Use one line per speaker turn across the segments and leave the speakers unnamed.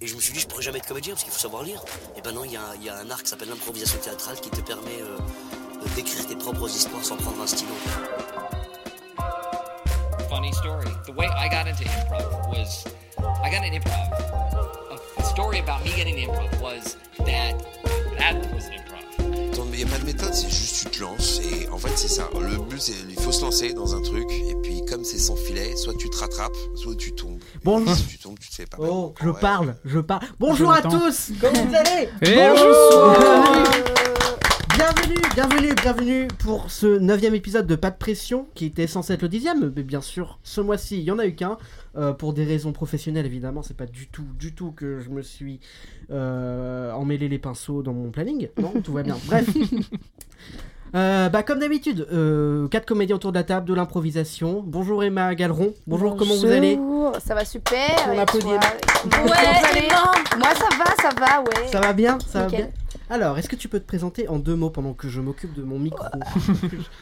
Et je me suis dit, je pourrais jamais être comédien parce qu'il faut savoir lire. Et ben non, il y a, il y a un art qui s'appelle l'improvisation théâtrale qui te permet euh, d'écrire tes propres histoires sans prendre un stylo.
Funny story. The way I got into improv was I got an improv. A story about me getting into improv was that that was an improv.
Il n'y a pas de méthode, c'est juste tu te lances et en fait c'est ça. Le but c'est il faut se lancer dans un truc et puis comme c'est sans filet, soit tu te rattrapes, soit tu tombes. Et
Bon-
puis, si tu tombes, tu te fais pas. mal.
Oh,
En
je
vrai,
parle, je parle. Bonjour à
Jonathan.
tous, comment vous allez
Hello
Bienvenue, bienvenue, bienvenue pour ce neuvième épisode de Pas de pression qui était censé être le dixième, mais bien sûr, ce mois-ci, il y en a eu qu'un. Euh, pour des raisons professionnelles, évidemment, c'est pas du tout, du tout que je me suis euh, emmêlé les pinceaux dans mon planning. Non, tout va bien. Bref. Euh, bah comme d'habitude, euh, quatre comédiens autour de la table, de l'improvisation. Bonjour Emma Galeron. Bonjour, comment vous allez
Bonjour, Ça va super.
On
et
applaudit.
toi Comment vous allez Moi ça va, ça va, ouais.
Ça va bien Ça va
Nickel.
bien Alors, est-ce que tu peux te présenter en deux mots pendant que je m'occupe de mon micro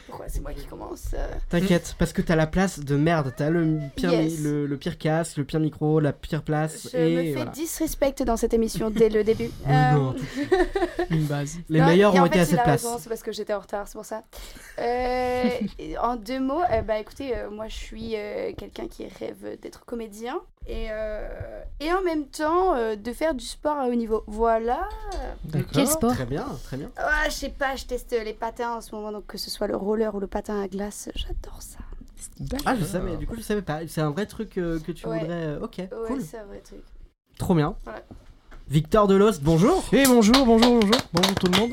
Pourquoi c'est moi qui commence euh,
T'inquiète, parce que t'as la place de merde. T'as le pire, mi-
Yes.
le, le pire casque, le pire micro, la pire place.
Je me
et
fais
voilà.
disrespect dans cette émission dès le début.
Mais
Euh,
non,
Une base.
Les
non,
meilleurs
et en
ont
fait,
été à
il
cette
a
place.
raison, C'est parce que j'étais en retard, c'est pour ça. Euh, et en deux mots, euh, bah écoutez, euh, moi je suis euh, quelqu'un qui rêve d'être comédien et, euh, et en même temps euh, de faire du sport à haut niveau. Voilà.
D'accord,
Quel sport
Très bien, très bien.
Ah, je sais pas, je teste les patins en ce moment, donc que ce soit le roller ou le patin à glace, j'adore ça.
Ah, je savais, du coup, je savais pas. C'est un vrai truc euh, que tu
Ouais.
voudrais. euh, Ok,
Ouais,
cool.
c'est un vrai truc.
Trop bien.
Voilà.
Victor Delos, bonjour.
Et bonjour, bonjour, bonjour, bonjour tout le monde.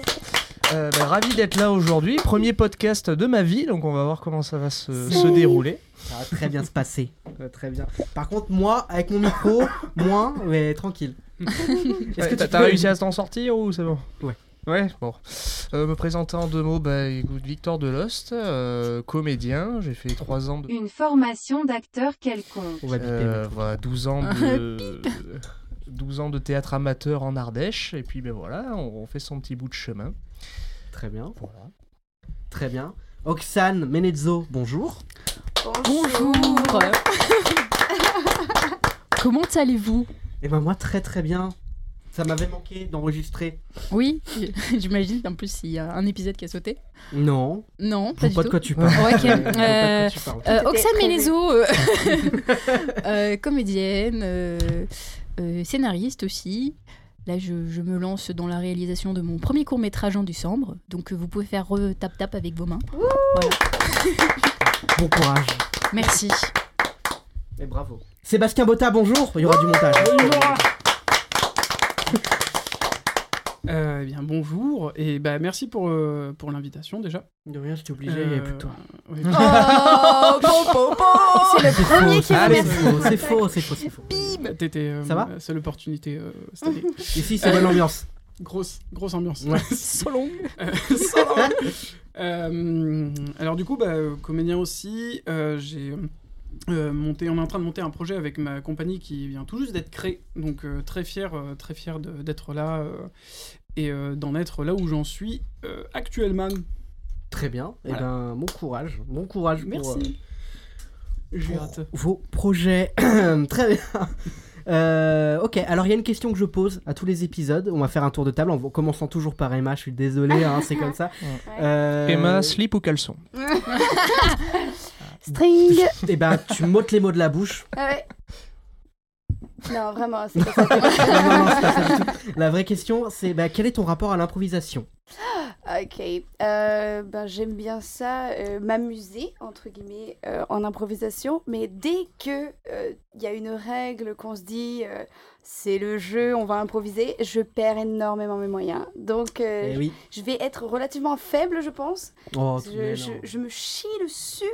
Euh, bah, ravi d'être là aujourd'hui. Premier podcast de ma vie, donc on va voir comment ça va se, se dérouler.
Ça va très bien se passer. Euh, très bien. Par contre, moi, avec mon micro, moins, mais tranquille. Est-ce
Ouais,
que
t'as
tu
t'as
peux-
réussi à t'en sortir ou c'est bon
Ouais.
Ouais, bon. Euh, me présenter en deux mots, bah, écoute, Victor Delost, euh, comédien. J'ai fait trois ans de.
Une formation d'acteur quelconque.
On va biper.
Euh, voilà, 12 ans de. 12 ans de théâtre amateur en Ardèche, et puis ben voilà, on, on fait son petit bout de chemin.
Très bien,
Voilà.
très bien. Oxane Menezzo, bonjour.
Bonjour Comment allez-vous
Eh ben moi très très bien. Ça m'avait manqué d'enregistrer.
Oui, j'imagine. En plus, il y a un épisode qui a sauté.
Non.
Non,
Je
pas
vois pas de
du
quoi
tout.
tu parles.
Ouais, ok.
Je vois pas de quoi
Euh,
tu parles.
Euh,
Tout était
Oxane
prévu.
Ménézo, euh, comédienne, euh, euh, scénariste aussi. Là, je, je me lance dans la réalisation de mon premier court métrage en décembre. Donc, euh, vous pouvez faire tap-tap avec vos mains.
Bon courage.
Merci.
Et bravo. Sébastien Botta, bonjour. Il y aura du montage.
Euh, eh bien, bonjour et bah, merci pour, euh, pour l'invitation déjà.
De rien, j'étais obligé, il y
Euh,
avait plus de toi.
oui.
Oh, po, po, po. C'est le Euh, premier qui
Allez,
remercie.
c'est Oh, faux, c'est faux, c'est faux, c'est faux.
T'étais, euh,
Ça va
Seule opportunité euh, cette année.
Ici, c'est bonne ambiance.
grosse, grosse ambiance.
Ouais.
Solon.
Euh, sans langue. Euh, alors du coup, bah, euh, comédien aussi, euh, j'ai euh, monté, on est en train de monter un projet avec ma compagnie qui vient tout juste d'être créée, donc euh, très fier, euh, très fier de- d'être là euh, et euh, d'en être là où j'en suis euh, actuellement.
Très bien. Et
Voilà.
ben bon courage. Bon courage pour, euh,
Merci. J'ai hâte.
vos projets. Très bien. Euh, ok, alors il y a une question que je pose à tous les épisodes. On va faire un tour de table en commençant toujours par Emma. Je suis désolé, hein, c'est comme ça. Euh,
Emma, slip ou caleçon
String.
Eh ben, tu m'ôtes les mots de la bouche.
Ah ouais. Non, vraiment, c'est pas ça.
Non, non, non, c'est pas ça du tout. La vraie question, c'est bah, quel est ton rapport à l'improvisation
Ok. Euh, ben, J'aime bien ça, euh, m'amuser, entre guillemets, euh, en improvisation. Mais dès que euh, il y a une règle qu'on se dit, euh, c'est le jeu, on va improviser, je perds énormément mes moyens. Donc, euh,
Eh oui.
je vais être relativement faible, je pense.
Oh, tout de
Je,
même,
je-
non.
je me chie dessus,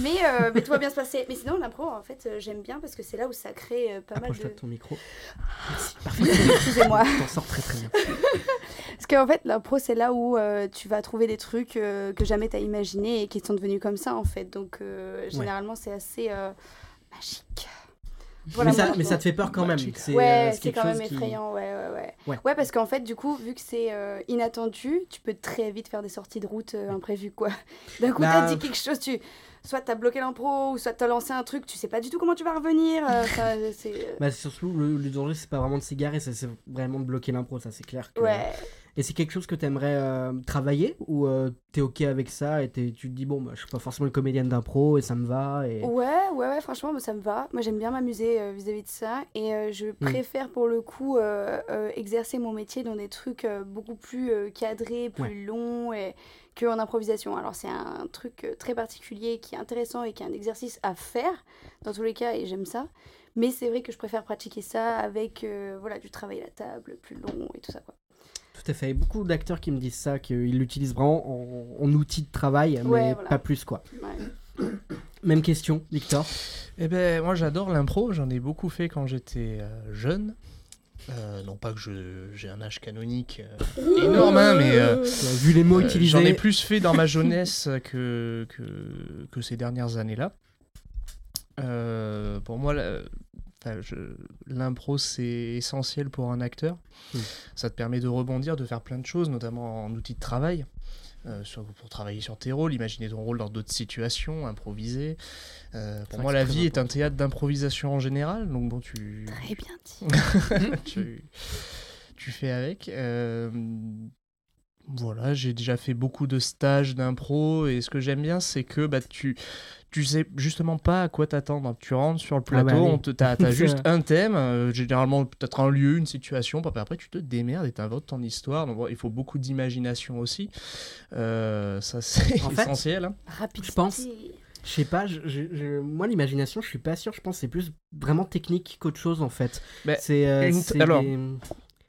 mais, euh, mais tout va bien se passer. Mais sinon, l'impro, en fait, euh, j'aime bien parce que c'est là où ça crée euh, pas mal
Approche-toi
de.
de ton micro.
Excusez-moi.
T'en sors très très bien.
Parce qu'en fait, l'impro, c'est là où euh, tu vas trouver des trucs euh, que jamais t'as imaginé et qui sont devenus comme ça, en fait. Donc, euh, généralement, c'est assez euh, magique. Voilà
mais, ça,
mon
mais ça
rapport.
te fait peur quand même. C'est euh,
Ouais,
c'est
c'est
quelque
quand même
chose qui-
effrayant, ouais, ouais, ouais.
Ouais.
Ouais, parce qu'en fait, du coup, vu que c'est euh, inattendu, tu peux très vite faire des sorties de route euh, imprévues, quoi. D'un coup,
Bah,
t'as dit quelque chose, tu... soit t'as bloqué l'impro, ou soit t'as lancé un truc, tu sais pas du tout comment tu vas revenir. euh, ça, c'est-
Bah, surtout, le, le danger, c'est pas vraiment de s'égarer, c'est c'est vraiment de bloquer l'impro, ça, c'est clair. que-
Ouais.
Et c'est quelque chose que t'aimerais aimerais travailler ou euh, t'es ok avec ça et t'es- tu te dis, bon, bah, je suis pas forcément une comédienne d'impro et ça me va et...
Ouais, ouais, ouais, franchement, moi, ça me va. Moi, j'aime bien m'amuser euh, vis-à-vis de ça. Et euh, je préfère, pour le coup, euh, euh, exercer mon métier dans des trucs euh, beaucoup plus euh, cadrés, plus longs, et... qu'en improvisation. Alors, c'est un truc euh, très particulier qui est intéressant et qui est un exercice à faire, dans tous les cas, et j'aime ça. Mais c'est vrai que je préfère pratiquer ça avec euh, voilà, du travail à la table, plus long et tout ça. Quoi.
Tout à fait. Beaucoup d'acteurs qui me disent ça, qu'ils l'utilisent vraiment en, en outil de travail, mais
Ouais, voilà.
pas plus, quoi.
Ouais.
Même question, Victor.
Eh ben, moi j'adore l'impro, j'en ai beaucoup fait quand j'étais euh, jeune. Euh, non pas que je- j'ai un âge canonique euh, énorme, hein, mais euh,
Vu les mots
euh,
utilisés.
j'en ai plus fait dans ma jeunesse que, que, que ces dernières années-là. Euh, pour moi, la- enfin, je- l'impro c'est essentiel pour un acteur.
Mm.
Ça te permet de rebondir, de faire plein de choses, notamment en outils de travail. euh, sur- pour travailler sur tes rôles, imaginer ton rôle dans d'autres situations, improviser. Euh,
C'est
pour
vrai
moi,
que
la
c'est très
vie est un théâtre d'improvisation en général, donc bon, tu,
Très bien dit.
tu, tu fais avec. Euh, voilà, j'ai déjà fait beaucoup de stages d'impro et ce que j'aime bien, c'est que bah, tu, tu sais justement pas à quoi t'attendre. Hein. Tu rentres sur le
Ah bah
plateau,
oui.
on te- t'as t'as
C'est
juste
vrai.
un thème, euh, généralement peut-être un lieu, une situation, puis après tu te démerdes et t'inventes ton histoire. Donc bon, il faut beaucoup d'imagination aussi. Euh, ça, c'est
En fait,
essentiel. hein.
Rapide.
Je pense.
petit.
Je sais pas, je- je- je- moi l'imagination, je suis pas sûr, je pense que c'est plus vraiment technique qu'autre chose en fait.
Mais
c'est euh,
Bah, une-
c'est
alors-
des-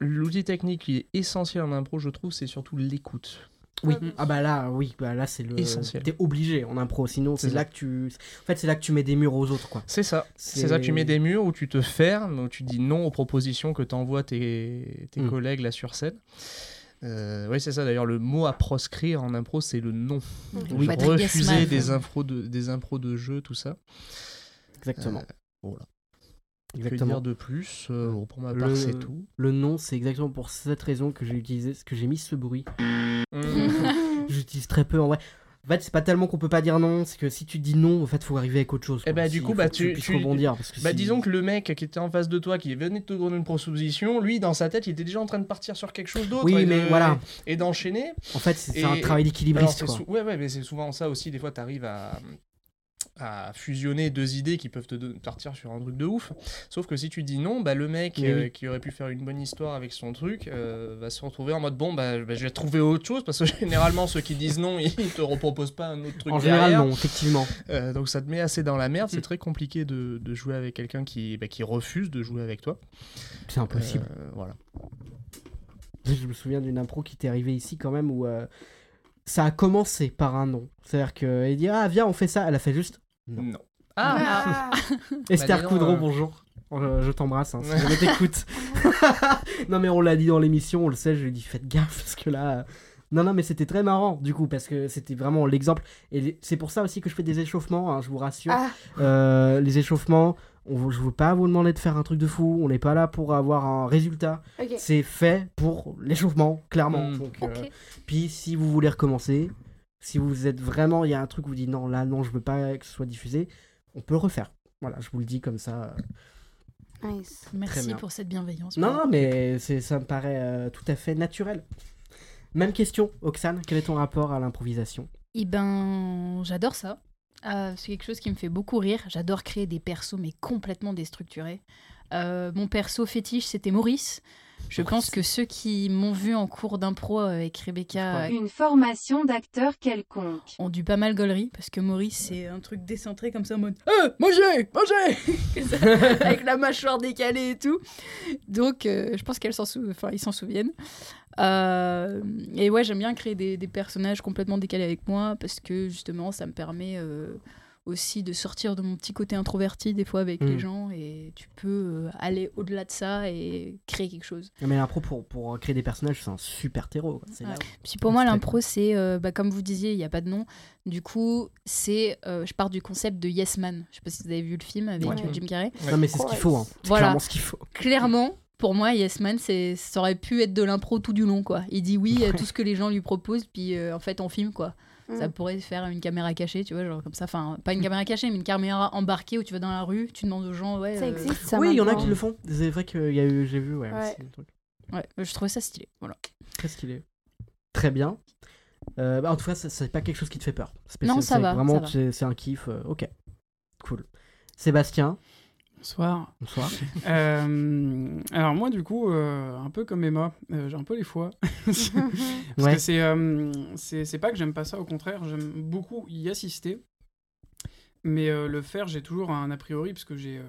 L'outil technique qui est essentiel en impro, je trouve, c'est surtout l'écoute.
Oui, ah bah là, oui, bah là c'est le.
Essentiel.
T'es obligé en impro, sinon
C'est
c'est là que tu. En fait, c'est là que tu mets des murs aux autres quoi.
C'est ça.
C'est-
C'est ça, tu mets des murs où tu te fermes, où tu dis non aux propositions que t'envoient tes, tes
Mm.
collègues là sur scène. Euh, oui, c'est ça. D'ailleurs, le mot à proscrire en impro, c'est le non.
Oui. Patrick
Refuser
Gassman.
des, impros de, des impros de jeu, tout ça.
Exactement.
Euh, voilà. Que
Exactement.
dire de plus Euh, bon, Pour ma part,
Le-
c'est tout.
Le nom, c'est exactement pour cette raison que j'ai utilisé, que j'ai mis ce bruit. J'utilise très peu en vrai. En fait, c'est pas tellement qu'on peut pas dire non, c'est que si tu dis non, en fait, faut arriver avec autre chose.
Eh
quoi.
bah, du
Si-
coup,
faut
bah,
que tu
tu-
puisses
tu-
rebondir parce que
Bah,
si-
disons que le mec qui était en face de toi, qui venait de te donner une proposition, lui, dans sa tête, il était déjà en train de partir sur quelque chose d'autre.
Oui,
et
mais
de-
voilà.
Et d'enchaîner.
En fait, c'est c'est
Et-
un travail
Alors,
d'équilibriste
c'est
quoi.
sou- ouais, ouais, mais c'est souvent ça aussi. Des fois, tu arrives à, à fusionner deux idées qui peuvent te don- partir sur un truc de ouf. Sauf que si tu dis non, bah, le mec
Mais
euh,
oui.
qui aurait pu faire une bonne histoire avec son truc euh, va se retrouver en mode bon, bah, bah, je vais trouver autre chose parce que généralement, ceux qui disent non, ils te reproposent pas un autre truc.
En général,
derrière.
non, Hmm. effectivement.
Euh, donc, ça te met assez dans la merde. C'est
Mm.
très compliqué de, de jouer avec quelqu'un qui, bah, qui refuse de jouer avec toi.
C'est impossible.
Euh, voilà.
Je me souviens d'une impro qui t'est arrivée ici quand même où euh, ça a commencé par un nom. C'est-à-dire qu'elle dit Ah, viens, on fait ça. Elle a fait juste Non.
Non. Ah,
Esther
dis donc,
Coudreau,
euh.
bonjour. Je, je t'embrasse, hein, si
Ouais.
jamais t'écoutes. non, mais on l'a dit dans l'émission, on le sait. Je lui ai dit Faites gaffe parce que là. euh, Non, non, mais c'était très marrant du coup parce que c'était vraiment l'exemple. Et les- c'est pour ça aussi que je fais des échauffements, hein, je vous rassure.
Ah.
Euh, les échauffements. On, je veux pas vous demander de faire un truc de fou, on n'est pas là pour avoir un résultat.
Ah. Ok.
c'est fait pour l'échauffement, clairement.
Mm.
Donc, euh,
Ok.
puis si vous voulez recommencer, si vous êtes vraiment, il y a un truc où vous dites non, là, non, je veux pas que ce soit diffusé, on peut le refaire. Voilà, je vous le dis comme ça.
Nice.
Très
Merci
bien.
pour cette bienveillance.
Non, non, mais c'est, ça me paraît euh, tout à fait naturel. Même question, Oxane, quel est ton rapport à l'improvisation
Eh ben, j'adore ça. Euh, c'est quelque chose qui me fait beaucoup rire. J'adore créer des persos, mais complètement déstructurés. Euh, mon perso fétiche, c'était Maurice. Je pense que ceux qui m'ont vu en cours d'impro euh, avec Rebecca
Une formation d'acteur quelconque.
ont dû pas mal gaulerie, parce que Maurice, c'est un truc décentré comme ça en mode Eh, Mangez Mangez Comme ça, Avec la mâchoire décalée et tout. Donc, euh, je pense qu'elles s'en sou- enfin, ils s'en souviennent. Euh, et ouais, j'aime bien créer des, des personnages complètement décalés avec moi, parce que justement, ça me permet. euh, aussi de sortir de mon petit côté introverti des fois avec
Mm.
les gens et tu peux euh, aller au-delà de ça et créer quelque chose.
Non, Mais l'impro, pour, pour créer des personnages, c'est un super terreau. quoi. C'est là
Ouais.
où-
Puis pour moi,
Tout à
l'impro, c'est, euh, bah, comme vous disiez, il n'y a pas de nom. Du coup, c'est, euh, je pars du concept de Yes Man. Je sais pas si vous avez vu le film avec
Ouais.
euh, Jim Carrey.
Ouais.
Non, mais c'est ce qu'il faut. hein. C'est
Voilà.
clairement ce qu'il faut.
Clairement, pour moi, Yes Man, c'est, ça aurait pu être de l'impro tout du long, quoi. Il dit oui à tout ce que les gens lui proposent, puis euh, en fait, on filme, quoi. Ça
Mm.
pourrait faire une caméra cachée, tu vois, genre comme ça. Enfin, pas une caméra cachée, mais une caméra embarquée où tu vas dans la rue, tu demandes aux gens, ouais.
Ça
euh,
existe, ça
oui, il y en a
maintenant.
qui le font. C'est vrai que y a eu- j'ai vu, ouais.
Ouais.
c'est un truc
Ouais, je trouvais ça stylé. Voilà.
Très stylé. Très bien. Euh, bah, en tout cas, ça- c'est pas quelque chose qui te fait peur.
Non, ça
c'est
va, ça
Vraiment,
va.
c'est c'est un kiff. euh, ok. Cool. Sébastien,
Bonsoir.
bonsoir.
Euh, alors moi du coup, euh, un peu comme Emma, euh, j'ai un peu les foies. Parce
Ouais.
que c'est, euh, c'est, c'est pas que j'aime pas ça, au contraire, j'aime beaucoup y assister. Mais euh, le faire, j'ai toujours un a priori, parce que j'ai, euh,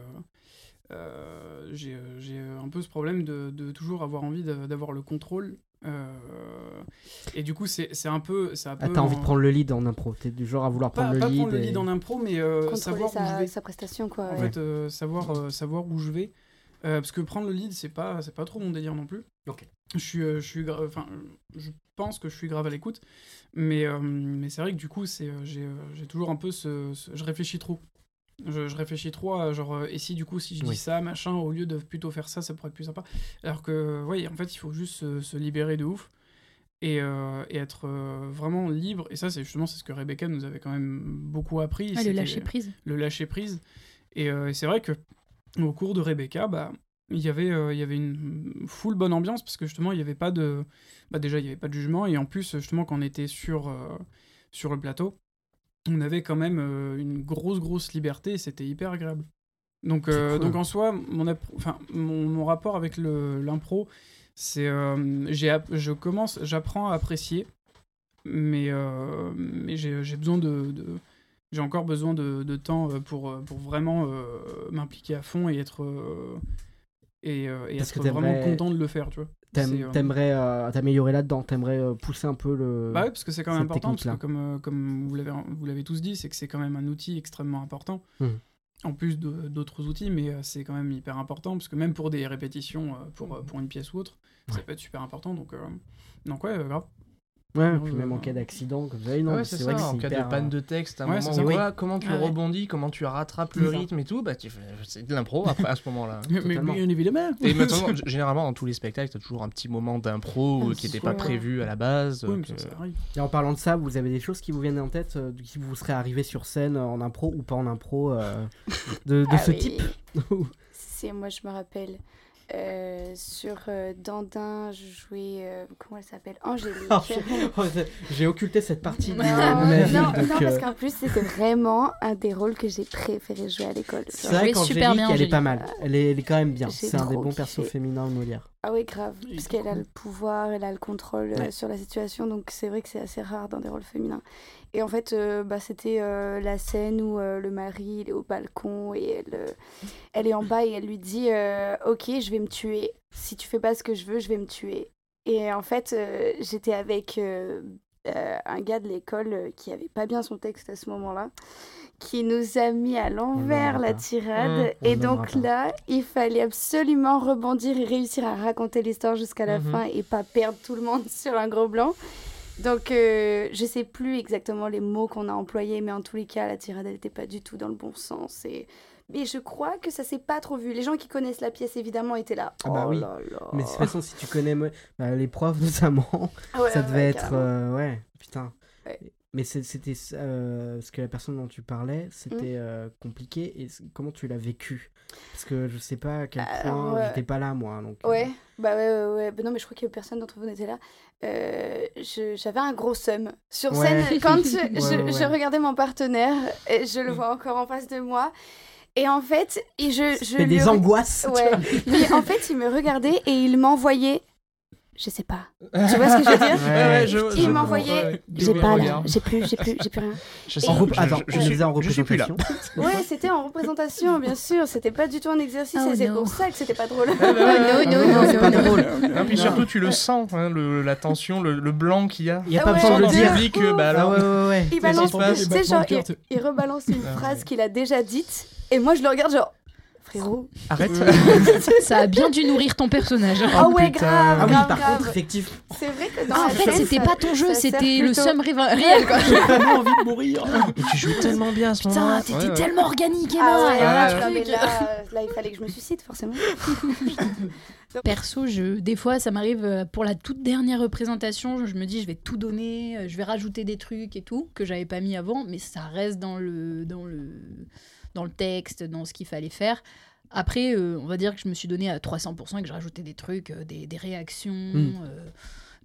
euh, j'ai, euh, j'ai euh, un peu ce problème de, de toujours avoir envie de- d'avoir le contrôle. Euh, et du coup, c'est, c'est un peu... c'est un
Ah,
peu
t'as envie de
en-
prendre le lead en impro. T'es du genre à vouloir
pas,
prendre le
pas
lead.
prendre le
et-
lead en impro, mais euh,
Contrôler
savoir où je
sa,
vais.
sa prestation, quoi.
En
ouais.
fait, euh, savoir, euh, savoir où je vais. Euh, parce que prendre le lead, c'est pas, c'est pas trop mon délire non plus.
Ok.
Je suis, euh, je suis, gra- enfin, euh, je pense que je suis grave à l'écoute, mais, euh, mais c'est vrai que du coup, c'est, euh, j'ai, euh, j'ai toujours un peu ce, ce- je réfléchis trop. Je, je réfléchis trop à genre, euh, et si du coup, si je
Oui.
dis ça, machin, au lieu de plutôt faire ça, ça pourrait être plus sympa. Alors que, ouais, en fait, il faut juste se, se libérer de ouf et, euh, et être euh, vraiment libre. Et ça, c'est justement, c'est ce que Rebecca nous avait quand même beaucoup appris.
Ah, le
C'était-
Euh,
lâcher prise.
le lâcher prise. Et euh, c'est vrai que au cours de Rebecca, bah, il y avait, euh, il y avait une full bonne ambiance parce que justement, il n'y avait pas de. Bah, déjà, il n'y avait pas de jugement. Et en plus, justement, quand on était sur, euh, sur le plateau, on avait quand même euh, une grosse, grosse liberté et c'était hyper agréable. Donc, euh,
cool.
donc en soi, mon, appro- enfin, mon, mon rapport avec le- l'impro, c'est. euh, j'ai app- je commence, j'apprends à apprécier, mais, euh, mais j'ai j'ai besoin de- de j'ai encore besoin de, de temps euh, pour, euh, pour vraiment euh, m'impliquer à fond et être, euh, et, euh, et
Parce
être
que t'aimerais-
vraiment content de le faire, tu vois.
T'aimes-
C'est, euh,
T'aimerais euh, t'améliorer là-dedans. T'aimerais euh, pousser un peu le.
Bah oui, parce que c'est quand même
cette
important, parce que
technique-là.
comme, euh, comme vous l'avez vous l'avez tous dit, c'est que c'est quand même un outil extrêmement important.
Mhm.
En plus de- d'autres outils, mais euh, c'est quand même hyper important, parce que même pour des répétitions, euh, pour, euh, pour une pièce ou autre, ça
Ouais.
peut être super important. Donc, euh, donc ouais, euh, grave.
Ouais,
Non,
puis
je-
même en cas d'accident, comme ça. Non,
Ah ouais,
mais
c'est
c'est
ça,
vrai que
en
c'est
cas
hyper,
de panne
euh,
de texte, à un
Ouais,
moment,
c'est
on
ça.
voit comment tu
Ah ouais.
rebondis, comment tu rattrapes
C'est
le
ça.
rythme et tout, bah tu fais- c'est de l'impro après, à ce moment-là.
Mais, mais
Totalement.
bien évidemment
Et maintenant, g- généralement, dans tous les spectacles, t'as toujours un petit moment d'impro
Ah,
euh, qui
c'est
n'était pas
sûr.
prévu à la base.
Oui,
euh,
mais
que-
ça, ça arrive.
Et en parlant de ça, vous avez des choses qui vous viennent en tête, euh, qui vous seraient arrivées sur scène euh, en impro ou pas en impro euh, de, de
Ah
ce
oui.
type
C'est moi, je me rappelle. euh, sur euh, Dandin, je jouais. euh, comment elle s'appelle Angélique.
Oh, j'ai- oh, j'ai- J'ai occulté cette partie de
Non,
ma vie.
non,
donc,
non,
euh,
parce qu'en plus, c'était vraiment un des rôles que j'ai préféré jouer à l'école.
C'est
Elle
vrai
jouait
qu'Angélique,
super bien,
elle est
Angélique.
pas mal. Elle est, elle est quand même bien.
J'ai
C'est un des
trop
bons
kiffé.
persos féminins de Molière.
Ah oui, grave,
Il est
parce
trop
qu'elle a
cool.
le pouvoir, elle a le contrôle euh, sur la situation, donc c'est vrai que c'est assez rare dans des rôles féminins. Et en fait, euh, bah, c'était euh, la scène où euh, le mari il est au balcon et elle, euh, elle est en bas et elle lui dit euh, Ok, je vais me tuer. Si tu fais pas ce que je veux, je vais me tuer. Et en fait, euh, j'étais avec euh, euh, un gars de l'école euh, qui avait pas bien son texte à ce moment-là, qui nous a mis à l'envers
l'aimera
la
pas.
tirade.
Mmh, on
et
l'aimera
donc
pas.
là, il fallait absolument rebondir et réussir à raconter l'histoire jusqu'à la
Mmh,
Mhm.
fin et pas perdre tout le monde sur un gros blanc. Donc, euh, je sais plus exactement les mots qu'on a employés, mais en tous les cas, la tirade, elle n'était pas du tout dans le bon sens. Et... Mais je crois que ça s'est pas trop vu. Les gens qui connaissent la pièce, évidemment, étaient là.
Ah bah
Oh
oui.
là là.
Mais de toute façon, si tu connais Mo- bah, les profs notamment,
Ah ouais,
ça
ouais,
devait
ouais,
être.
carrément.
euh, ouais, putain.
Ouais.
Mais c'est- c'était. euh, parce que la personne dont tu parlais,
Mmh.
c'était euh, compliqué. Et c- comment tu l'as vécu Parce que je sais pas à quel
Alors,
point
euh,
j'étais pas là, moi. Donc, euh,
Ouais, bah ouais, ouais, ouais. Bah non, mais je crois que personne d'entre vous n'était là. Euh, je- J'avais un gros seum. Sur
Ouais.
scène, quand je,
Ouais,
je-
ouais,
je
ouais. Mm.
regardais mon partenaire, et je le vois encore en face de moi. Et en fait, et je, je
mais
lui
des
re-
angoisses tu
Ouais.
vois.
Mais en fait, il me regardait et il m'envoyait. Je sais pas. Tu vois ce que je veux dire
Ouais, ouais,
je-
Il
je-
m'a envoyé,
ouais, ouais.
J'ai
Je
pas là.
regarde.
J'ai plus, j'ai plus, j'ai plus rien.
Je
En
sens-
rep-
je-
Attends,
je-
on
je-
disait en
je suis plus là.
représentation.
Ouais, c'était en représentation, bien sûr. C'était pas du tout un exercice
Oh
et c'est
no.
pour ça que c'était pas drôle.
bah,
non,
Ah
Oh,
non, non,
c'est pas
non,
drôle.
Non, puis surtout, tu le sens, hein, le- la tension, le, le blanc qu'il y a.
Il y a
Ah
pas
ouais,
besoin de le
j'entends.
dire.
public, euh, bah
Ah
alors.
ouais, ouais, ouais.
Il balance,
se passe
tu sais,
des
genre,
battements de cœur,
il, il rebalance une
Ah ouais.
phrase qu'il a déjà dite et moi je le regarde genre. frérot.
Arrête.
Ça a bien dû nourrir ton personnage.
Ah
Oh,
ouais,
putain.
grave,
Ah oui,
grave,
par
grave.
contre, effectif.
C'est vrai que dans
Ah, en
la
fait,
scène,
c'était
ça-
pas ton jeu,
ça sert
c'était le
plutôt-
summary va- réel. Quoi.
J'ai vraiment envie de mourir.
Mais tu jouais tellement bien à ce moment-là.
Putain, t'étais
Ouais, ouais.
tellement organique, Emma.
Ah ouais,
et
ah,
un
putain, mais
truc.
là, euh, là, il fallait que je me suicide, forcément.
Perso, je, des fois, ça m'arrive euh, pour la toute dernière représentation, je me dis, je vais tout donner, euh, je vais rajouter des trucs et tout que j'avais pas mis avant, mais ça reste dans le, dans le, dans le texte, dans ce qu'il fallait faire. Après, euh, on va dire que je me suis donné à 300% et que j'ai rajouté des trucs, euh, des, des réactions,
Hmm.
Mm.
euh,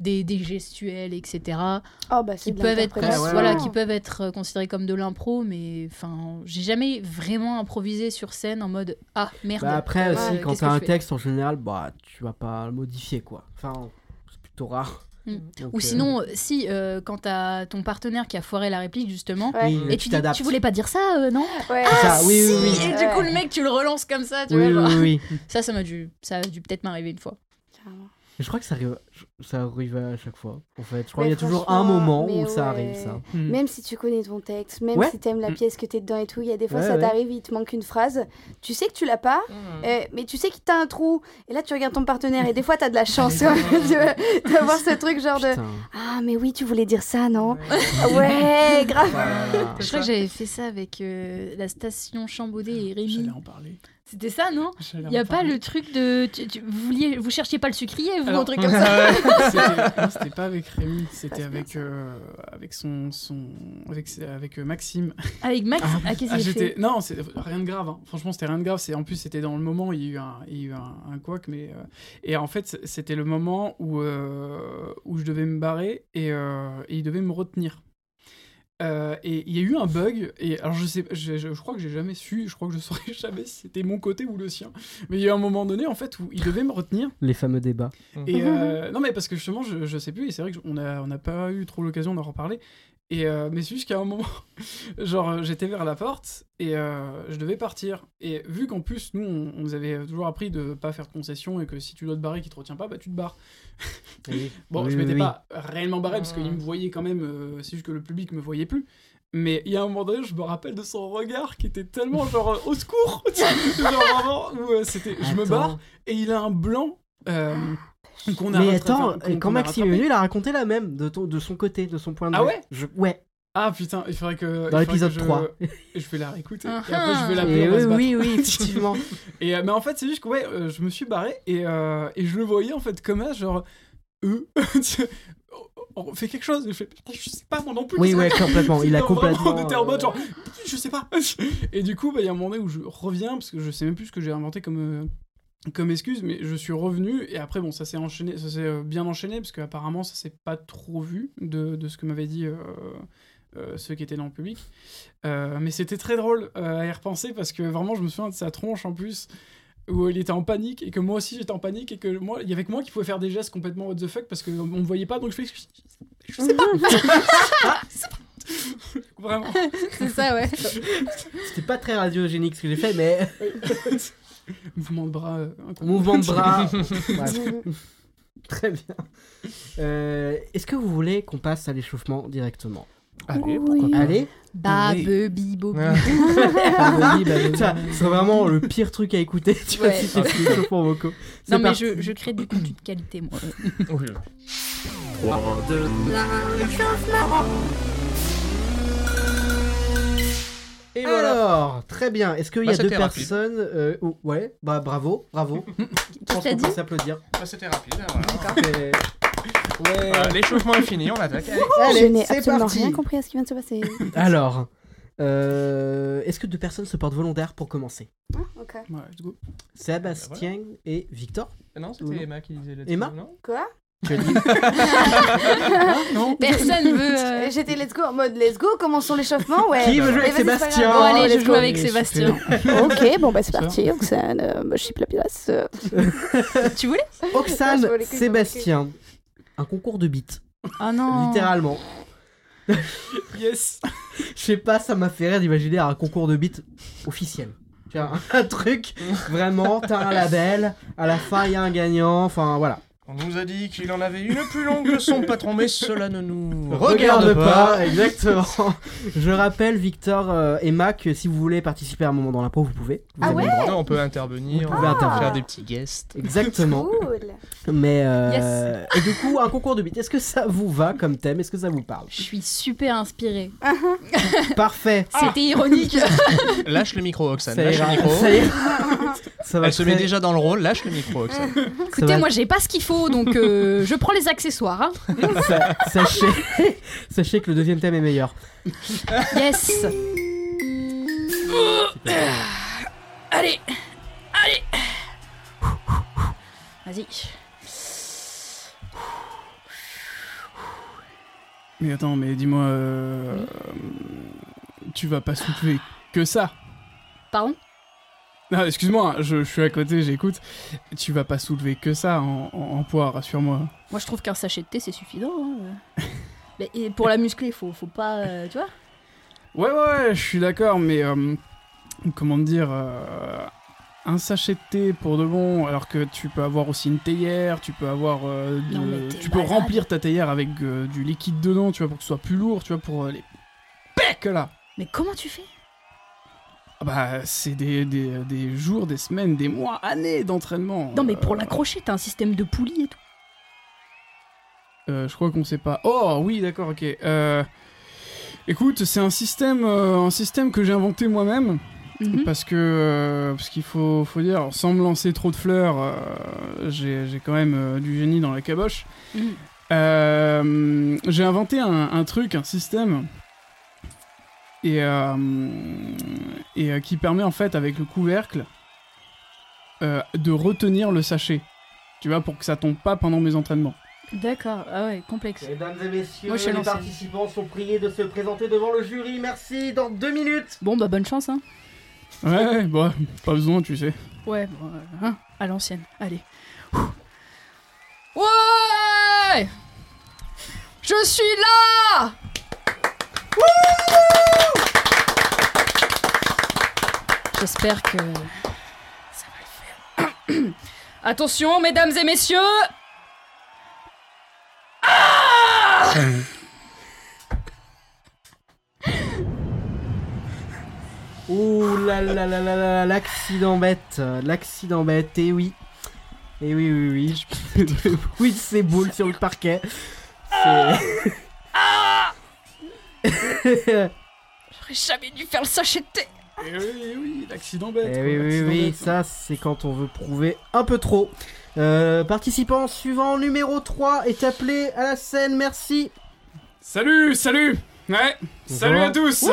des, des gestuels, etc.
Oh, bah, c'est
qui
de
peuvent être
l'interprétation.
ouais,
voilà
ouais.
qui peuvent être euh, considérés comme de l'impro mais enfin j'ai jamais vraiment improvisé sur scène en mode ah merde
Bah après
euh,
aussi, quand
qu'est-ce
t'as
que
un
je fais
texte en général, bah tu vas pas le modifier quoi. Enfin, c'est plutôt rare.
Mm.
Donc,
ou
euh,
sinon euh, si euh, quand t'as ton partenaire qui a foiré la réplique justement
Ouais.
oui,
euh, et tu dis
t'adaptes.
tu voulais pas dire ça euh, non
Ouais.
C'est ça, oui, oui, oui.
Si, et du coup le mec tu le relances comme ça tu
Oui,
vois genre.
oui, oui.
ça ça m'a dû ça a dû peut-être m'arriver une fois
Carrément.
Je crois que ça arrive, ça arrive à chaque fois. En fait, je crois
Mais
qu'il y a toujours
franchement,
un moment où
mais
ça
ouais.
arrive ça. Hmm.
Mm.
Même si tu connais ton texte, même
Ouais.
si t'aimes la
Mm.
pièce que t'es dedans et tout, il y a des fois
Ouais,
ça
ouais. Mm.
t'arrive, il te manque une phrase, tu sais que tu l'as pas, euh, mais tu sais que t'as un trou, et là tu regardes ton partenaire, et des fois t'as de la chance ouais, de- d'avoir ce truc genre de
Putain.
Ah, mais oui, tu voulais dire ça, non Ah Ouais, grave
Voilà.
je crois que j'avais fait ça avec euh, la station Chambaudet et Rémi
J'allais en parler.
c'était ça non
J'allais
il y a
en
pas
parler.
le truc de tu- tu- vous vouliez vous cherchiez pas le sucrier vous
Alors-
un truc comme ça
C'était- non, C'était pas avec Rémi, c'était avec, euh, avec son, son avec, avec euh, Maxime.
Avec Max, à qu'est-ce
Ah,
qu'il
j'étais-
fait
Non, c'est rien de grave. hein. Franchement, c'était rien de grave. C'est en plus, c'était dans le moment. Il y a eu un, il y a eu un, un couac, mais euh, et en fait, c'était le moment où euh, où je devais me barrer et, euh, et il devait me retenir. Euh, et il y a eu un bug. Et alors, je sais, je, je- je crois que j'ai jamais su. Je crois que je saurais jamais si c'était mon côté ou le sien. Mais il y a eu un moment donné, en fait, où il devait me retenir.
Les fameux débats.
Et euh, non, mais parce que justement, je, je sais plus, et c'est vrai qu'on n'a on n'a pas eu trop l'occasion d'en reparler. Et euh, mais c'est juste qu'à un moment, genre, euh, j'étais vers la porte et euh, je devais partir. Et vu qu'en plus, nous, on, on nous avait toujours appris de pas faire de concession et que si tu dois te barrer qui te retient pas, bah tu te barres. Bon,
Oui,
je
oui,
m'étais
oui.
pas réellement barré parce qu'il me voyait quand même, euh, c'est juste que le public me voyait plus. Mais il y a un moment donné, je me rappelle de son regard qui était tellement genre euh, au secours, genre vraiment, où euh, c'était je me
Attends. Ah,
barre et il a un blanc. euh, qu'on a
Mais
rattrapé-
attends,
qu'on-
quand
qu'on a
Maxime est
rattrapé.
venu, il a raconté la même de, ton, de son côté, de son point de
Ah
vue.
ouais
Je- Ouais,
Ah putain, il faudrait que. il
dans
faudrait que
l'épisode
je-
3.
Je vais la réécouter.
Ah
et après, je vais la
Et
on va se
oui,
battre.
oui, oui, effectivement.
Et, euh, mais en fait, c'est juste que ouais, euh, je me suis barré et, euh, et je le voyais en fait comme un genre. Euh, on fait quelque chose. Je, fais, Putain, je sais pas moi non plus.
oui, ouais, complètement. Il a
Non, vraiment,
complètement.
on était en mode
euh,
genre, je sais pas. Et du coup, bah, il y a un moment donné où je reviens, parce que je sais même plus ce que j'ai inventé comme, euh, comme excuse, mais je suis revenu. Et après, bon, ça s'est enchaîné, ça s'est euh, bien enchaîné, parce qu'apparemment, ça s'est pas trop vu de, de ce que m'avaient dit euh, euh, ceux qui étaient dans le public. Euh, mais c'était très drôle euh, à y repenser, parce que vraiment, je me souviens de sa tronche en plus. Où il était en panique et que moi aussi j'étais en panique et que moi il y avait que moi qui pouvais faire des gestes complètement what the fuck parce qu'on me voyait pas donc je fais je, je sais pas. Vraiment.
C'est ça, ouais.
C'était pas très radiogénique ce que j'ai fait, mais.
Mouvement de bras. euh, incroyable.
Mouvement de bras.
Ah,
Bref. Très bien. Euh, Est-ce que vous voulez qu'on passe à l'échauffement directement
Allez,
Oui.
pourquoi pas.
Allez
Bah,
Oui.
bebi, bobi.
Ah.
Ah, oui, bah, oui. Ça, C'est vraiment le pire truc à écouter, tu vois,
Ouais.
si c'est l'échauffement vocaux.
Non,
C'est
mais
parti.
je, je crée du contenu de qualité, moi.
Oui.
Et voilà. Alors, très bien. Est-ce qu'il y a
Bah,
deux
c'était rapide.
personnes euh, oh, Ouais, bah bravo, bravo. Je pense
t'as
qu'on
dit
peut s'applaudir.
Ah, C'était rapide. voilà.
C'est-
Voilà, L'échauffement est fini, on attaque. Allez.
Je
Allez,
n'ai
c'est
absolument
parti.
rien compris à ce qui vient de se passer.
Alors, euh, est-ce que deux personnes se portent volontaires pour commencer
Ok.
Ouais, let's go.
Sébastien et Victor Ou
Non,
non.
c'était Emma qui disait le
Emma
titre, non
Quoi
Personne veut. euh,
Euh, J'étais let's go en mode let's go, commençons l'échauffement, ouais.
Qui veut jouer
Mais
avec
vas-y, c'est pas
Sébastien
Bon,
grave.
allez,
let's
je
go.
joue avec Sébastien.
Ok, bon bah c'est
Ça.
parti, Oxane, euh, bah, je suis la pilasse. euh.
tu voulais
Oxane,
je vois les clics,
Sébastien. Un concours de beats,
Ah
Oh.
non.
littéralement.
Yes.
Je sais pas, ça m'a fait rire d'imaginer un concours de beats officiel. Tu vois, un truc, vraiment, t'as un label, à la fin il y a un gagnant, enfin voilà.
On nous a dit qu'il en avait une plus longue que son patron, mais cela ne nous
Regarde pas, exactement. Je rappelle Victor euh, et Mac que si vous voulez participer à un moment dans l'impro, vous pouvez. Vous
Ah
avez le
ouais
droit.
on peut intervenir,
Vous pouvez intervenir.
faire des petits guests.
Exactement.
Cool.
Mais euh, et du coup, un concours de beat. Est-ce que ça vous va comme thème Est-ce que ça vous parle
Je suis super inspirée.
Parfait.
Ah.
C'était ironique.
Lâche le micro, Oxane.
Ça
Lâche le
ira.
micro.
Ça ira. Ça va
Elle se met
très-
déjà dans le rôle, lâche le micro, Oxane.
Ça
Écoutez,
va-
moi j'ai pas ce qu'il faut, donc euh, je prends les accessoires. hein.
Sa- sachez, sachez que le deuxième thème est meilleur.
Yes. Allez, allez. Vas-y.
Mais attends, mais dis-moi, euh, tu vas pas soulever que ça.
Pardon
Ah, excuse-moi, je, je suis à côté, j'écoute. Tu vas pas soulever que ça en, en- en poids, rassure-moi.
Moi je trouve qu'un sachet de thé c'est suffisant. hein. Mais et pour la muscler, faut, faut pas, euh, tu vois.
Ouais, ouais, ouais, je suis d'accord, mais euh, comment dire, euh, un sachet de thé pour de bon, alors que tu peux avoir aussi une théière, tu peux avoir, euh, de-
Non, mais t'es
tu peux
malade.
remplir ta théière avec euh, du liquide dedans, tu vois, pour que ce soit plus lourd, tu vois, pour euh, les pecs là.
Mais comment tu fais
Ah Bah, c'est des, des, des jours, des semaines, des mois, années d'entraînement.
Non mais
Euh,
pour l'accrocher, t'as un système de poulie et tout.
Euh, je crois qu'on sait pas. Oh oui, d'accord, ok. Euh, écoute, c'est un système, euh, un système que j'ai inventé moi-même
Mhm.
parce que euh, parce qu'il faut, faut dire, sans me lancer trop de fleurs, euh, j'ai j'ai quand même euh, du génie dans la caboche.
Mhm.
Euh, j'ai inventé un, un truc, un système. Et, euh, et euh, qui permet en fait avec le couvercle euh, de retenir le sachet, tu vois, pour que ça tombe pas pendant mes entraînements.
D'accord. Ah ouais, complexe.
Mesdames et messieurs,
Moi, je suis les lancée.
participants sont priés de se présenter devant le jury. Merci. Dans deux minutes.
Bon bah bonne chance hein.
Ouais, ouais, bah, pas besoin, tu sais.
Ouais, bon, euh, hein, à l'ancienne. Allez. Ouh. Ouais Je suis là Wouh J'espère que ça va le faire. Attention, mesdames et messieurs Ah
Ouh là là là là là, l'accident bête, euh, l'accident bête. Et oui, et oui oui oui. Je- oui c'est boule sur le parquet. Ah. C'est.
J'aurais jamais dû faire le sachet de thé
Eh oui, eh oui, l'accident bête.
Eh
quoi,
oui, oui,
l'accident
oui,
bête.
ça c'est quand on veut prouver un peu trop. Euh, participant suivant, numéro 3, est appelé à la scène, merci.
Salut, salut Ouais, salut à tous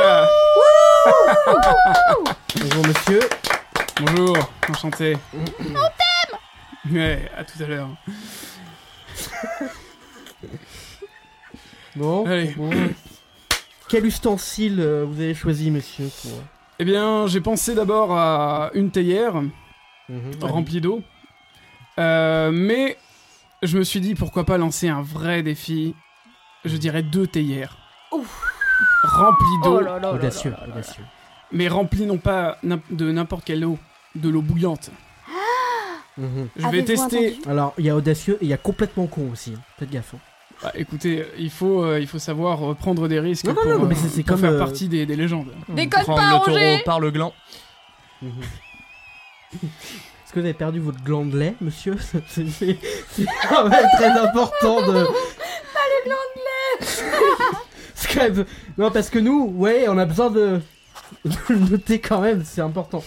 Bonjour monsieur.
Bonjour, enchanté. On t'aime Ouais, à tout à l'heure.
Bon,
Allez.
bon. Quel ustensile euh, vous avez choisi monsieur pour...
Eh bien, j'ai pensé d'abord à une théière
Mhm.
remplie d'eau. Euh, mais je me suis dit pourquoi pas lancer un vrai défi. Je dirais deux théières. Remplies d'eau.
Oh là là là
Audacieux,
là là là.
audacieux.
mais rempli non pas n'im- de n'importe quelle eau, de l'eau bouillante.
Mhm.
Je vais
Avez-vous
tester.
entendu
Alors, il y a audacieux et il y a complètement con aussi. hein. Faites gaffe. hein.
Bah, écoutez, il faut, euh, il faut savoir euh, prendre des risques
Non, non,
pour,
non, mais
euh,
c'est- c'est
pour
comme,
faire
euh,
partie des, des légendes.
Déconne
Prendre
pas,
le taureau
Roger
par le gland.
Est-ce que vous avez perdu votre gland de lait, monsieur C'est c'est- c'est quand même très important de. Pas le gland de lait C'est quand même. Non, parce que nous, ouais, on a besoin de. de le noter quand même, c'est important.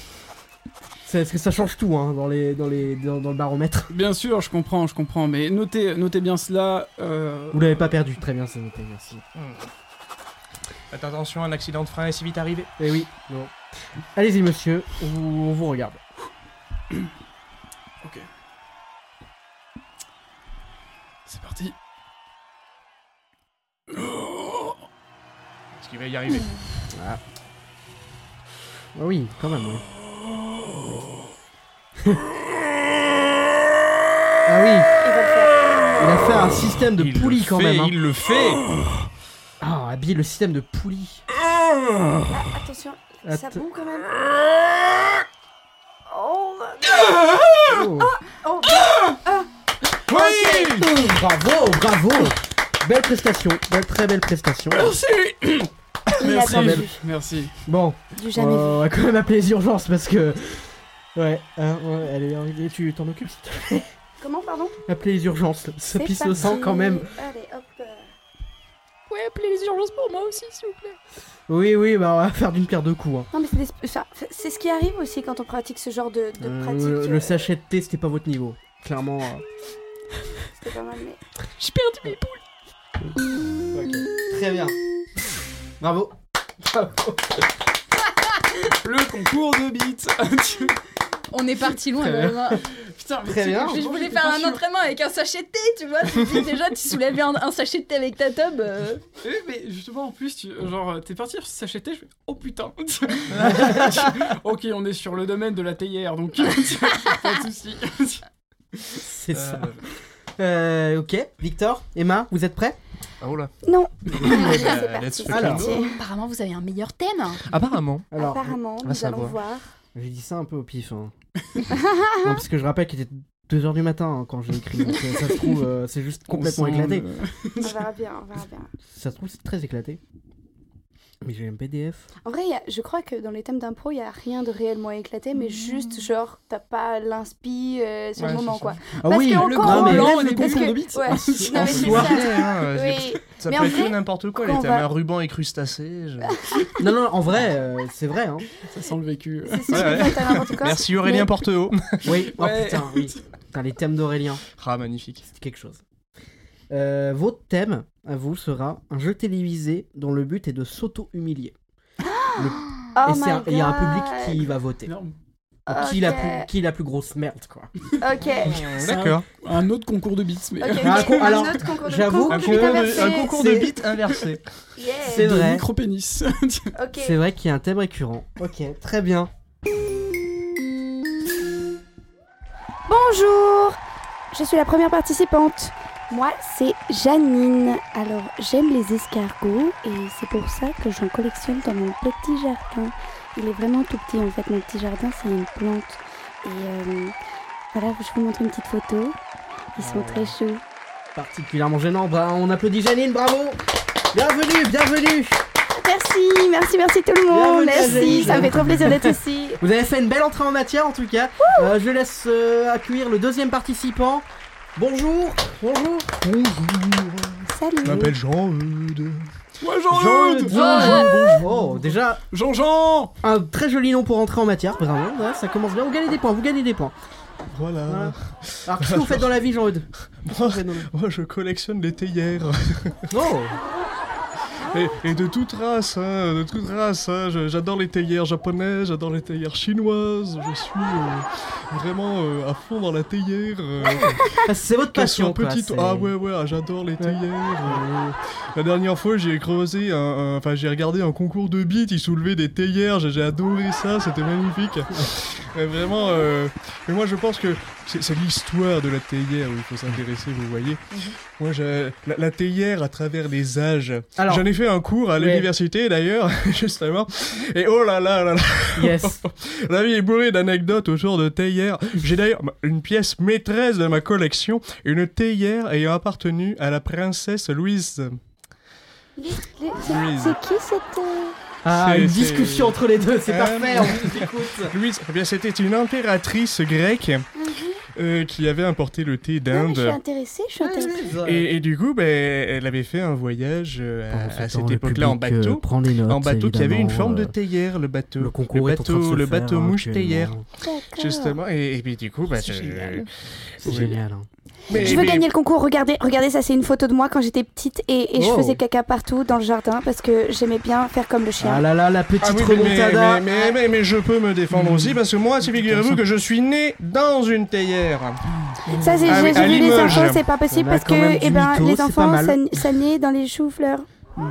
C'est parce que ça change tout, hein, dans, les, dans, les, dans, dans le baromètre.
Bien sûr, je comprends, je comprends, mais notez, notez bien cela. euh,
Vous l'avez pas perdu, très bien, c'est noté, merci.
Faites attention, un accident de frein est si vite arrivé.
Eh oui, non. Allez-y, monsieur, on vous, on vous regarde.
C'est parti. Oh.
Parce qu'il va y arriver.
Ah oui, quand même, oui. ah oui Il a fait un système de
il
poulie
le
quand
fait,
même. hein.
Il le fait.
Ah, habille le système de poulie.
Ah, attention, ça
Attends.
boue quand même. Oh,
Oh.
Ah, oh,
Oui
Bravo, bravo Belle prestation, belle- très belle prestation.
Il a
Merci.
attendu.
Merci.
Bon, euh,
Du jamais
on va quand même appeler les urgences parce que. Ouais, hein, ouais, elle est arrivée, tu t'en occupes s'il te plaît
vu. Comment, pardon
Appeler les urgences, ça
C'est
pisse le sang
parti.
quand même.
Allez, hop. euh,
Vous pouvez appeler les urgences pour moi aussi, s'il vous plaît.
Oui, oui, bah on va faire d'une pierre deux coups. hein.
Non, mais c'est des... enfin, c'est ce qui arrive aussi quand on pratique ce genre de, de
Euh,
pratique.
le-
euh,
le sachet de thé, c'était pas votre niveau. Clairement. euh,
C'était pas mal, mais.
J'ai perdu mes poules.
Très bien. Bravo.
Le concours de beats.
On est parti loin.
Très bien.
là, là.
Putain, mais
Très
tu-
bien.
Je
j'étais
voulais
pas
faire un
sûr.
entraînement avec un sachet de thé, tu vois. Tu dis déjà, tu soulèves un, un sachet de thé avec ta tub. euh,
Oui, Eh, mais justement, en plus, tu- genre, t'es parti s'acheter, je fais « Oh putain Ok, on est sur le domaine de la théière, donc pas de soucis.
C'est ça. Euh, ok, Victor, Emma, vous êtes prêts
Oh là.
Non,
euh,
Let's
c'est parti.
fucking
Alors.
go.
Tiens,
Apparemment, vous avez un meilleur thème.
Apparemment.
Alors,
Apparemment,
va
nous allons
savoir.
voir.
j'ai dit ça un peu au pif. hein. Non, parce que je rappelle qu'il était 2h du matin hein, quand j'ai écrit. donc, euh, ça se trouve, euh, c'est juste complètement
On sent
éclaté.
le-
On verra bien, on verra bien.
Ça se trouve, c'est très éclaté. Mais j'ai un PDF.
En vrai, il y a- je crois que dans les thèmes d'impro, il n'y a rien de réellement éclaté, mais juste genre, t'as pas l'inspi euh, sur le
Ouais,
moment,
c'est
quoi.
Ah
Parce
oui,
que
Le
encore,
grand
Non, mais-
blanc,
parce
les concours
que-
de beats
Ouais, non,
En
mais c'est
soirée,
ça.
hein, c'est-
Oui,
Ça
Mais
peut
en
être
vrai,
tout n'importe quoi.
quand
Les
on
thèmes
va-
un ruban et crustacé. je-
Non, non, en vrai, euh, c'est vrai. Hein.
Ça sent le vécu.
c'est sûr
Ouais,
que
ouais.
t'as n'importe quoi.
Merci Aurélien
Mais-
Porteau.
Oui, oh
Ouais.
putain, oui. Putain, les thèmes d'Aurélien,
Ah, magnifique.
c'est quelque chose. Euh, votre thème, à vous, sera un jeu télévisé dont le but est de s'auto-humilier.
Oh
Et
my
c'est un- il y a un
God.
public qui va voter.
Énorme.
Pour Qui, est la
Ok.
plus, qui est la plus grosse merde, quoi.
Ok.
Ah, D'accord.
Un autre concours de beats, mais...
Ok, ok,
Ah, con-
un
alors,
autre concours de-
j'avoue
Un
concours de
concours de,
traversée.
un concours de
C'est-
bites inversé.
Yeah.
C'est
de
vrai.
micro-pénis.
Ok.
C'est vrai qu'il y a un thème récurrent. Ok, très bien.
Bonjour, je suis la première participante. Moi, c'est Janine. Alors, j'aime les escargots et c'est pour ça que j'en collectionne dans mon petit jardin. Il est vraiment tout petit en fait, mon petit jardin, c'est une plante. Et euh, voilà, je vous montre une petite photo. Ils sont
Voilà.
très chauds.
Particulièrement gênant. Bah, on applaudit Janine, bravo Bienvenue, bienvenue
Merci, merci, merci tout le
Bienvenue,
monde.
Janine.
merci, ça me fait trop plaisir d'être ici.
Vous avez fait une belle entrée en matière, en tout cas. Euh, je laisse euh, accueillir le deuxième participant. Bonjour Bonjour
Bonjour, je
Salut.
m'appelle Jean-Eude.
Ouais,
Jean-Eude.
Jean-Eude
Jean-Jean. Oh, déjà
Jean-Jean
un très joli nom pour entrer en matière, vraiment, ouais, ça commence bien. Vous gagnez des points, vous gagnez des points.
Voilà.
Voilà. Alors, qu'est-ce que vous faites dans la vie, Jean-Eude
Moi, moi, je collectionne les théières.
Oh
Et, et de toute race, hein, de toute race. hein. Je- J'adore les théières japonaises, j'adore les théières chinoises. Je suis euh, vraiment euh, à fond dans la théière. euh,
Ah, C'est votre
Qu'elles soient
passion, quoi.
petites.
c'est-
Ah ouais ouais, ah, j'adore les théières. euh, La dernière fois, j'ai creusé un, un- enfin j'ai regardé un concours de beats, ils soulevaient des théières, j'ai j'ai adoré ça, c'était magnifique. Mais vraiment, euh, mais moi je pense que c'est c'est l'histoire de la théière où il faut s'intéresser, vous voyez.
Mhm.
Moi, j'ai- la, la théière à travers les âges.
Alors-
J'en ai fait un cours à
Ouais.
l'université d'ailleurs, justement. Et oh là là là là.
Yes.
La vie est bourrée d'anecdotes autour de théières. J'ai d'ailleurs bah, une pièce maîtresse de ma collection, une théière ayant appartenu à la princesse Louise.
Les- les-
Louise.
C'est qui cette... euh,
Ah,
C'est-
une
c'est-
discussion entre les deux, c'est
Ah,
parfait, on
non.
vous écoute.
Louise, eh bien c'était une impératrice grecque euh, qui avait importé le thé
Non, mais je suis
d'Inde.
intéressée, je suis intéressée.
Et, et du coup, ben, elle avait fait un voyage euh, à- à, cette époque-là en bateau.
euh, prend les notes, euh,
en bateau qui avait une forme de théière, le bateau.
Le concours est en train de
bateau,
se
le
faire,
bateau
hein,
mouche
actuellement.
théière.
D'accord.
Justement, et, et puis du coup, bah,
C'est
je-
génial.
C'est
Oui.
génial. hein.
Mais-
Je veux
mais-
gagner le concours. Regardez, regardez, ça c'est une photo de moi quand j'étais petite et, et je
Oh.
faisais caca partout dans le jardin parce que j'aimais bien faire comme le
Ah
chien.
là là, la petite
Ah oui, mais-
remontada.
mais, mais, mais- mais je peux me défendre aussi parce que moi, si figurez-vous que je suis né dans une théière.
ça c'est
Ah
j'ai
oui, à
j'ai vu les
Limoges.
infos, c'est pas possible
On a
parce
quand même
que
du
eh ben,
mytho, c'est
les
pas
enfants
mal.
ça, ça naît dans les choux-fleurs.
Ah,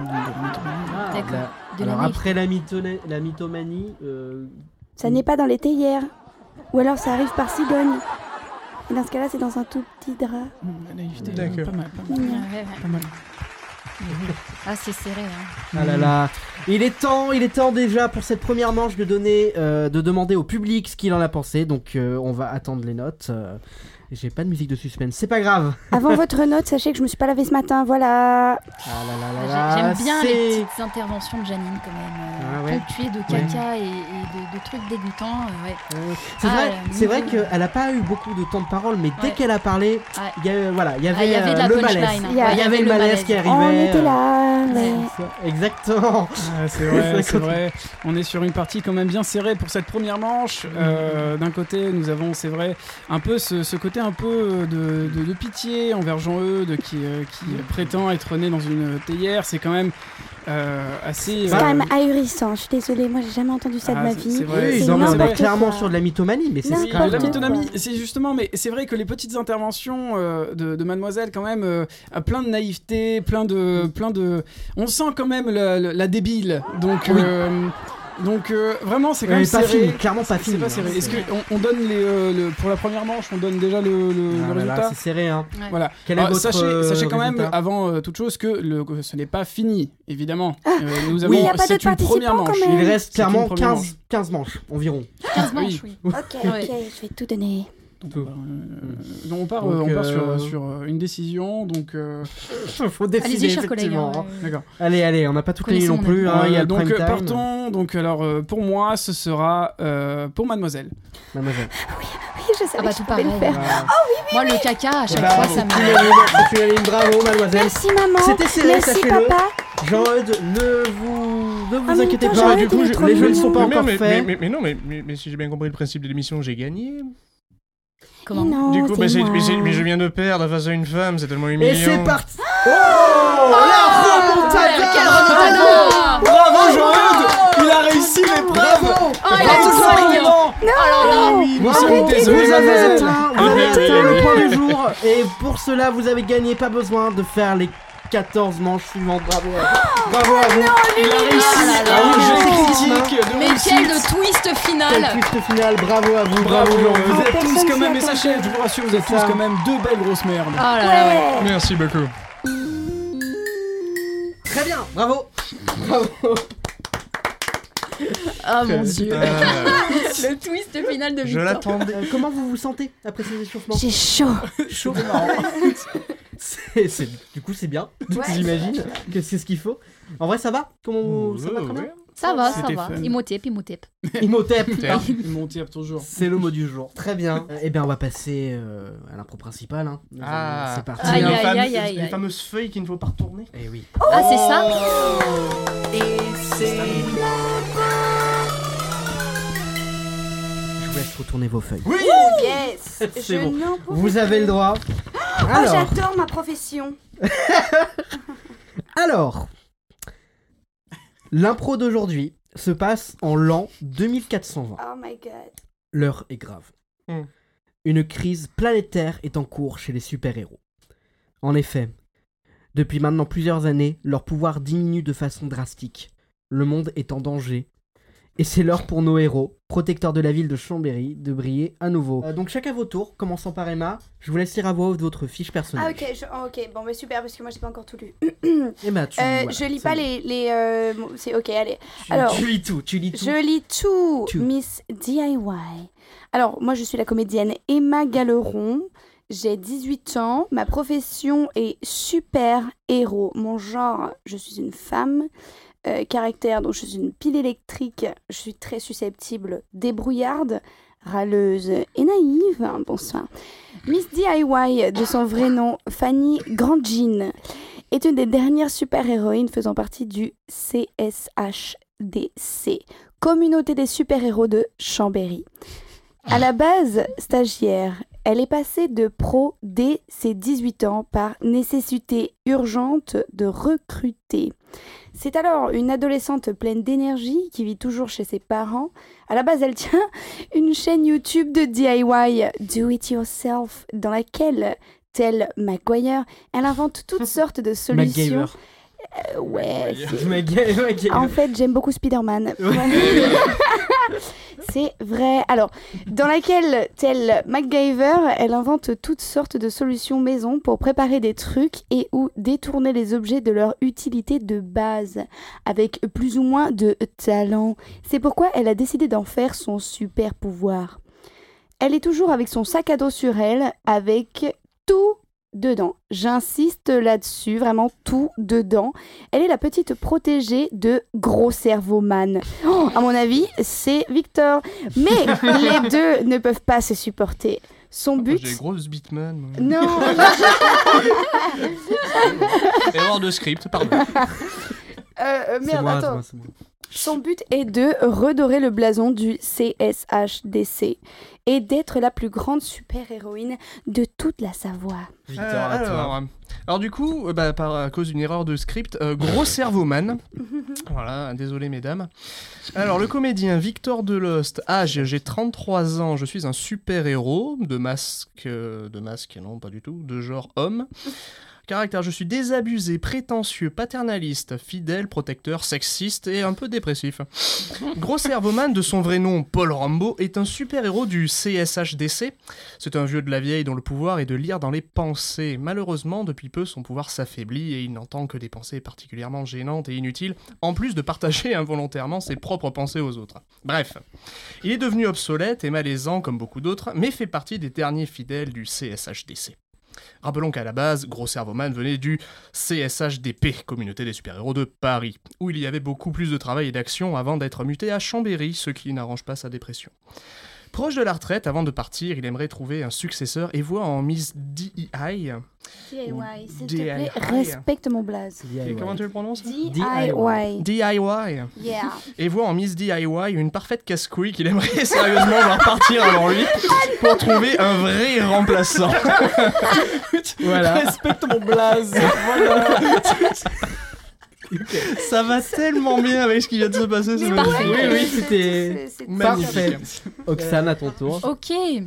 D'accord.
là-
De
Alors
la
après la, mythona- la mythomanie, euh,
Ça naît pas dans les théières. Ou alors ça arrive par cigogne. Et dans ce cas-là, c'est dans un tout petit drap.
La naïveté,
D'accord.
pas mal, pas mal.
Ouais,
Mignon.
ouais, ouais.
Pas mal.
Ah, c'est serré. Hein.
ah là là, il est temps, il est temps déjà pour cette première manche de donner, euh, de demander au public ce qu'il en a pensé. Donc euh, on va attendre les notes. euh, J'ai pas de musique de suspense, c'est pas grave.
Avant votre note, sachez que je me suis pas lavée ce matin, voilà.
Ah là là là là,
J'aime bien les
c'est-
petites interventions de Janine quand même, euh,
Ah ouais.
ponctuées de caca et, et de, de trucs dégoûtants. euh, ouais.
Euh, C'est
Ah,
vrai,
la
c'est vrai
musique.
qu'elle a pas eu beaucoup de temps de parole, mais dès
Ouais.
qu'elle a parlé,
Ouais.
il y a- voilà, il y
Ah, il
avait,
y avait de la
euh, le
punchline,
malaise.
hein.
Il y avait le malaise qui arrivait.
On était
euh,
là,
Ouais.
mais-
c'est ça, Exactement.
Ah, c'est
C'est
vrai, c'est
contre-
vrai. On est sur une partie quand même bien serrée pour cette première manche. Euh, D'un côté, nous avons, c'est vrai, un peu ce, ce côté un peu de, de- de pitié envers Jean-Eudes qui, euh, qui prétend être né dans une théière. C'est quand même euh, assez.
C'est quand
euh,
même ahérissant, je suis désolée, moi j'ai jamais entendu ça
Ah,
de ma
c'est-
vie.
c'est vrai,
Oui, ils
c'est
en
vrai,
ont
c'est
pas
vrai.
clairement sur de la mythomanie, mais c'est
Non,
Oui,
quand
N'importe
la
même.
mythomanie.
mythonomie, c'est justement, mais c'est vrai que les petites interventions euh, de, de Mademoiselle, quand même, euh, a plein de naïveté, plein de, plein de. On sent quand même la, la- la débile. Donc, euh, donc euh, vraiment, c'est quand
Ouais,
même
pas
serré.
fini, clairement pas
C'est
fini.
pas
hein,
serré.
c'est-
Est-ce que on, on donne les euh, le- pour la première manche, on donne déjà le, le- le
Ah là là,
résultat
C'est serré, hein.
Ouais.
Voilà.
Quel est
Ah,
votre,
sachez,
euh,
sachez quand même,
résultat
avant euh, toute chose, que le, que ce n'est pas fini, évidemment. Euh, nous
il y a pas
c'est
d'autres
une première
participants, quand
manche.
même.
Il reste
C'est une
clairement
première
15, 15 manches environ.
15
Ah Oui.
manches, oui.
Ok, ok, je vais tout donner.
Euh, non, on part,
Donc,
euh, on part
euh,
sur, sur, euh, une décision, donc. euh,
Faut
Allez-y,
décider,
chers collègues.
effectivement.
hein,
hein.
euh,
D'accord.
Allez, allez, on n'a pas toutes les nuits non
Connaissons, on est-
plus. hein, Il y a
Euh,
le
donc
prime
euh,
time.
partons. Donc alors euh, pour moi, ce sera euh, pour Mademoiselle.
Mademoiselle.
Oui, je savais
Ah bah,
que je
tout
pouvais le
pareil.
faire.
Moi, le caca, à chaque
Bravo,
fois, ça
tu
me.
l'as mis, tu l'as mis, bravo, mademoiselle.
Merci maman,
C'était serré,
merci
sachez-le.
papa.
Jean-Eude, ne vous, ne
Ah,
vous
mais
inquiétez
attends,
pas.
Jean-Eudes, il est trop
les jeux ne
mignon.
sont pas
mais,
encore
mais- mais-
faits.
mais- mais non, mais, mais- mais si j'ai bien compris le principe de l'émission, j'ai gagné.
Comment
non,
du coup,
c'est
bah, c'est-
moi.
mais, c'est- mais je viens de perdre face à une femme, c'est tellement humiliant.
Et c'est parti. Oh,
Ah,
la
Quelle
remontada
remontada
Bravo Jean-Eudes Il a réussi l'épreuve
Oh, il a tout compris hein.
Oh,
Ah oui, nous sommes
Oh, Vous
désolés
avez
mademoiselle
atteint, vous avez atteint le point du jour et pour cela vous avez gagné, pas besoin de faire les 14 manches suivantes. Bravo à vous. Bravo à vous. oh
Il a
là
réussi
là.
un
Sexisme,
jeu
hein.
critique de
Mais quel
réussite
twist
Quel
final
twist final, bravo à vous, bravo
Bravo,
Jean-Eudes.
vous êtes
Personne
tous quand même,
s'y
et sachez, je vous rassure, vous êtes tous
ça.
quand même deux belles grosses merdes.
Oh là là, ouais.
Ouais.
Merci beaucoup.
Très bien, bravo.
Oh mon dieu
Ah,
Le twist final de
je
Victor
l'attendais.
Euh, comment vous vous sentez après ces échauffements
J'ai chaud.
Chaud, C'est- c'est- Du coup, c'est bien. J'imagine que c'est ce qu'il faut. En vrai, ça va Comment
Oh,
vous- ça va très bien
Ça va, ça
C'était
va.
fun.
Imhotep, Imhotep.
Imhotep.
Putain.
Ils m'ont tiré toujours.
C'est le mot du jour. Très bien. Eh bien, on va passer euh, à l'impro principale. hein. Nous
Ah.
allons- C'est parti. hein.
Aïe,
Les
aïe,
fameuses-
aïe, aïe,
Les
aïe.
fameuses feuilles qu'il ne faut pas retourner.
Eh oui.
Oh
Ah, c'est ça
Je vous laisse retourner vos feuilles.
Oh, Yes.
C'est
Je
bon.
n'en peux
Vous avez le droit.
Oh,
Alors,
j'adore ma profession.
alors l'impro d'aujourd'hui se passe en l'an 2420.
Oh my god.
L'heure est grave.
Hmm.
Une crise planétaire est en cours chez les super-héros. En effet, depuis maintenant plusieurs années, leur pouvoir diminue de façon drastique. Le monde est en danger. Et c'est l'heure pour nos héros, protecteurs de la ville de Chambéry, de briller à nouveau. Euh, donc chacun vos tours, commençant par Emma, je vous laisse lire à voix haute votre fiche personnelle.
Ah ok, je- oh, ok, bon bah super parce que moi j'ai pas encore tout lu.
Emma, tu,
Euh,
voilà,
je lis
ça
pas
y est.
les... les euh, bon, c'est ok, allez.
Tu,
alors-
tu lis tout, tu lis tout.
Je lis tout,
Tout.
Miss DIY. Alors, moi, je suis la comédienne Emma Galeron. J'ai 18 ans. Ma profession est super-héros. Mon genre, je suis une femme. Euh, caractère, donc je suis une pile électrique. Je suis très susceptible, débrouillarde, râleuse et naïve. Bonsoir. Miss DIY, de son vrai nom, Fanny Grandjean, est une des dernières super-héroïnes faisant partie du CSHDC, Communauté des super-héros de Chambéry. À la base, stagiaire, elle est passée de pro dès ses 18 ans par nécessité urgente de recruter. C'est alors une adolescente pleine d'énergie qui vit toujours chez ses parents. À la base, elle tient une chaîne YouTube de DIY, Do It Yourself, dans laquelle, telle McGuire, elle invente toutes sortes de solutions.
MacGyver.
Euh, ouais, c'est-
MacGy-
ah, En
MacGyver.
fait, j'aime beaucoup Spider-Man. C'est vrai. Alors, dans laquelle, telle MacGyver, elle invente toutes sortes de solutions maison pour préparer des trucs et ou détourner les objets de leur utilité de base, avec plus ou moins de talent. C'est pourquoi elle a décidé d'en faire son super pouvoir. Elle est toujours avec son sac à dos sur elle, avec tout dedans. J'insiste là-dessus, vraiment tout dedans. Elle est la petite protégée de Gros Cerveau Man. Oh, à mon avis, c'est Victor. Mais les deux ne peuvent pas se supporter. Son
Ah,
Moi,
but...
J'ai des grosses beatman. moi.
Non
Erreur de script, pardon.
Euh, euh,
C'est
Merde,
moi, c'est
attends.
moi, c'est moi.
Son but est de redorer le blason du CSHDC et d'être la plus grande super-héroïne de toute la Savoie.
Victor,
Euh,
à toi.
alors, euh, alors du coup, euh, bah, par, à cause d'une erreur de script, euh, gros cerveau man. voilà, désolé mesdames. Alors le comédien Victor de Lost, âge, j'ai 33 ans, je suis un super-héros, de masque, euh, de masque, non pas du tout, de genre homme. Caractère, je suis désabusé, prétentieux, paternaliste, fidèle, protecteur, sexiste et un peu dépressif. Gros cerveau man de son vrai nom Paul Rambo est un super-héros du CSHDC, c'est un vieux de la vieille dont le pouvoir est de lire dans les pensées. Malheureusement, depuis peu, son pouvoir s'affaiblit et il n'entend que des pensées particulièrement gênantes et inutiles, en plus de partager involontairement ses propres pensées aux autres. Bref, il est devenu obsolète et malaisant comme beaucoup d'autres, mais fait partie des derniers fidèles du CSHDC. Rappelons qu'à la base, Gros Cerveau-Man venait du CSHDP, Communauté des Super-Héros de Paris, où il y avait beaucoup plus de travail et d'action avant d'être muté à Chambéry, ce qui n'arrange pas sa dépression. Proche de la retraite, avant de partir, il aimerait trouver un successeur et voit en Miss DEI.
DIY,
s'il te plaît, DIY.
respecte mon blaze.
Et Comment tu le prononces
DIY.
DIY.
Yeah.
Et voit en Miss DIY une parfaite casse-couille qu'il aimerait sérieusement voir partir avant lui pour trouver un vrai remplaçant.
Voilà.
Respecte mon blaze. voilà.
Ça va tellement bien avec ce qui vient de se passer ce matin.
Oui, oui, c'était parfait. Oxane, à ton tour.
Ok. Oh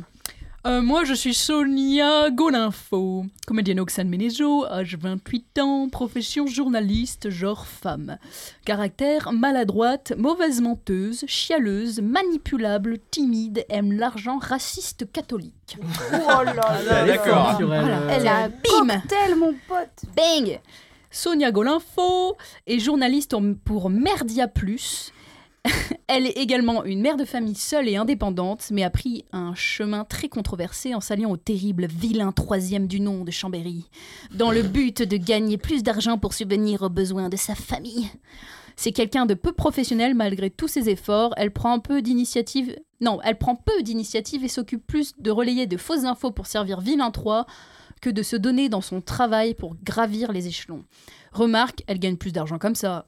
Euh, moi, je suis Sonia Golinfo, comédienne Oxane Ménézo, âge 28 ans, profession journaliste, genre femme. Caractère maladroite, mauvaise menteuse, chialeuse, manipulable, timide, aime l'argent, raciste, catholique.
Oh là là.
D'accord.
Sur elle,
Voilà.
euh,
Elle a un
Bim
cocktail, mon pote.
Bang Sonia Golinfo est journaliste en- pour Merdia Plus. Elle est également une mère de famille seule et indépendante, mais a pris un chemin très controversé en s'alliant au terrible vilain troisième du nom de Chambéry, dans le but de gagner plus d'argent pour subvenir aux besoins de sa famille. C'est quelqu'un de peu professionnel malgré tous ses efforts. Elle prend un peu d'initiative. Non, elle prend peu d'initiative et s'occupe plus de relayer de fausses infos pour servir Vilain 3 que de se donner dans son travail pour gravir les échelons. Remarque, elle gagne plus d'argent comme ça.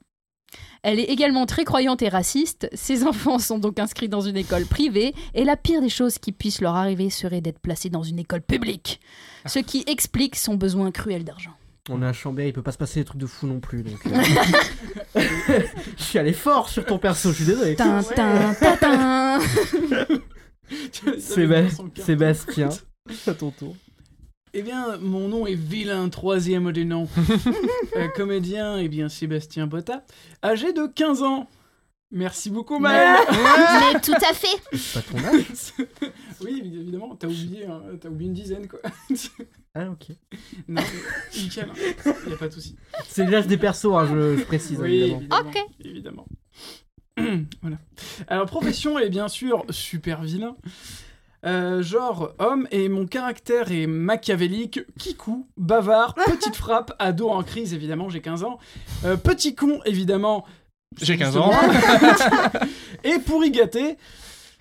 Elle est également très croyante et raciste, ses enfants sont donc inscrits dans une école privée, et la pire des choses qui puissent leur arriver serait d'être placés dans une école publique, ce qui explique son besoin cruel d'argent.
On est à Chambéry, il peut pas se passer des trucs de fou non plus. Donc, euh. je suis allé fort sur ton perso, je suis désolé.
Tin, tin, tin, tin.
Séba- Sébastien, à ton tour.
Eh bien, mon nom est vilain, troisième des noms. Euh, comédien, eh bien, Sébastien Botta, âgé de 15 ans. Merci beaucoup, Maël.
Mais tout à fait.
Pas ton âge
oui, évidemment, t'as oublié, hein, t'as oublié une dizaine, quoi.
Ah, ok.
non, mais nickel, il y a pas de souci.
C'est l'âge des persos, hein, je, je précise.
Oui,
évidemment.
évidemment. évidemment. voilà. Alors, profession est bien sûr super vilain. Euh, genre homme et mon caractère est machiavélique, kikou, bavard, petite frappe, ado en crise évidemment, j'ai 15 ans, Euh, petit con évidemment,
J'ai 15 ans,
et pour y gâter,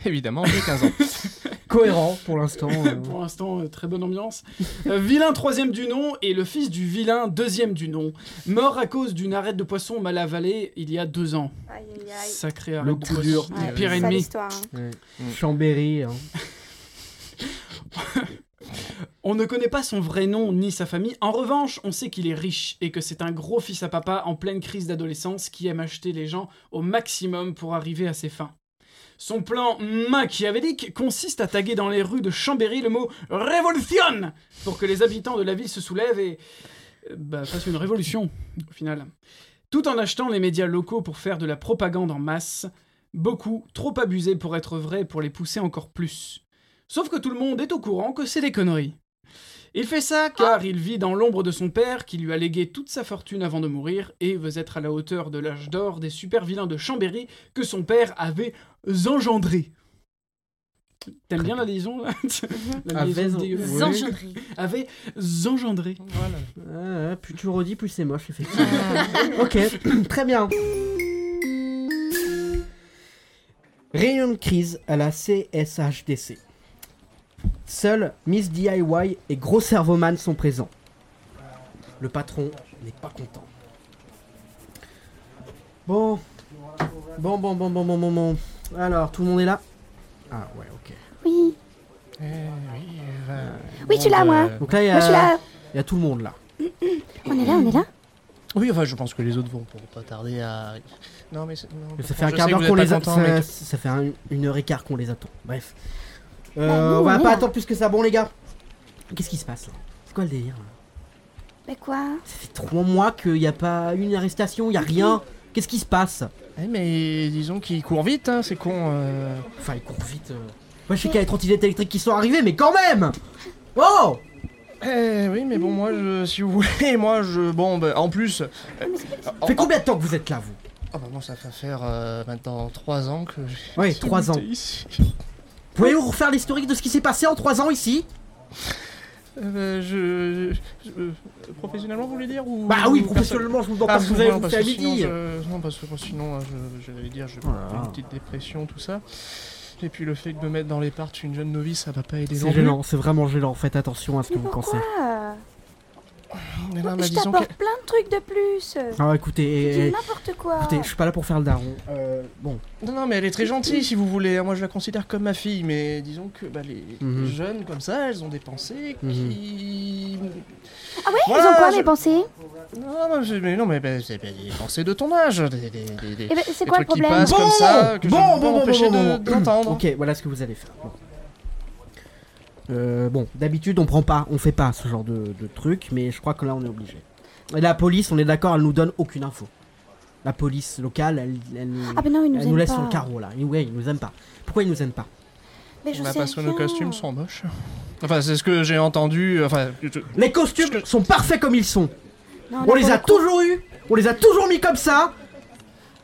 évidemment, j'ai 15 ans.
Cohérent pour l'instant. euh.
pour l'instant euh, très bonne ambiance, Euh, vilain troisième du nom et le fils du vilain deuxième du nom, mort à cause d'une arête de poisson mal avalée il y a deux ans.
Aïe, aïe, aïe.
Sacré arête de
coup
poisson,
dur.
le
Ouais,
pire
sale
ennemi.
histoire, hein.
Chambéry. hein.
On ne connaît pas son vrai nom ni sa famille. En revanche, on sait qu'il est riche et que c'est un gros fils à papa en pleine crise d'adolescence qui aime acheter les gens au maximum pour arriver à ses fins. Son plan machiavélique consiste à taguer dans les rues de Chambéry le mot révolution pour que les habitants de la ville se soulèvent et euh, bah, fassent une révolution au final. Tout en achetant les médias locaux pour faire de la propagande en masse, beaucoup trop abusés pour être vrai pour les pousser encore plus. Sauf que tout le monde est au courant que c'est des conneries. Il fait ça car il vit dans l'ombre de son père qui lui a légué toute sa fortune avant de mourir et veut être à la hauteur de l'âge d'or des super vilains de Chambéry que son père avait engendré. T'aimes bien la liaison là La
Avec
liaison
en-
dégueulasse.
oui. Engendré.
Avec engendré. Voilà.
Ah, plus tu redis, plus c'est moche, effectivement. ok, très bien. Réunion de crise à la CSHDC. Seuls Miss DIY et Gros Cervoman sont présents. Le patron n'est pas content. Bon. Bon, bon, bon, bon, bon, bon, bon. Alors, tout le monde est là Ah ouais, ok.
Oui.
Eh
Oui, je suis là, moi.
euh,
Donc là, il y a-
Moi, je suis là.
il y a tout le monde là.
On est là, on est là.
Oui, enfin, je pense que les autres vont pour pas tarder à. Non, mais c'est- non,
Ça
enfin,
fait un
je
quart
sais que
d'heure
vous
qu'on
êtes
les
pas
attend.
contents, mais-
Ça fait un- une heure et quart qu'on les attend. Bref. Euh,
Bah, nous,
on va
on est
pas
là.
attendre plus que ça. Bon, les gars, qu'est-ce qui se passe là C'est quoi le délire là
Mais Bah, quoi
Trois mois qu'il n'y a pas une arrestation, il n'y a rien. Qu'est-ce qui se passe
Eh, mais disons qu'ils courent vite, hein, c'est con. euh.
Enfin, ils courent vite. Moi, je sais qu'il y a les trottinettes électriques qui sont arrivées, mais quand même Oh
Eh oui, mais bon, moi, je, si vous voulez, moi, je. Bon, bah, en plus. euh,
Fait combien de temps que vous êtes là, vous
Oh, bah, moi, ça fait faire euh, maintenant 3 ans que j'ai.
Oui, trois ans.
habité ici.
Pouvez-vous refaire l'historique de ce qui s'est passé en trois ans ici
Euh, je. je- je- professionnellement, vous voulez dire ou...
Bah oui,
ou
professionnellement, je vous demande pas
Ah,
ce que vous avez
non,
fait
parce
à
que sinon,
midi.
je- Non, parce que sinon, euh, je, je vais dire, je
Oh là là.
une petite dépression, tout ça. Et puis le fait de me mettre dans les parts une jeune novice, ça va pas aider non
C'est
plus.
gênant, c'est vraiment gênant. Faites attention à ce que vous pensez.
Ah.
Mais non, bah,
Je
disons
t'apporte
que-
plein de trucs de plus.
Ah,
Tu dis
écoutez, eh,
n'importe quoi.
écoutez, je suis pas là pour faire le daron. Euh, bon.
Non, non, mais elle est très gentille si vous voulez. hein. Moi, je la considère comme ma fille, mais disons que bah, les
Mhm.
jeunes comme ça, elles ont des pensées qui.
Mhm.
Ah ouais,
Voilà,
ils ont quoi
je-
les pensées
Non, non, je- mais non, mais bah, c'est bah, des pensées de ton âge. Des, des, des, des-
Eh ben, c'est
des
quoi le
trucs qui
problème
passent comme ça, que je ne peux pas m'empêcher de- d'entendre.
Ok, voilà ce que vous allez faire. Bon, Euh, bon, d'habitude on prend pas, on fait pas ce genre de, de truc, mais je crois que là on est obligé. Et la police, on est d'accord, elle nous donne aucune info. La police locale, elle, elle nous,
Ah ben non, ils nous
elle
aiment
laisse
pas.
sur le carreau là. Et ouais, ils nous aiment pas. Pourquoi ils nous aiment pas
Mais je
Bah,
sais
parce que nos
rien.
costumes sont moches. Enfin, c'est ce que j'ai entendu. Enfin, je-
Les costumes sont parfaits comme ils sont.
Non,
on
là,
les
pour
a
le coup-
toujours eu, on les a toujours mis comme ça.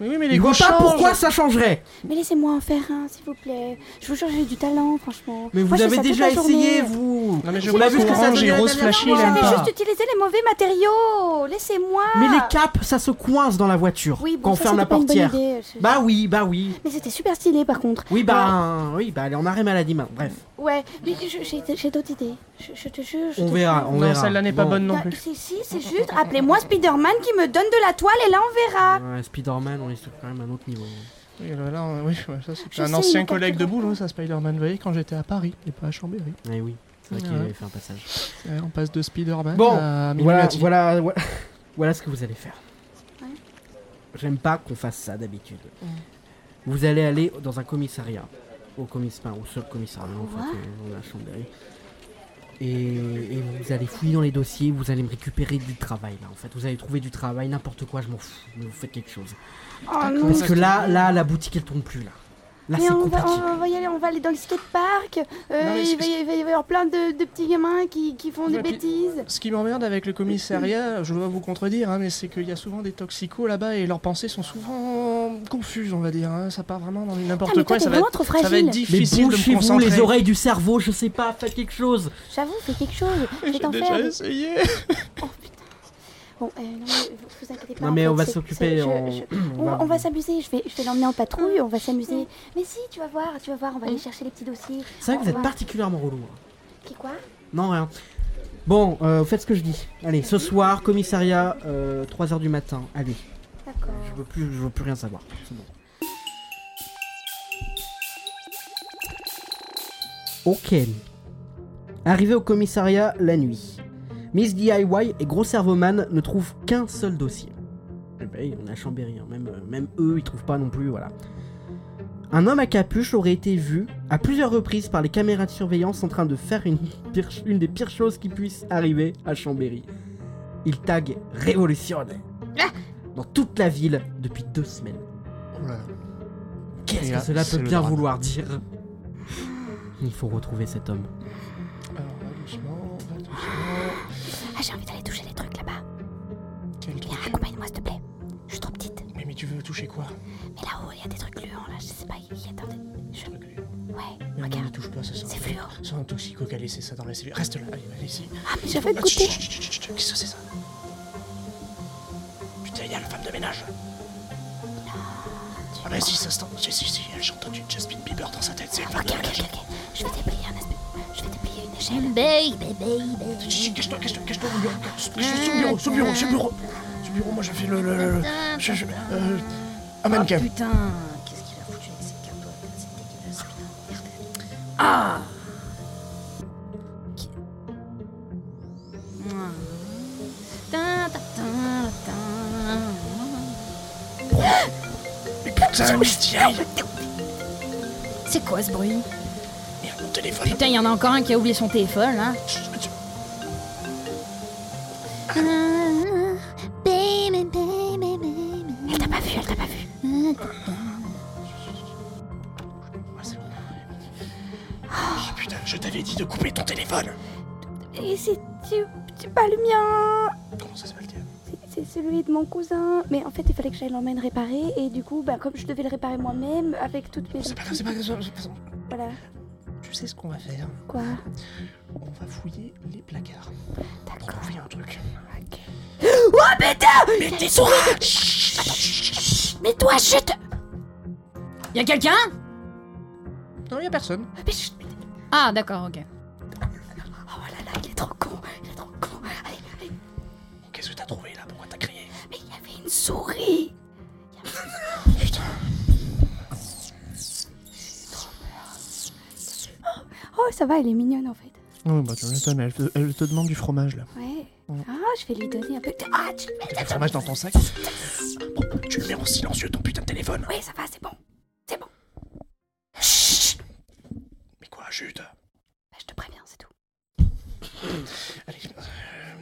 Mais oui, mais les
Je vois
goûts
pas
changent.
pourquoi ça changerait.
Mais laissez-moi en faire un, s'il vous plaît. Je vous jure, j'ai du talent, franchement.
Mais vous
Moi, je fais
avez
ça toute
déjà
la journée.
essayé, vous.
Non, mais je
On a
vois
vu ce que ça
orange
donnait
et
la
rose
dernière
flashy,
fois.
il aime
J'avais
pas.
juste utilisé les mauvais matériaux. Laissez-moi.
Mais les capes, ça se coince dans la voiture
Oui, bon,
quand on
ça,
ferme la
c'était pas une bonne
portière.
idée, je-
Bah oui, bah oui.
Mais c'était super stylé, par contre.
Oui, bah, oui, bah, elle est en arrêt maladie maintenant. Bref,
Ouais, mais je- j'ai j'ai d'autres idées. Je, je te jure. je
on
te
verra,
jure.
on
Non,
verra.
celle-là n'est pas
Bon.
bonne non
Ah,
plus.
Si, si, c'est juste. Appelez-moi Spider-Man qui me donne de la toile et là on verra.
Ouais, Spider-Man, on est sur quand même un autre niveau.
Oui, là, là, on- oui, ouais, ça, c'est
Je
un
sais, il
ancien
m'a
collègue de
calculé.
boulot, ça, Spider-Man. Vous voyez, quand j'étais à Paris et pas à Chambéry.
Eh oui, c'est vrai qu'il
Ouais.
avait fait un passage.
Ouais, on passe de Spider-Man
Bon, Voilà,
à Minimati.
voilà, voilà, voilà ce que vous allez faire.
Ouais.
J'aime pas qu'on fasse ça d'habitude. Vous allez aller dans un commissariat, au commissariat, au seul commissariat en fait,
Ouais.
euh, dans la Chambéry. Et, et vous allez fouiller dans les dossiers, vous allez me récupérer du travail là en fait. Vous allez trouver du travail, n'importe quoi, je m'en fous, mais vous faites quelque chose.
Oh non.
Parce que là, là, la boutique elle tourne plus là. Là c'est
Mais on va,
compliqué.
on va y aller, on va aller dans le skatepark. Euh,
Non, mais
il,
c'est-
va, y- il va y avoir plein de, de petits gamins qui, qui font des
Ouais, puis-
bêtises.
Ce qui m'emmerde avec le commissariat, je dois vous contredire, hein, mais c'est qu'il y a souvent des toxicos là-bas et leurs pensées sont souvent confuses, on va dire. hein. Ça part vraiment dans les
Ah,
n'importe
mais
quoi.
toi,
et Ça
t'es
va,
vraiment
être,
trop
ça va être
fragile.
Mais
difficile de me
bouchez-vous
concentrer.
les oreilles du cerveau, je sais pas, faites quelque chose.
J'avoue, fais quelque chose. Je vais
J'ai
t'en
déjà
faire. des-
essayé.
Bon, euh, non, mais vous, vous inquiétez pas.
Non
en
mais
fait,
on va
c'est-
s'occuper.
c'est- je-
on-
je-
on
On,
va-
on va s'amuser, je vais, je vais l'emmener en patrouille, on va s'amuser. Mais si, tu vas voir, tu vas voir, on va aller chercher les petits dossiers.
C'est vrai que vous
On
êtes
va-
particulièrement relou. hein.
Qui quoi
Non, rien. Bon, euh, faites ce que je dis. Allez, ce soir, commissariat, 3h du matin. Allez,
D'accord.
je veux plus, je veux plus rien savoir. C'est bon. Ok. Arrivé au commissariat la nuit, Miss DIY et Gros Cervoman ne trouvent qu'un seul dossier. Eh ben, on a Chambéry, hein. même, euh, même eux, ils trouvent pas non plus, voilà. Un homme à capuche aurait été vu à plusieurs reprises par les caméras de surveillance en train de faire une, pire- une des pires choses qui puissent arriver à Chambéry. Il tag révolutionnaire dans toute la ville depuis deux semaines.
Oh là là.
Qu'est-ce
Et
que
là,
cela
c'est
peut
le
bien
drame.
vouloir dire Il faut retrouver cet homme.
Alors, va doucement, va doucement.
Ah, j'ai envie d'aller toucher les trucs là-bas.
Quel
Viens,
truc
accompagne-moi, s'il te plaît. Je suis trop petite.
mais, mais tu veux toucher quoi
Mais là-haut, il y a des trucs gluants, là, je sais pas, il y a des... Je... Ouais,
Mais on ne
regarde.
touche ce sent. C'est fluo. C'est un toxico qui a laissé ça dans la cellule. Reste là, allez, allez, ici.
Ah, mais j'avais goûté.
chut, chut, chut, chut, chut, Qu'est-ce que c'est ça Putain, il y a la femme de ménage. Ah, bah si, ça se tend. Si, si, si, elle chante une Justin Bieber dans sa tête, c'est une femme de ménage.
Je vais déplier un aspect. Je vais déplier une échelle. Baby, baby, baby.
Chut, cache-toi, cache-toi, cache-toi, mon bureau. Cache-toi sous le bureau, sous le bureau, sous le bureau. Sous le bureau, moi je fais le. le, le, le- je, je, euh, un mannequin.
Putain, qu'est-ce qu'il a foutu avec ses cartons C'est dégueulasse, putain. Merde. Ah
Mouah. Tin, tin, tin, tin.
Mais putain, mais c'est
C'est quoi ce bruit
mon téléphone.
Putain, il y en a encore un qui a oublié son téléphone
hein.
là.
Baby, baby, baby. Elle t'a pas vu, elle t'a pas vu.
Ah, putain, je t'avais dit de couper ton téléphone.
Et c'est tu- tu- pas le mien
Comment ça s'appelle
C'est- C'est celui de mon cousin. Mais en fait, il fallait que j'aille l'emmène réparer. Et du coup, bah, comme je devais le réparer moi-même, avec toutes mes.
C'est pas grave, c'est pas grave. c'est pas grave.
Voilà.
Tu sais ce qu'on va faire
Quoi
On va fouiller les placards. Pour trouver un truc.
Oh putain Mais tais-toi Mais toi, chut
Y a quelqu'un
Non, y a personne.
Mais chut, mais
Ah, d'accord, ok.
Oh là là, il est trop con Il est trop con Allez, allez
Qu'est-ce que t'as trouvé là Pourquoi t'as crié
Mais il y avait une souris
Putain.
Oh, ça va, elle est mignonne en fait.
Oui, bah tu m'étonnes, elle, te- elle te demande du fromage là.
Ouais. Ah, je vais lui donner un peu. de- Ah, tu...
T'as du fromage dans ton sac Bon, tu le mets en silencieux ton putain de téléphone.
Oui, ça va, c'est bon. Bah, C'est bon.
Mais quoi, chut
Bah, je te préviens, c'est tout.
Allez, euh,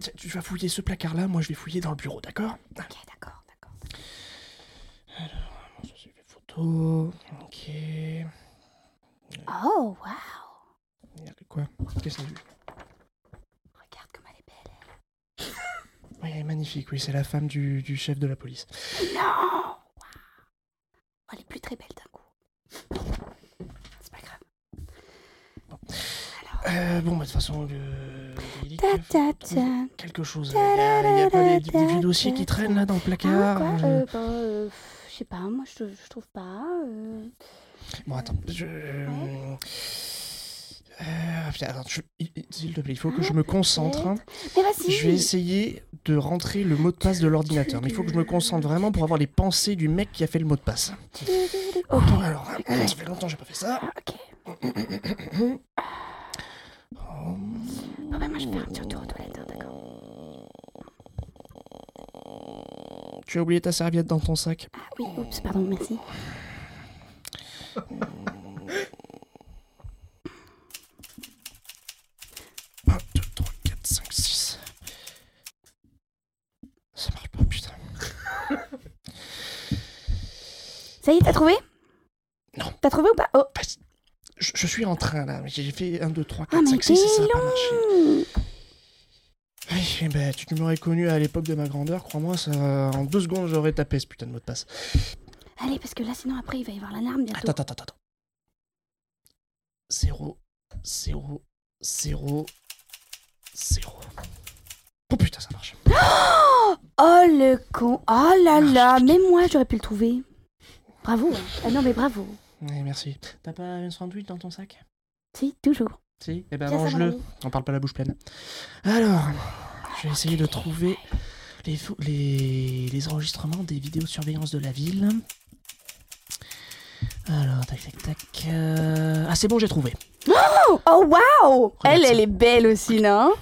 tiens, tu vas fouiller ce placard-là, moi je vais fouiller dans le bureau, d'accord Ah,
Ok, d'accord, d'accord.
Ça c'est les photos, ok...
Oh, waouh
Il y a Quoi Qu'est-ce que c'est
Regarde comme elle est belle.
Oui, elle est magnifique, oui, c'est la femme du, du chef de la police.
Non Waouh. Oh, Elle est plus très belle d'un coup. C'est pas grave.
Euh, bon, bah de toute façon, euh, il dit
Ta
que-
ta ta.
quelque chose. Il y a, il y a pas des des petits vieux dossiers qui traînent là dans le
Ah,
placard.
quoi
je-
euh, bah, euh, pff, Je sais pas, moi je, te- je trouve pas. euh.
Bon, attends, je. Euh, putain, attends, je- il- il- s'il te plaît, il faut que je me concentre. hein.
Mais vas-y
Je vais essayer de rentrer le mot de passe de l'ordinateur, mais il faut que je me concentre vraiment pour avoir les pensées du mec qui a fait le mot de passe.
Ok,
Bon, alors, hein, ça fait longtemps que j'ai pas fait ça.
ok.
Oh.
Bon, bah, moi je vais faire un petit retour aux toilettes, hein, d'accord
Tu as oublié ta serviette dans ton sac.
Ah oui, oups, pardon, merci.
Un, deux, trois, quatre, cinq, six. Ça marche pas, putain.
Ça y est, t'as trouvé
Non.
T'as trouvé ou pas Oh
Je, je suis en train là, mais j'ai fait 1, 2, 3,
Ah,
4,
mais
5, 6 et ça n'a
dis
pas marché.
hmm.
Oui, eh ben, tu m'aurais connu à l'époque de ma grandeur, crois-moi, ça... en deux secondes j'aurais tapé ce putain de mot de passe.
Allez, parce que là sinon après il va y avoir l'alarme bientôt.
Attends, attends, attends, attends. 0, 0, 0, 0. Oh putain, ça marche.
Oh le con Oh là là Même moi j'aurais pu le trouver. Bravo hein. Ah non mais bravo
Eh, merci. T'as pas un sandwich dans ton sac
Si, toujours.
Si Eh ben
Bien, ça
mange-le.
bravo.
On parle pas la bouche pleine. Alors, je vais essayer de trouver les, fo- les, les enregistrements des vidéosurveillance de la ville. Alors, tac, tac, tac. euh, Ah, c'est bon, j'ai trouvé.
Oh, oh waouh
Regarde
Elle,
ça.
elle est belle aussi, non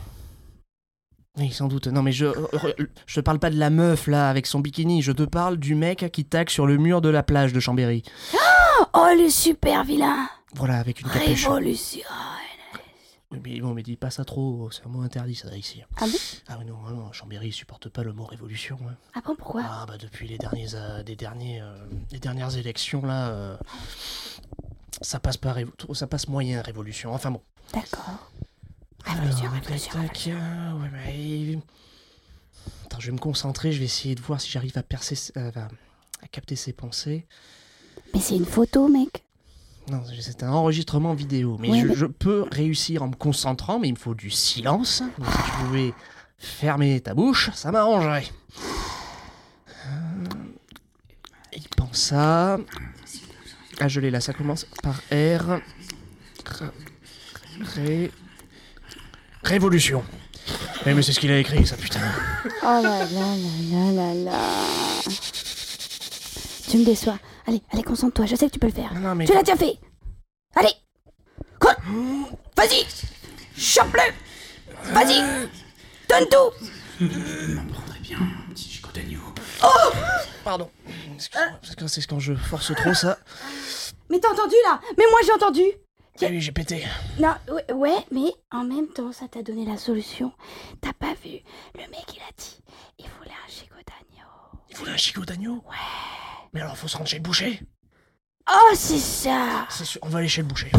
Oui, sans doute. Non, mais je, euh, euh, je te parle pas de la meuf là avec son bikini. Je te parle du mec qui tac sur le mur de la plage de Chambéry.
Oh le super vilain
Voilà, avec une capuche.
Révolution
Oui, Mais bon, mais dis pas ça trop. C'est un mot interdit, ça, ici.
Ah bon
Ah oui, non, non, Chambéry supporte pas le mot révolution. hein.
Après pourquoi
Ah bah depuis les derniers, euh, des derniers, euh, les dernières élections là, euh, ça passe pas, révo- ça passe moyen révolution. Enfin bon.
D'accord. Ah,
Alors, tac, tac, euh, ouais, mais il- Attends, je vais me concentrer. Je vais essayer de voir si j'arrive à percer, ce- euh, à, à capter ses pensées.
Mais c'est une photo, mec.
Non, c'est un enregistrement vidéo. Mais
Ouais,
je,
mais-
je peux réussir en me concentrant, mais il me faut du silence. Donc, si tu pouvais fermer ta bouche, ça m'arrangerait. Euh, Il pense à. Ah, je l'ai là, ça commence par R. Ra- Ré. Révolution. Eh, mais c'est ce qu'il a écrit, ça putain.
Oh là là là là là là. Tu me déçois. Allez, allez, concentre-toi, je sais que tu peux le faire.
mais-
Tu l'as déjà fait Allez Quoi Vas-y Chope-le Vas-y Donne tout Oh
Pardon. Parce que c'est quand je force trop ça.
Mais t'as entendu là Mais moi j'ai entendu
Ah oui, j'ai pété.
Non, ouais, ouais, mais en même temps, ça t'a donné la solution. T'as pas vu Le mec, il a dit il voulait un gigot d'agneau.
Il voulait un gigot d'agneau
Ouais.
Mais alors, faut se rendre chez le boucher.
Oh, c'est ça
C'est sûr, on va aller chez le boucher.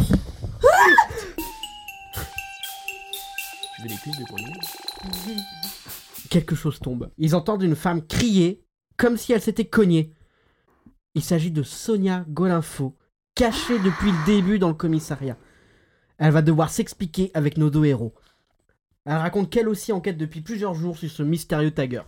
Tu veux des cuisses de grenouille
Quelque chose tombe. Ils entendent une femme crier comme si elle s'était cognée. Il s'agit de Sonia Golinfo, cachée depuis le début dans le commissariat. Elle va devoir s'expliquer avec nos deux héros. Elle raconte qu'elle aussi enquête depuis plusieurs jours sur ce mystérieux tagger.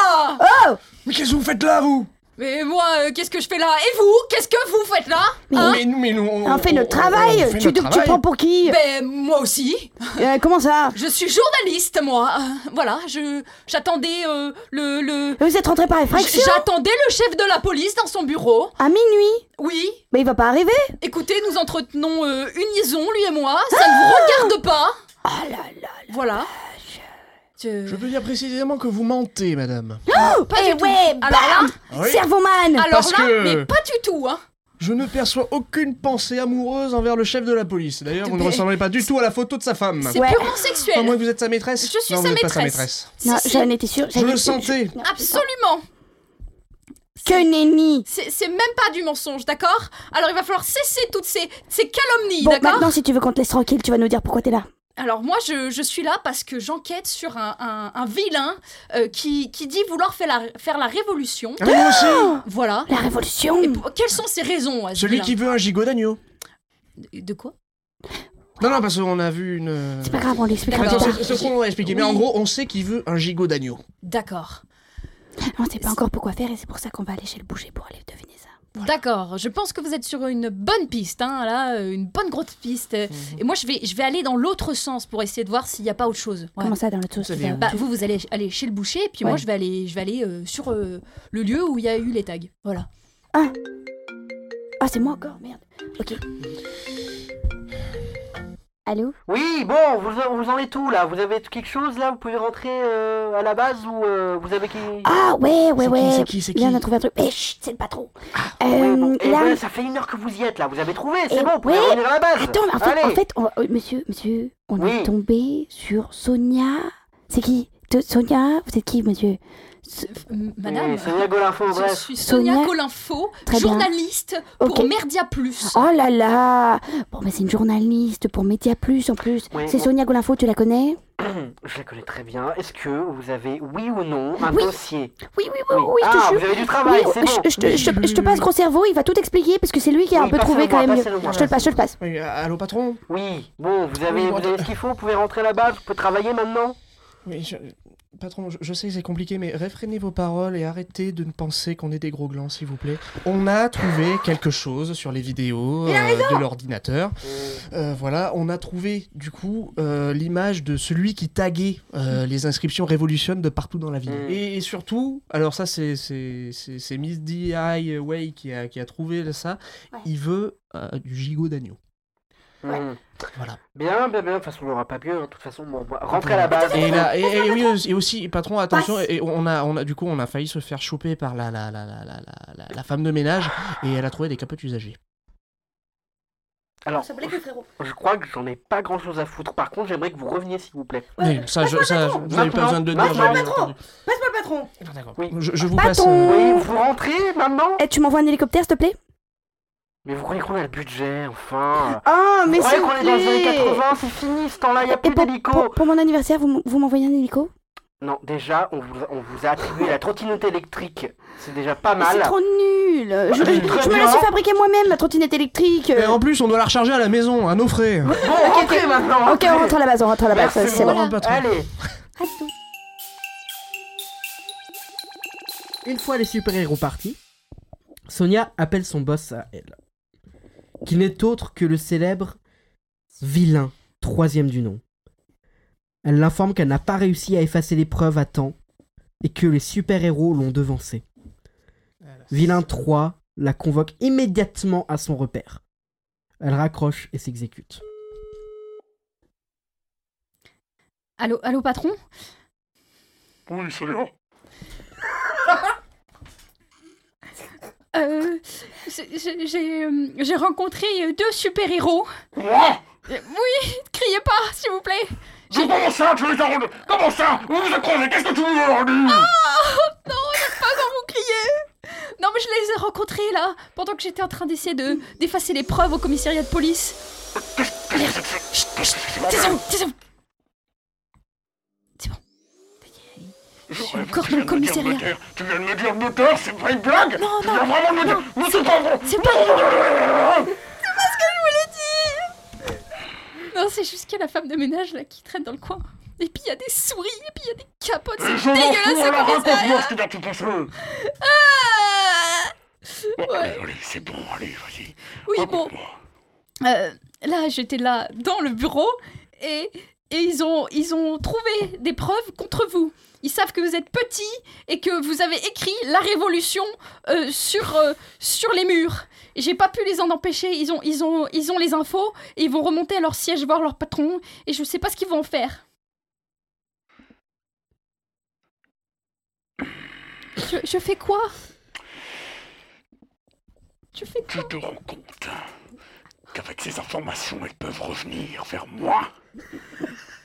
Ah
Oh
Mais qu'est-ce que vous faites là, vous
Mais moi, euh, qu'est-ce que je fais là Et vous Qu'est-ce que vous faites là Hein
mais nous, mais nous, on,
On fait notre travail Tu te- tu prends pour qui
Ben, moi aussi
Euh, Comment ça
Je suis journaliste, moi Euh, Voilà, je j'attendais euh, le... le...
Vous êtes rentré par effraction
J'attendais le chef de la police dans son bureau.
À minuit
Oui,
Mais il va pas arriver
écoutez, nous entretenons euh, une liaison, lui et moi. Ça ne vous regarde pas.
Oh là là
Voilà. Je...
veux dire précisément que vous mentez, madame.
Oh, pas du
Eh
tout.
ouais,
Alors là, Ah,
Oui.
Cerveau-man
alors
Parce
là,
que-
mais pas du tout, hein.
Je ne perçois aucune pensée amoureuse envers le chef de la police. D'ailleurs, vous ne
Ben,
Mais-
ressemblez pas du tout à la photo de sa femme.
C'est purement sexuel.
À moins que vous êtes sa maîtresse.
Je suis
non,
sa
vous n'êtes pas sa
maîtresse.
maîtresse.
Non,
Si, si.
j'en étais sûre.
Je
j'en
le
étais-
sentais.
je-
Absolument.
Que nenni
C'est c'est même pas du mensonge, d'accord Alors il va falloir cesser toutes ces, ces calomnies,
Bon,
d'accord
maintenant, si tu veux qu'on te laisse tranquille, tu vas nous dire pourquoi t'es là.
Alors moi, je, je suis là parce que j'enquête sur un, un- un vilain euh, qui, qui dit vouloir faire la, faire la révolution.
Ah, mais moi aussi
Voilà.
Oh, La révolution
Et pour- quelles sont ses
Ah,
raisons à ce
Celui
vilain
qui veut un gigot d'agneau.
De- De quoi
Non, non, parce qu'on a vu une.
C'est pas grave, on l'expliquera plus
Attends,
D'accord.
tard.
c'est c'est ce qu'on va expliquer. Mais
Oui.
en gros, on sait qu'il veut un gigot d'agneau.
D'accord.
On sait pas encore pourquoi faire et c'est pour ça qu'on va aller chez le boucher pour aller deviner ça.
D'accord, je pense que vous êtes sur une bonne piste, hein, là, euh, une bonne grosse piste. Euh, Et moi, je vais, je vais aller dans l'autre sens pour essayer de voir s'il n'y a pas autre chose. Ouais.
Comment ça, dans le euh, sauce
savez
là
bah, vous, vous allez aller chez le boucher, et puis moi,
Ouais.
je vais aller, je vais aller euh, sur euh, le lieu où il y a eu les tags. Voilà.
Ah, c'est moi encore, merde. Ok. Allô
Oui, bon, vous, vous en êtes où là Vous avez quelque chose là Vous pouvez rentrer euh, à la base ou euh, vous avez qui
Ah, ouais, ouais,
C'est qui,
ouais.
c'est qui, c'est
Viens,
qui Ah.
on a trouvé un truc. Mais chut, c'est le patron. Euh,
eh ben,
là.
Eh ben, ça fait une heure que vous y êtes là. Vous avez trouvé,
eh, ouais. Attends, mais en fait, en
Allez.
fait on- euh, monsieur, monsieur, on est
Oui.
tombé sur Sonia. C'est qui De- Sonia Vous êtes qui, monsieur So-
M-
Mm,
Madame,
Golinfo,
je suis Sonia
Sonia-
Colinfo,
Très bien.
journaliste pour
Ok.
Merdia Plus.
Oh là là Bon, mais c'est une journaliste pour Média Plus en plus.
Oui,
c'est
bon.
Sonia Golinfo, tu la connais
Je la connais très bien. Est-ce que vous avez, oui ou non, un
Oui.
dossier
Oui, oui, oui, oui, je te
Ah,
jure.
vous avez du
bah,
travail,
Oui,
c'est
je-
bon.
je, te- je te- je te passe gros cerveau, il va tout expliquer parce que c'est lui qui a
Oui,
un peu
passez-le
trouvé
moi,
quand même mieux.
passez-le moi.
Je te le passe, je te le passe.
Oui, Euh, allô, patron
Oui. Bon, vous avez,
Oui,
vous
bon,
avez ce qu'il faut, vous pouvez rentrer là-bas, vous pouvez travailler maintenant
Oui, je- patron, je, je sais que c'est compliqué, mais réfrénez vos paroles et arrêtez de ne penser qu'on est des gros glands, s'il vous plaît. On a trouvé quelque chose sur les vidéos euh, de l'ordinateur. Euh, voilà, on a trouvé, du coup, euh, l'image de celui qui taguait euh, les inscriptions révolutionnes de partout dans la ville.
Mm.
Et, et surtout, alors ça, c'est c'est- c'est- c'est Miss D.I. Way qui a, qui a trouvé ça.
Ouais.
Il veut euh, du gigot d'agneau.
Ouais.
Hmm.
Voilà.
Bien, bien, bien. De toute façon, on n'aura pas mieux. hein. De toute façon, bon, bah, rentrez là-bas.
Ah,
Et, là, et, et oui, aussi- et aussi, patron, attention, et on a, on a, du coup, on a failli se faire choper par la, la, la, la, la, la, la- la femme de ménage et elle a trouvé des capotes usagées.
Alors, je crois que j'en ai pas grand-chose à foutre. Par contre, j'aimerais que vous reveniez, s'il vous plaît.
Mais ça, je, ça, je- vous n'avez pas
Maintenant.
besoin de le dire.
Maintenant.
je l'ai entendu.
Passe-moi le patron
D'accord.
Oui.
Je, je vous passe. euh,
Patron
Oui, vous rentrez maintenant
Eh, tu m'envoies un hélicoptère, s'il te plaît
Mais vous croyez qu'on a le budget, enfin
Ah,
Oh, mais
Vous
c'est
croyez qu'on est dans les années 80, c'est fini ce temps-là, y a
Et
plus
pour,
d'hélico
pour- pour mon anniversaire, vous, m- vous m'envoyez un hélico
Non, déjà, on vous, on vous a attribué la trottinette électrique. C'est déjà pas
Mais C'est
mal.
trop nul nul. Je, je- je me la suis fabriquée moi-même, ma trottinette électrique.
Et en plus, on doit la recharger à la maison, à nos frais.
Bon, rentrez maintenant. Ok, on rentre à la base, on rentre à la base.
Merci
C'est
beaucoup,
bon.
patron. Allez.
Une fois les super-héros partis, Sonia appelle son boss à elle, qui n'est autre que le célèbre vilain, troisième du nom. Elle l'informe qu'elle n'a pas réussi à effacer l'épreuve à temps et que les super-héros l'ont devancé. Vilain 3 la convoque immédiatement à son repère. Elle raccroche et s'exécute.
Allô, allô, patron
Oui, c'est bien.
Euh, j'ai- j'ai- J'ai euh, j'ai rencontré euh, deux super-héros. Euh, Oui, criez pas, s'il vous plaît. J'ai-
Comment ça, tu les as rendus Comment ça Vous vous êtes croisés Qu'est-ce que tu veux aujourd'hui
Ah Non, j'aime pas quand vous criez Non, mais je les ai rencontrés là, pendant que j'étais en train d'essayer de d'effacer les preuves au commissariat de police. Ah, Merde. Chut, chut, Taisez-vous, taisez-vous
Je
suis encore dans le commissariat.
Tu viens de me dire de me taire, c'est pas une blague
Non,
Tu
non,
viens vraiment de me
non,
dire Mais c'est pas vrai
C'est pas... C'est pas ce que je voulais dire Non, c'est juste qu'il y a la femme de ménage là qui traîne dans le coin. Et puis il y a des souris, et puis il y a des capotes,
Et
c'est
je m'en
dégueulasse
fous,
ce
alors raconte-moi
commissariat
ce que t'as tout pensé
Ah
Bon,
Ouais.
allez, allez, c'est bon, allez, vas-y.
Oui, bon. Euh, là, j'étais là dans le bureau et, et ils, ont, ils ont trouvé des preuves contre vous. Ils savent que vous êtes petit et que vous avez écrit la révolution euh, sur, euh, sur les murs. Et J'ai pas pu les en empêcher. Ils ont, ils, ont, ils ont les infos et ils vont remonter à leur siège voir leur patron et je sais pas ce qu'ils vont en faire. Je, je fais quoi Tu fais
Tu te rends compte qu'avec ces informations, elles peuvent revenir vers moi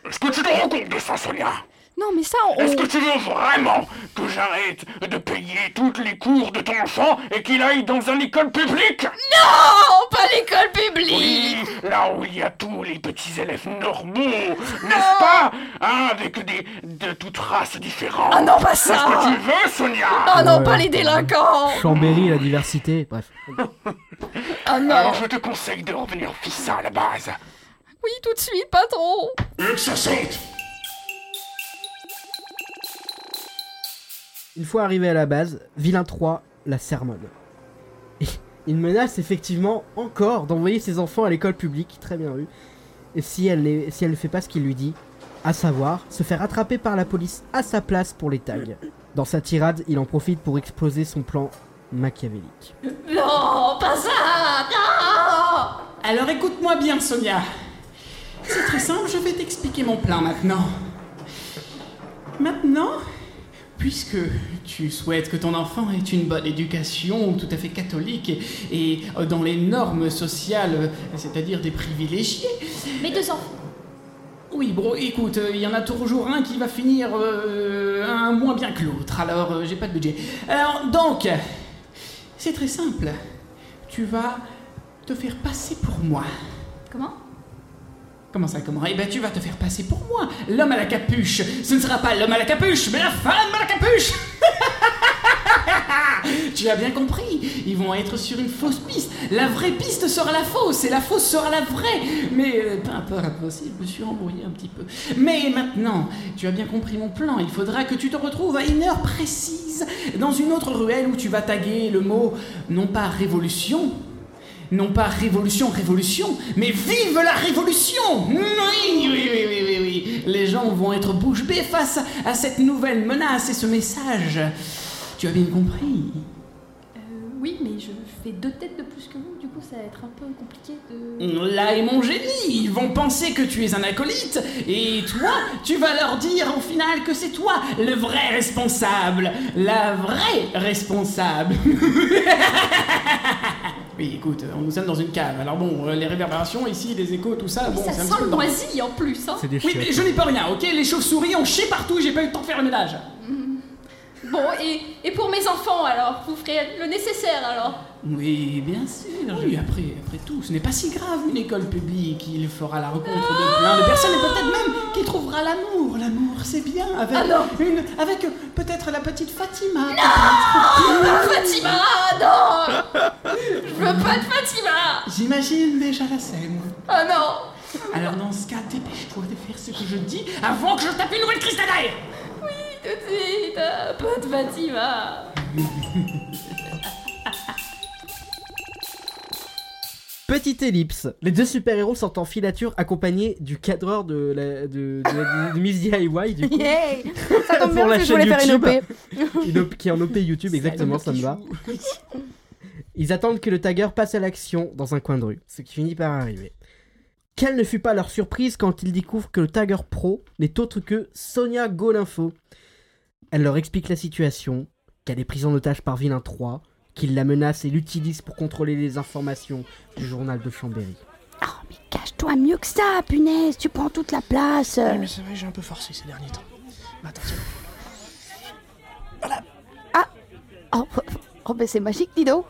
Est-ce que tu te rends compte de ça, Sonia
Non, mais ça, on.
Est-ce que tu veux vraiment que j'arrête de payer toutes les cours de ton enfant et qu'il aille dans une école publique
Non Pas l'école publique
Oui, là où il y a tous les petits élèves normaux, n'est-ce pas Hein, avec des de toutes races différentes.
Ah non, pas ça
Est-ce que tu veux, Sonia
Ah non, pas les délinquants
Chambéry, la diversité, bref.
Ah non
Alors je te conseille de revenir fissa à la base.
Oui, tout de suite, patron
Et que ça saute
Une fois arrivé à la base, Vilain 3 la sermonne. Et Il menace effectivement encore d'envoyer ses enfants à l'école publique, très bien vu, et si elle, les- si elle ne fait pas ce qu'il lui dit, à savoir se faire attraper par la police à sa place pour les tags. Dans sa tirade, il en profite pour exploser son plan machiavélique.
Non, pas ça Non
Alors écoute-moi bien, Sonia. C'est très simple, je vais t'expliquer mon plan maintenant. Maintenant, puisque tu souhaites que ton enfant ait une bonne éducation tout à fait catholique et, et, euh, dans les normes sociales, euh, c'est-à-dire des privilégiés.
Mes deux enfants.
Oui, bon, écoute, euh, il y en a toujours un qui va finir euh, un moins bien que l'autre, alors euh, j'ai pas de budget. Alors, donc, c'est très simple. Tu vas te faire passer pour moi.
Comment
Comment ça, comment Eh ben, tu vas te faire passer pour moi, l'homme à la capuche. Ce ne sera pas l'homme à la capuche, mais la femme à la capuche. tu as bien compris. Ils vont être sur une fausse piste. La vraie piste sera la fausse et la fausse sera la vraie. Mais euh, peu importe, aussi, je me suis embrouillé un petit peu. Mais maintenant, tu as bien compris mon plan. Il faudra que tu te retrouves à une heure précise dans une autre ruelle où tu vas taguer le mot non pas révolution, non pas révolution, révolution, mais vive la révolution Oui, oui, oui, oui, oui, oui. Les gens vont être bouche bée face à cette nouvelle menace et ce message. Tu as bien compris
Euh, Oui, mais je fais deux têtes de plus que vous, du coup ça va être un peu compliqué de...
Là est mon génie Ils vont penser que tu es un acolyte, et toi, tu vas leur dire au final que c'est toi le vrai responsable La vraie responsable Oui, écoute, euh, nous sommes dans une cave, alors bon, euh, les réverbérations ici, les échos, tout ça, bon,
Ça
c'est un
sent
petit
le
peu dense.
moisi en plus, hein
Oui, mais je n'ai pas rien, ok Les chauves-souris ont chié partout, j'ai pas eu le temps de faire le ménage.
Hmm.
Bon, et, et pour mes enfants alors Vous ferez le nécessaire alors
Oui, bien sûr. Oui, après, après tout, ce n'est pas si grave une école publique. Il fera la rencontre de plein de personnes et peut-être même qu'il trouvera l'amour. L'amour, c'est bien. Avec,
Ah non.
une, avec euh, peut-être la petite Fatima. Non
Ah,
Fatima, non Je veux pas de Fatima
J'imagine déjà la scène.
Ah,
Oh non
Alors dans ce cas, dépêche-toi de faire ce que je dis avant que je tape une nouvelle crise d'anaille.
Oui, tout de suite euh, Pas de Fatima
Petite ellipse. Les deux super-héros sont en filature accompagnés du cadreur de, la, de, de la- de Miss DIY du coup.
Yay Ça tombe bien
Pour la
parce que je
chaîne
voulais faire une
YouTube.
OP.
Une op- qui est en OP YouTube, exactement, ça me va. Ils attendent que le tagger passe à l'action dans un coin de rue, ce qui finit par arriver. Quelle ne fut pas leur surprise quand ils découvrent que le tagger pro n'est autre que Sonia Golinfo. Elle leur explique la situation, qu'elle est prise en otage par Vilain 3, qu'il la menace et l'utilise pour contrôler les informations du journal de Chambéry.
Oh, Cache-toi mieux que ça, punaise, tu prends toute la place.
Oui, mais c'est vrai, j'ai un peu forcé ces derniers temps. Mais attention.
Oh, oh, ben c'est magique, Dido.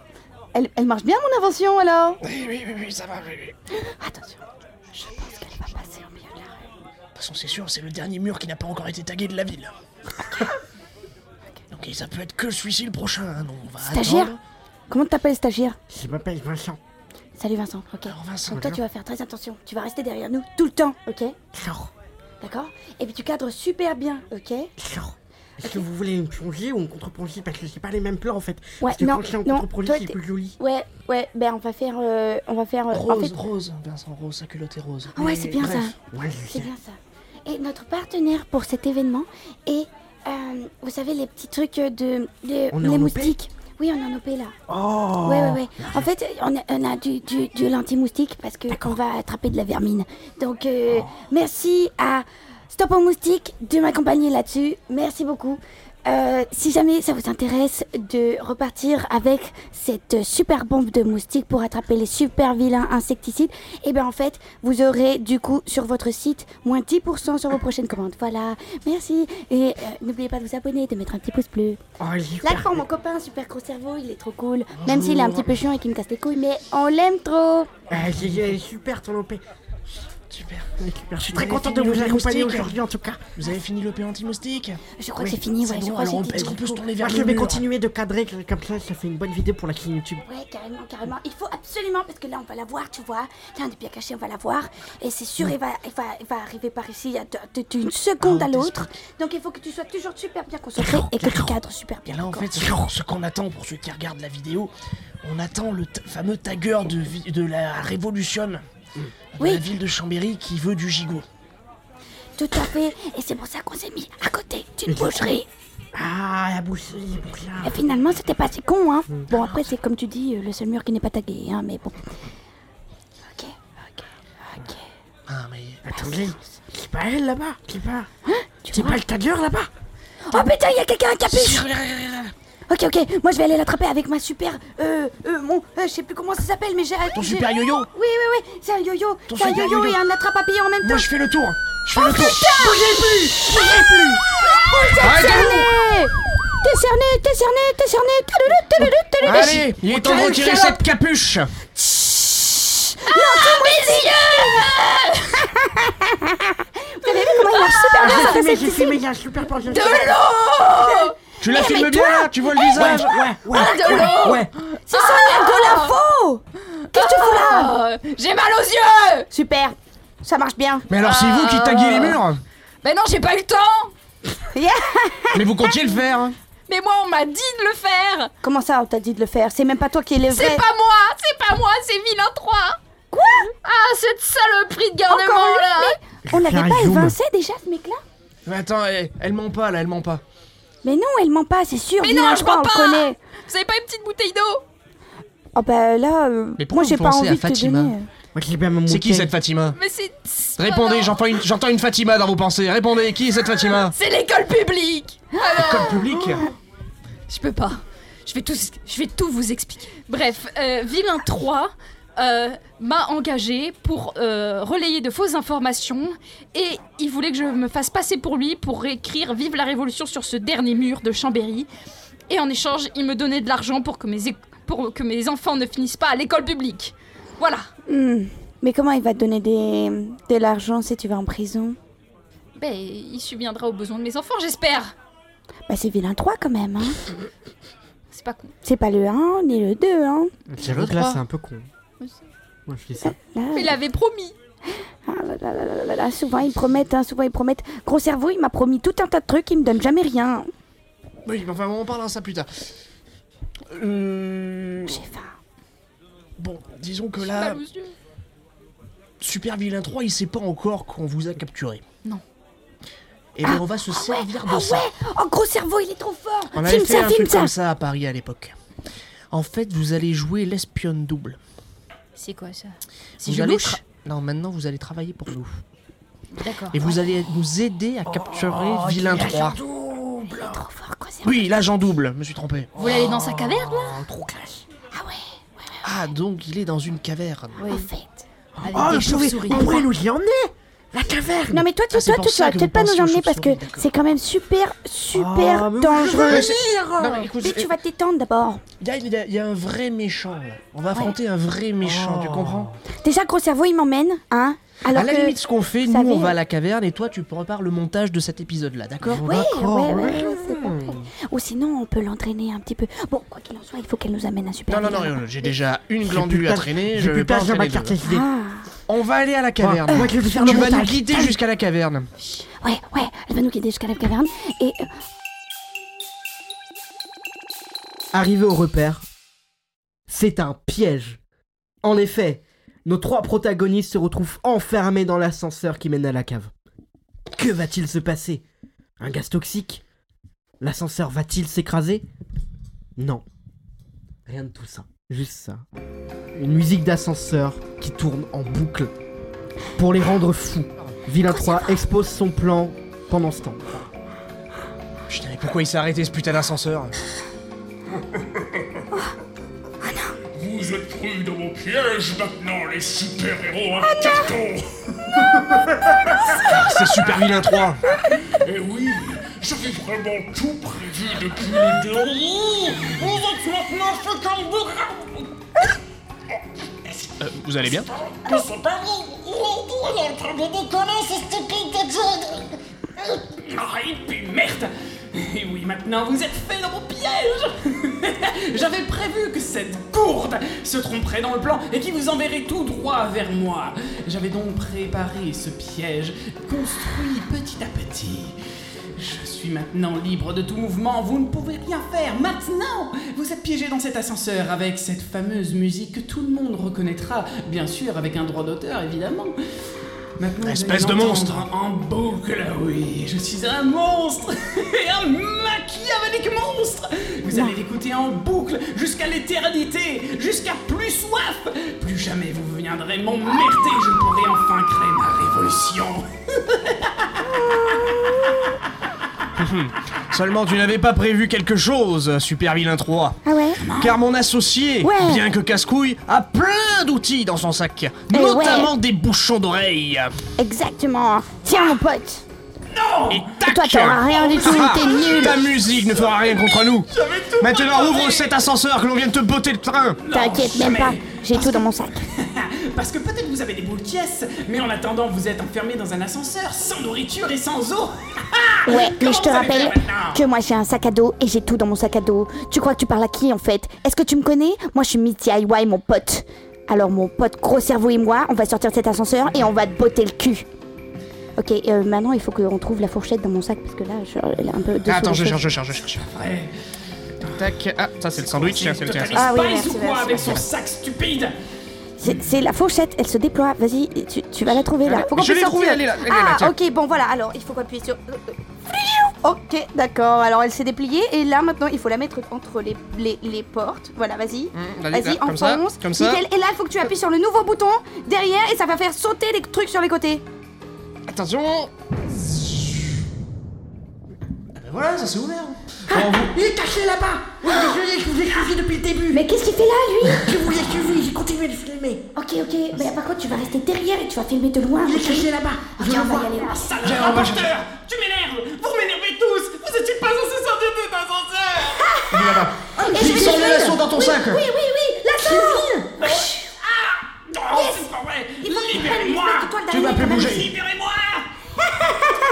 Elle, elle marche bien, mon invention, alors
Oui, oui, oui, oui, ça va, oui, oui.
Attention, je pense qu'elle va passer au milieu de la rue.
De toute façon, c'est sûr, c'est le dernier mur qui n'a pas encore été tagué de la ville. Donc et ça peut être que celui-ci le prochain, hein, donc on va
Stagiaire
attendre.
Comment t'appelles, stagiaire
Je m'appelle Vincent.
Salut, Vincent, ok.
Vincent,
Donc toi,
bonjour.
tu vas faire très attention. Tu vas rester derrière nous tout le temps, ok D'accord Et puis tu cadres super bien, ok
Est-ce que vous voulez une plongée ou une contre-plongée Parce que c'est pas les mêmes plans en fait.
Ouais,
Parce que
non,
quand c'est en
non,
contre-plongée,
toi,
c'est
t'es-
plus joli.
Ouais, ouais, ben on va faire... euh, on va faire... euh, en
Rose,
fait-
Rose, Vincent Rose, sa culotte est rose.
Ah ouais, c'est bien ça.
Ouais,
c'est bien ça. Et notre partenaire pour cet événement est, euh, vous savez, les petits trucs de, de-
On est en
les
OP?
moustiques. Oui, on est en OP là.
Oh
Ouais, ouais, ouais. En fait, on a, on a du, du, du l'anti-moustique parce que on va attraper de la vermine. Donc, euh, merci à Stop aux moustiques de m'accompagner là-dessus. Merci beaucoup. Euh, si jamais ça vous intéresse de repartir avec cette super bombe de moustiques pour attraper les super vilains insecticides, eh bien en fait, vous aurez du coup sur votre site moins 10% sur vos prochaines commandes. Voilà, merci. Et euh, n'oubliez pas de vous abonner, de mettre un petit pouce bleu.
oh,
Là, quand mon copain, super gros cerveau, il est trop cool.
Oh,
Même s'il est un petit peu chiant et qu'il me casse les couilles, mais on l'aime trop.
Ah, c'est- c'est super ton OP. Super. Je suis très
Vous avez
content de
fini
vous
le
accompagner
moustique
aujourd'hui en tout cas.
Vous avez fini l'OP anti-moustique
Je crois que c'est fini, ouais, Eh, je crois que c'est
Est-ce qu'on
fini.
peut se tourner vers
Moi, je
le
vais
mur
continuer de cadrer comme ça, ça fait une bonne vidéo pour la chaîne YouTube.
Ouais, carrément, carrément. Il faut absolument, parce que là, on va la voir, tu vois. Là, on est bien caché, on va la voir. Et c'est sûr,
Mm.
il va, il, va, il va arriver par ici à- de- de- d'une seconde
Ah,
à
on
l'autre. Donc, il faut que tu sois toujours super bien concentré et que tu cadres super bien.
Et là, en
d'accord
fait, ce ce qu'on attend pour ceux qui regardent la vidéo, on attend le t- fameux tagueur de, vi- de la Révolution, de la ville de Chambéry qui veut du gigot.
Tout à fait. Et c'est pour ça qu'on s'est mis à côté d'une
Exactement.
boucherie.
Ah, la boucherie, la boucherie.
Et finalement, c'était pas assez con, hein.
Mm.
Bon, après, c'est comme tu dis, euh, le seul mur qui n'est pas tagué, hein, mais bon.
Ah, mais.
Bah,
Attendez, c'est pas elle là-bas, c'est pas.
Hein?
C'est pas le tagueur là-bas
Oh putain, il y a quelqu'un à capuche
Regarde, regarde, regarde.
Ok, ok, moi je vais aller l'attraper avec ma super. Euh, euh, mon. euh, je sais plus comment ça s'appelle, mais j'ai.
Ton
j'ai-
super yo-yo
Oui, oui, oui, c'est un yo-yo
Ton
C'est un
super
yo-yo
yo-yo.
et un attrape à en même temps
Moi, je fais le tour Je fais
Oh
le
putain
tour
Bougez plus Bougez plus Vous êtes cerné T'es cerné, t'es cerné, t'es cerné Tadoudou, tadoudou, tadoudou.
Allez, il est temps de
Quelle
retirer
salope.
cette capuche
Ah, Lance-moi les yeux Vous avez vu comment il marche super bien ça
j'ai filmé,
facette
j'ai
ici
filmé, j'ai un super plan. j'ai un
De
super-
l'eau
Tu la
Eh,
filmes
mais
bien
toi
là Tu vois le
Eh,
visage
Ouais, ouais,
Ah, de l'eau
ouais.
C'est ça, la Golafo Qu'est-ce que tu fous là
Ah, J'ai mal aux yeux
Super Ça marche bien
Mais alors, c'est vous qui taguez
Ah.
les murs
Ben non, j'ai pas eu le temps
Yeah.
Mais vous comptiez le faire hein.
Mais moi, on m'a dit de le faire
Comment ça, on t'a dit de le faire C'est même pas toi qui es le vrai
C'est pas moi C'est pas moi, c'est Vilain 3
Quoi
Ah, cette saloperie de garnement
Encore lui,
là
mais On l'avait
Faire un
pas
zoom.
évincé déjà, ce mec-là
Mais attends,
eh,
elle, elle ment pas là, elle ment pas.
Mais non, elle ment pas, c'est sûr
Mais
Dylan,
non,
je
je
crois,
crois pas
on le connaît
Vous avez pas une petite bouteille d'eau
Oh bah là, euh,
Mais pourquoi
moi j'ai
vous
pas
pensez
envie
à
de te
Fatima
donner...
Moi, j'ai bien ma
C'est qui
bouteille.
cette Fatima
Mais c'est.
Oh
Répondez, j'entends une, j'entends une Fatima dans vos pensées. Répondez, qui est cette Fatima Oh.
C'est l'école publique Alors,
Comme public
Je peux pas. Je vais tout, je vais tout vous expliquer. Bref, euh, Vilain 3
euh, m'a engagé pour euh, relayer de fausses informations et il voulait que je me fasse passer pour lui pour écrire Vive la Révolution sur ce dernier mur de Chambéry. Et en échange, il me donnait de l'argent pour que mes, é- pour que mes enfants ne finissent pas à l'école publique. Voilà.
Hmm. Mais comment il va te donner des... de l'argent si tu vas en prison
Ben, il subviendra aux besoins de mes enfants, j'espère.
Bah c'est vilain 3 quand même, hein
C'est pas con.
C'est pas le 1 ni le 2, hein
Dialogue là, c'est un peu con. Moi, je dis ça.
Mais il avait promis.
Ah là là là là là là, souvent ils promettent, hein, souvent ils promettent. Gros cerveau, il m'a promis tout un tas de trucs, il me donne jamais rien.
Oui, mais enfin, on parlera de ça plus tard. J'ai
faim.
Bon, disons que là, Super Vilain 3, il sait pas encore qu'on vous a capturé.
Non.
Et bien, on va
Ah
se servir de ça.
Oh, gros cerveau, il est trop fort
On avait
Filme
fait
ça,
un
filme
truc
ça
comme ça à Paris à l'époque. En fait, vous allez jouer l'espionne double.
C'est quoi ça
Vous allez tra- Non, maintenant, vous allez travailler pour nous.
D'accord.
Et vous allez nous aider à capturer
Oh,
Vilain
quel
3.
agent
Oui, l'agent double, je me suis trompé.
Vous voulez aller dans sa caverne là
Trop classe. Ah, donc il est dans une caverne.
Oui.
Avec
Oh,
des
je pourrais-
chauves-souris.
on pourrait nous
y emmener La caverne
Non mais toi, tu,
Ah, c'est
toi,
pour
tu
ça
vas
que
peut-être
vous
pas nous
pensez aux
emmener parce que
chauves-souris,
c'est quand même super, super
Ah, mais oui, je veux
dangereux.
venir Non, mais écoute,
Mais tu
euh,
vas t'étendre d'abord.
Il y, a- il y a- il y a un vrai méchant là. On va affronter un vrai méchant, tu comprends
Déjà, gros cerveau, il m'emmène, hein Alors
À la
que-
limite, ce qu'on fait, nous,
savez-
on va à la caverne et toi, tu prépares le montage de cet épisode-là, d'accord
Ouais, ouais, ouais, ouais, c'est compris. Ou sinon, on peut l'entraîner un petit peu. Bon, quoi qu'il en soit, il faut qu'elle nous amène un super.
Non, non, non,
vilain.
non, j'ai déjà une
J'ai
glandule
plus
à
de-
traîner.
j'ai
je
plus
vais
de
pas
place dans ma
entraîner
carte
deux.
Ah,
SD.
On va aller à la caverne.
Euh, moi, je vais faire le
tu vas nous
montage.
guider jusqu'à la caverne.
Ouais, ouais, elle va nous guider jusqu'à la caverne. Et euh,
Arrivé au repère, c'est un piège. En effet, nos trois protagonistes se retrouvent enfermés dans l'ascenseur qui mène à la cave. Que va-t-il se passer Un gaz toxique L'ascenseur va-t-il s'écraser Non. Rien de tout ça. Juste ça. Une musique d'ascenseur qui tourne en boucle. Pour les rendre fous, Vilain 3 expose son plan pendant ce temps.
Putain, mais pourquoi il s'est arrêté ce putain d'ascenseur
Vous êtes pris dans mon piège maintenant, les super-héros à carton
Ah, C'est Super Vilain 3
Eh oui, j'avais vraiment tout prévu depuis le début Vous êtes maintenant fait comme bourrin
Euh, Vous allez bien
Mais c'est pas vrai Il est tout, il est en train de déconner, ce stupide de Jude
Ah, et puis merde Et oui, maintenant vous êtes fait dans mon piège J'avais prévu que cette gourde se tromperait dans le plan et qu'il vous enverrait tout droit vers moi. J'avais donc préparé ce piège, construit petit à petit. Je suis maintenant libre de tout mouvement, vous ne pouvez rien faire. Maintenant, vous êtes piégé dans cet ascenseur avec cette fameuse musique que tout le monde reconnaîtra, bien sûr avec un droit d'auteur évidemment. Maintenant, vous
Espèce
allez
de
l'entendre En boucle, oui, je suis un monstre et un machiavélique monstre. Vous allez l'écouter en boucle jusqu'à l'éternité, jusqu'à plus soif. Plus jamais vous viendrez m'emmerder, je pourrai enfin créer ma révolution.
Seulement, tu n'avais pas prévu quelque chose, Super Vilain 3.
Ah ouais
Car mon associé,
Ouais.
bien que casse-couille, a plein d'outils dans son sac.
Eh
notamment des bouchons d'oreilles.
exactement. Tiens, mon pote.
Non Et tac
Toi, t'auras rien du tout,
Ah,
t'es nul.
Ta musique ne fera rien contre nous. Maintenant, ouvre cet ascenseur que l'on vient de te botter le train.
T'inquiète même pas, j'ai tout dans mon sac.
Parce que peut-être vous avez des boules de pièces, mais en attendant, vous êtes enfermé dans un ascenseur sans nourriture et sans eau.
Ouais, mais
Comment
je te
vous allez faire
rappelle
maintenant
que moi j'ai un sac à dos et j'ai tout dans mon sac à dos. Tu crois que tu parles à qui en fait Est-ce que tu me connais Moi je suis Miss DIY, mon pote. Alors mon pote gros cerveau et moi, on va sortir de cet ascenseur et on va te botter le cul. Ok, euh, maintenant il faut qu'on trouve la fourchette dans mon sac parce que là, je, elle est un peu. dessous
Ah, Attends,
des
je
choses.
cherche, je cherche, je cherche. Tac, ah, ça c'est le sandwich, tiens, c'est le tien.
Total
Ah oui, merci,
Spice ou quoi
merci,
avec
merci.
son sac stupide
Hmm.
C'est- C'est la fourchette, elle se déploie. Vas-y, tu, tu vas la trouver là.
Allez, je l'ai trouvée, elle est là, elle est là,
ah,
tiens.
ok, bon voilà, alors il faut qu'on appuie sur. euh, Ok, d'accord. Alors elle s'est dépliée et là maintenant il faut la mettre entre les, les, les portes. Voilà, vas-y.
Hmm, vas-y, là,
vas-y,
comme ça,
enfonce.
comme ça.
Nickel. Et là il faut que tu appuies sur le nouveau bouton derrière et ça va faire sauter les trucs sur les côtés.
Attention
Voilà, ça s'est ouvert.
Il est caché là-bas Oui, désolé, je vous ai suivi depuis le début Mais qu'est-ce qu'il fait là, lui Je vous ai suivi, j'ai continué de filmer
Ok, ok, mais par contre, tu vas rester derrière et tu vas filmer de loin.
Il est
ok
caché là-bas Ah,
Ok, on va y aller.
Sale
Viens, on va chercher.
rapporteur Tu m'énerves Vous m'énervez tous Vous étiez pas censés sortir de cet ascenseur
Il est là-bas.
Ah,
Et je
J'ai
vais le
sens le
faire.
lasso dans ton
Oui,
sac.
Oui, oui, oui, lasso
Oh, c'est pas vrai Libérez-moi
Tu m'as plus bougé.
Libérez-moi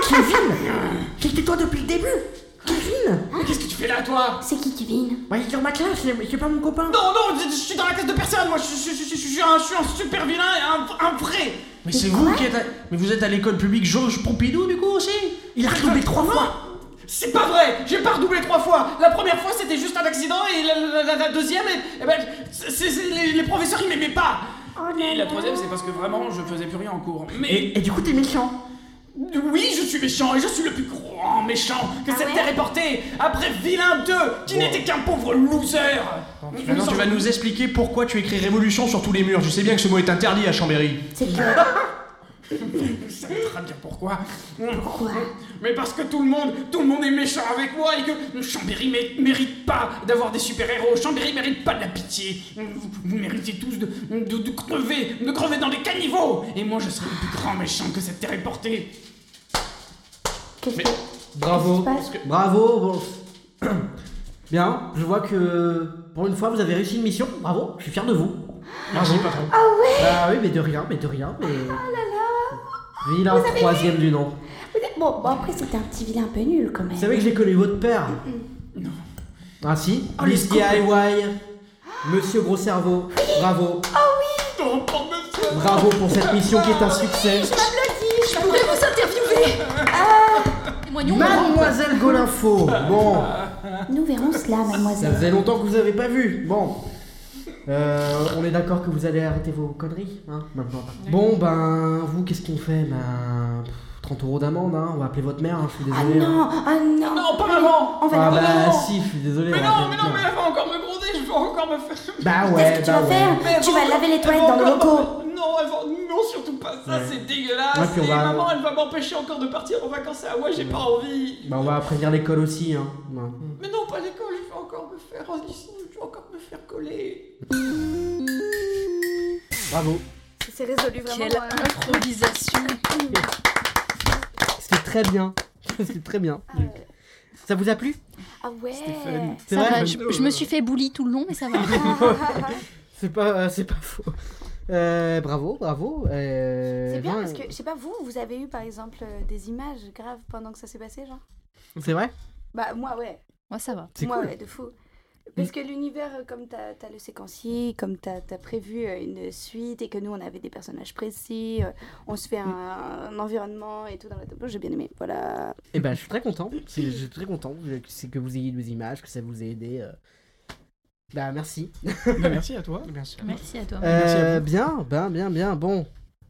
Kevin
J'étais toi depuis le début Kevin Mais qu'est-ce que tu fais là, toi
C'est qui, Kevin
Bah, il est dans ma classe, c'est pas mon copain Non, non, je, je suis dans la classe de personne, moi, je, je- je- je- je suis un, je suis un super vilain, et un, un vrai
Mais c'est vous qui êtes à... Mais vous êtes à l'école publique Georges Pompidou, du coup, aussi
Il a redoublé trois fois C'est pas vrai J'ai pas redoublé trois fois La première fois, c'était juste un accident, et la, la- la- la deuxième, et, ben, c'est- c'est- c'est- les, les professeurs, ils m'aimaient pas Et la troisième, c'est parce que vraiment, je faisais plus rien en cours. Mais... Et, du coup, t'es méchant Oui, je suis méchant, et je suis le plus grand méchant que cette terre ait porté Après Vilain 2, qui n'était qu'un pauvre loser
Maintenant, tu vas nous expliquer pourquoi tu écris Révolution sur tous les murs. Je sais bien que ce mot est interdit à Chambéry.
C'est
Vous savez très bien pourquoi. Pourquoi Mais parce que tout le monde, tout le monde est méchant avec moi et que Chambéry mé- mérite pas d'avoir des super-héros. Chambéry mérite pas de la pitié. Vous, vous méritez tous de, de, de crever, de crever dans des caniveaux. Et moi, je serai le plus grand méchant que cette terre ait porté.
Bravo. Bravo. bon. Bien, je vois que pour une fois vous avez réussi une mission. Bravo, je suis fier de vous. Merci patron.
Ah ouais
Ah oui, mais de rien, mais de rien, mais.
Ah
Oh là là
Vilain
Vous avez
troisième du nom.
Vous êtes- Bon, bon, après, c'était un petit vilain un peu nul quand même.
Vous savez que j'ai connu votre père Ah si
Oh,
Miss DIY Monsieur Gros Cerveau, bravo
Oh
Ah oui
Bravo pour cette mission qui est un succès
Je pourrais vous interviewer
Mademoiselle Golinfo Bon,
Nous verrons cela,
ça
mademoiselle.
faisait longtemps que vous avez pas vu Bon Euh, on est d'accord que vous allez arrêter vos conneries, hein, maintenant. Bon, ben, vous, qu'est-ce qu'on fait Ben, pff, 30 euros d'amende, hein, on va appeler votre mère, hein, je suis
Ah
désolé.
non,
hein.
ah non
Non, pas maman
On va la
Ah bah,
maman.
si, je suis désolé.
Mais
on va
non,
appeler
mais
votre
non, mais
mère.
elle va encore me gronder, je vais encore me faire.
Bah ouais,
Qu'est-ce que tu
bah
vas
ouais.
faire Tu
Mais
vas
bon,
laver les
elle
toilettes
va
dans le
encore-
loco
Oh, Non, elle va- non, surtout pas ça,
Ouais.
c'est dégueulasse.
Ouais, puis on
et
va-
maman, elle va m'empêcher encore de partir en vacances à Hawaï, j'ai pas envie.
Bah, on va prévenir l'école aussi, hein. Ouais.
Mm.
Mais non, pas l'école, je vais encore me faire ici, je vais encore me faire coller.
Bravo.
C'est résolu vraiment.
Quelle improvisation
C'était très bien. C'était très bien.
Ah
Ça vous a plu
Ah ouais
C'est
Eh, Ça
vrai,
va,
je-
je, je me suis fait bully tout le long, mais ça va.
C'est pas, euh, c'est pas faux. Euh, bravo, bravo. euh,
C'est bien
ben,
parce que, je sais pas, vous, vous avez eu par exemple euh, des images graves pendant que ça s'est passé, genre
euh, C'est vrai
Bah, moi, ouais.
Moi, ça va.
C'est
Moi,
cool.
ouais, de fou. Parce que l'univers, euh, comme t'as as le séquencier, comme t'as as prévu euh, une suite et que nous on avait des personnages précis, euh, on se fait un, un environnement et tout dans la tableau, j'ai bien aimé. Voilà.
Eh ben, je suis très content. C'est- Je suis très content que- c'est que vous ayez des images, que ça vous ait aidé. euh. Bah, merci.
Bah, merci à toi. Merci
Merci à
Bah,
toi.
Euh, bien, bien, bien, bien. Bon,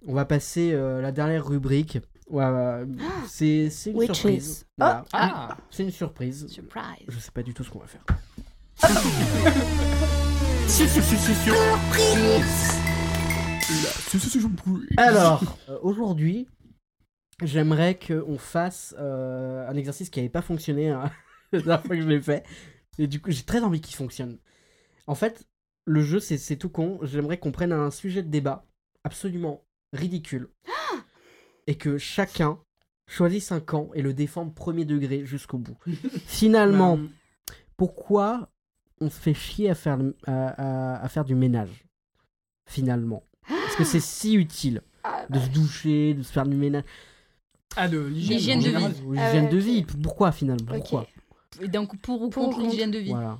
on va passer euh, la dernière rubrique. Ouais, euh, c'est c'est une
Ah Witches.
surprise.
Oh.
Voilà.
Ah.
C'est une surprise.
Surprise.
Je sais pas du tout ce qu'on va faire. Alors, euh, aujourd'hui, j'aimerais qu'on fasse euh, un exercice qui n'avait pas fonctionné hein, la dernière fois que je l'ai fait. Et du coup, j'ai très envie qu'il fonctionne. En fait, le jeu, c'est- c'est tout con. J'aimerais qu'on prenne un sujet de débat absolument ridicule. Et que chacun choisisse un camp et le défende premier degré jusqu'au bout. Finalement, pourquoi on se fait chier à faire, le- à- à- à faire du ménage Finalement. Parce que
Ah
c'est si utile de
bah.
se doucher, de se faire du ménage.
Ah, de l'hygiène. en
L'hygiène de
général.
vie. Ah
Ou L'hygiène de vie. Pourquoi finalement Pourquoi
Et donc, pour ou
Pour
contre
ou
l'hygiène de vie
Voilà.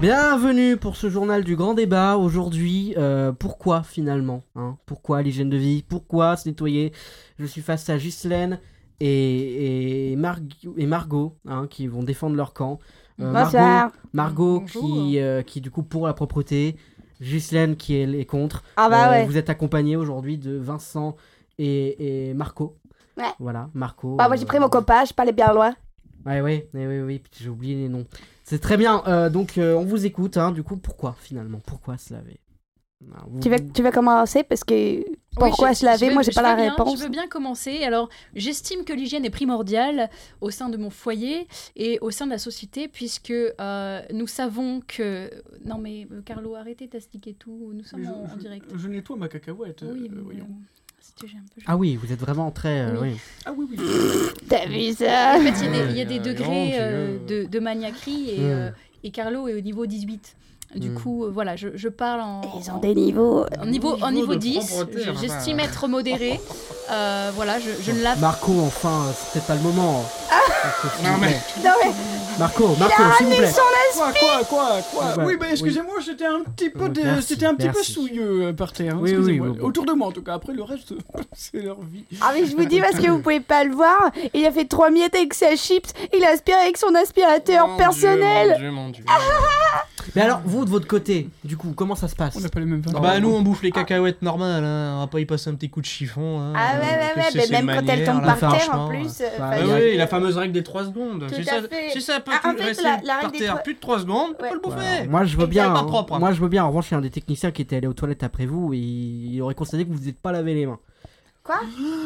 Bienvenue pour ce journal du grand débat. Aujourd'hui, euh, pourquoi finalement hein Pourquoi l'hygiène de vie Pourquoi se nettoyer Je suis face à Ghislaine et, et, Mar- et Margot hein, qui vont défendre leur camp. Margot-
Bonsoir.
Margot, qui, euh, qui du coup pour la propreté. Ghislaine qui est, est contre.
Ah bah ouais.
Euh,
Euh,
Vous êtes accompagné aujourd'hui de Vincent et, et Marco.
Ouais.
Voilà, Marco. euh,
Bah, moi j'ai pris mon copain, je parlais bien loin.
Ouais, ouais, ouais, ouais, ouais, putain, j'ai oublié les noms. C'est très bien. Euh, donc, euh, on vous écoute. hein. Du coup, pourquoi finalement Pourquoi se laver Alors, vous-
Tu vas, tu vas commencer parce que pourquoi
Oui, je-
se laver
je veux-
Moi, j'ai
je
pas la
veux bien-
réponse.
Je veux bien commencer. Alors, j'estime que l'hygiène est primordiale au sein de mon foyer et au sein de la société, puisque euh, nous savons que. Non, mais euh, Carlo, arrêtez de t'astiquer tout. Nous sommes
Mais je,
en, en
je-
direct.
je nettoie ma cacahuète. euh,
Oui, mais,
voyons.
euh, c'était- j'ai un peu-
Ah oui, vous êtes vraiment très. euh, oui.
Ah oui, oui.
T'as vu ça
En fait, il y a des- il y a
Ouais,
des
grand
degrés
Dieu.
euh, de, de maniaquerie et,
Mm.
euh, et Carlo est au niveau 18. Du
Mm.
coup, euh, voilà, je, je parle en.
Ils ont des niveaux.
En niveau, en
Niveau
niveau
de
10,
propreté,
je-
enfin.
j'estime être modéré. Euh, voilà, je, je ne lave
Marco, enfin, euh, c'est peut-être pas le moment.
Ah.
Donc, s'il
Ah,
vous plaît.
Non, mais.
Marco, Marco, s'il vous plaît.
Ah, Quoi, quoi, quoi,
Ah,
quoi
Ouais,
Oui, bah excusez-moi, j'étais un petit peu, de-
Merci,
c'était un petit peu
merci.
souilleux euh, par terre. hein,
Oui, oui,
excusez-moi.
oui, oui.
Autour de moi en tout cas. Après le reste, c'est leur vie.
Ah mais je vous dis parce que vous pouvez pas le voir, il a fait trois miettes avec sa chips, il aspire avec son aspirateur personnel.
Ah.
Mais alors, vous de votre côté, du coup, comment ça se passe On n'a
pas les mêmes
Bah nous on bouffe les cacahuètes normales, hein. on va pas y passer un petit coup de chiffon. hein.
Ah ouais, ouais,
Qu'est-ce
ouais,
que
mais
c'est
même
de
quand elle
manière,
tombe
là,
par terre, en
franchement,
plus,
hein.
euh,
Bah
fallait-
oui, oui, la fameuse règle des 3 secondes.
Tout
C'est
à
ça,
fait.
c'est ça, pas
Ah, en
tu
fait,
restes
la- la règle
par
des
terre
trois-
plus de 3 secondes, tu peux le bouffer.
Moi je veux
Et
bien.
pas
hein.
propre.
Moi je veux bien. En revanche, il y a un des techniciens qui était allé aux toilettes après vous et il aurait constaté que vous n'êtes pas lavé les mains.
Quoi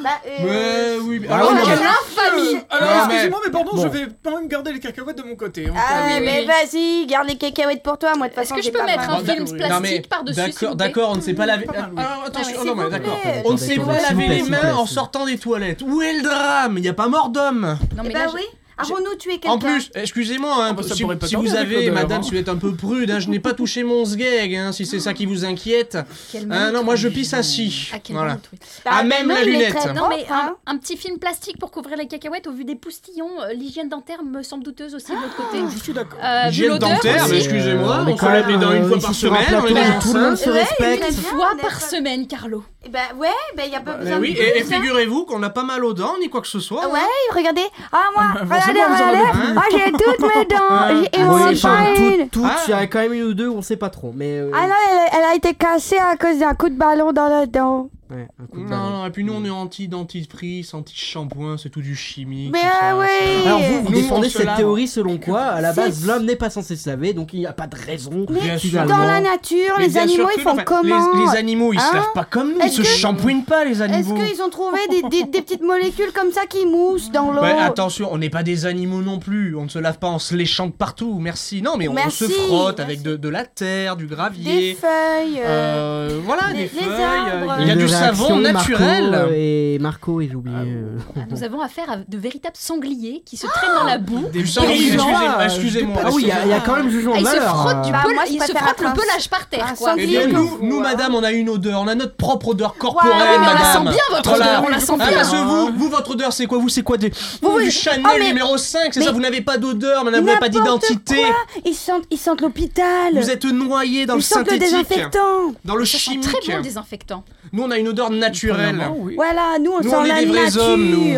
Bah
Ouais, Euh, oui, mais-
Ah
alors,
oui,
on a-
mais-
L'infamie
Alors
Non, mais-
excusez-moi, mais pardon,
Bon.
je vais quand même garder les cacahuètes de mon côté. hein.
Ah
Enfin,
mais
oui.
vas-y, garde les cacahuètes pour toi, moi de toute façon
que je
j'ai
peux
pas
mettre
faim.
un film
Non, mais
plastique par-dessus
D'accord, d'accord, on ne s'est pas lavé.
Ah,
Alors attention,
s'il
non, mais
vous
d'accord.
plaît.
On ne s'est pas
Attendez,
lavé
attendez,
les
s'il vous plaît,
mains en
s'il vous
sortant des toilettes. Où est le drame Il n'y a pas mort d'homme.
Non
Eh
mais
bah
là,
oui,
je-
avons-nous tué quelqu'un
En plus, excusez-moi, hein,
bah, ça
si,
pourrait pas
si vous
tarder avec
avez,
l'odeur,
madame,
hein.
si vous êtes un peu prude, hein, je n'ai pas touché mon sgeg, hein, si c'est ça qui vous inquiète.
Quel
Hein,
mal
non, moi je pisse assis.
À quel
Voilà.
moment, oui.
Bah,
À même
non,
la
il est
lunette.
très- Non, mais
hein.
un, un petit film plastique pour couvrir les cacahuètes, au vu des poustillons, euh, l'hygiène dentaire me semble douteuse aussi de l'autre côté.
Je suis d'accord.
Euh, vu
Hygiène
l'odeur
dentaire,
aussi.
mais excusez-moi,
on est
on se
quand
lave les
même,
dents une
euh,
fois
ici
par
sur un
semaine, on est
plateau,
des
tout le monde se
saints.
Ouais, respecte.
Une
bien,
fois par semaine, Carlo.
Eh Bah ouais, bah y a pas
Mais
besoin
Eh oui,
de
et, et
plus, hein.
figurez-vous qu'on n'a pas mal aux dents ni quoi que ce soit.
Ouais, regardez, ah moi,
bah,
regardez,
forcément, vous en
regardez,
avez plus. Ah,
ah j'ai toutes mes dents, j'ai- et
Oui,
mon
enfin,
smile.
toutes, toutes, il y en a quand même une ou deux, on sait pas trop. Mais euh,
Ah non, elle, elle a été cassée à cause d'un coup de ballon dans la dent.
ouais, un coup de
Non,
bah
ballon.
non, et puis nous on est anti-dentifrice, anti-shampoing, c'est tout du chimique.
Mais
tout
ah
ça,
ouais.
ça.
Alors vous, vous
Nous, on
défendez
se
cette
lave.
théorie selon quoi, à la
C'est-
base, l'homme n'est pas censé se laver, donc il n'y a pas de raison.
Bien sûr.
finalement.
Dans la nature,
Mais
les
bien sûr
animaux,
que non,
ils font
enfin,
comment
les, les animaux, ils
Hein
se lavent pas comme nous, ils
Est-ce
se
que-
shampooinent pas, les
Est-ce
animaux.
qu'ils ont trouvé des, des- des petites molécules comme ça qui moussent dans l'eau
Ouais, attention, on n'est pas des animaux non plus, on ne se lave pas en se léchant de partout, merci. Non, mais on
Merci.
se frotte avec de, de la terre, du
Des
gravier.
feuilles. euh,
Euh, voilà,
les-
des
les
feuilles.
arbres.
euh, Il y a
Une
du
réaction,
savon
Marco,
naturel. Ah,
euh, et Marco, et j'ai oublié. euh,
Ah, Nous avons affaire à de véritables sangliers qui se traînent
Ah
dans la boue.
Du sanglier,
gens,
excusez-moi,
euh,
excusez-moi.
Ah oui, il y, a- il y a quand même jugement
Ah,
de
ils se
valeur.
frottent du
euh.
Bah,
pelage-
moi, je
ils se
préfère
frottent le
être un-
pelage par
un
terre, quoi.
Eh
sanglier.
bien,
Sanglier,
nous,
vous,
nous,
hein.
madame, on a une odeur, on a notre propre odeur corporelle,
Ah, on la
madame.
sent bien, votre odeur, on la sent
Ah,
bien.
parce que vous, vous, votre odeur, c'est quoi Vous, c'est quoi des... Vous,
oui.
du Chanel
Oh, mais-
numéro 5, c'est ça
mais-
Vous n'avez pas d'odeur, madame, vous n'avez pas
n'importe
d'identité.
quoi, Ils sentent, ils sentent l'hôpital.
Vous êtes noyé dans
ils
le
sentent le
synthétique,
désinfectant.
dans le
Ça sent
chimique.
très bon désinfectant.
Nous, on a une odeur naturelle.
Premièrement, oui.
Voilà, nous on
Nous,
sent
on est
la
des vrais
nature.
hommes, nous.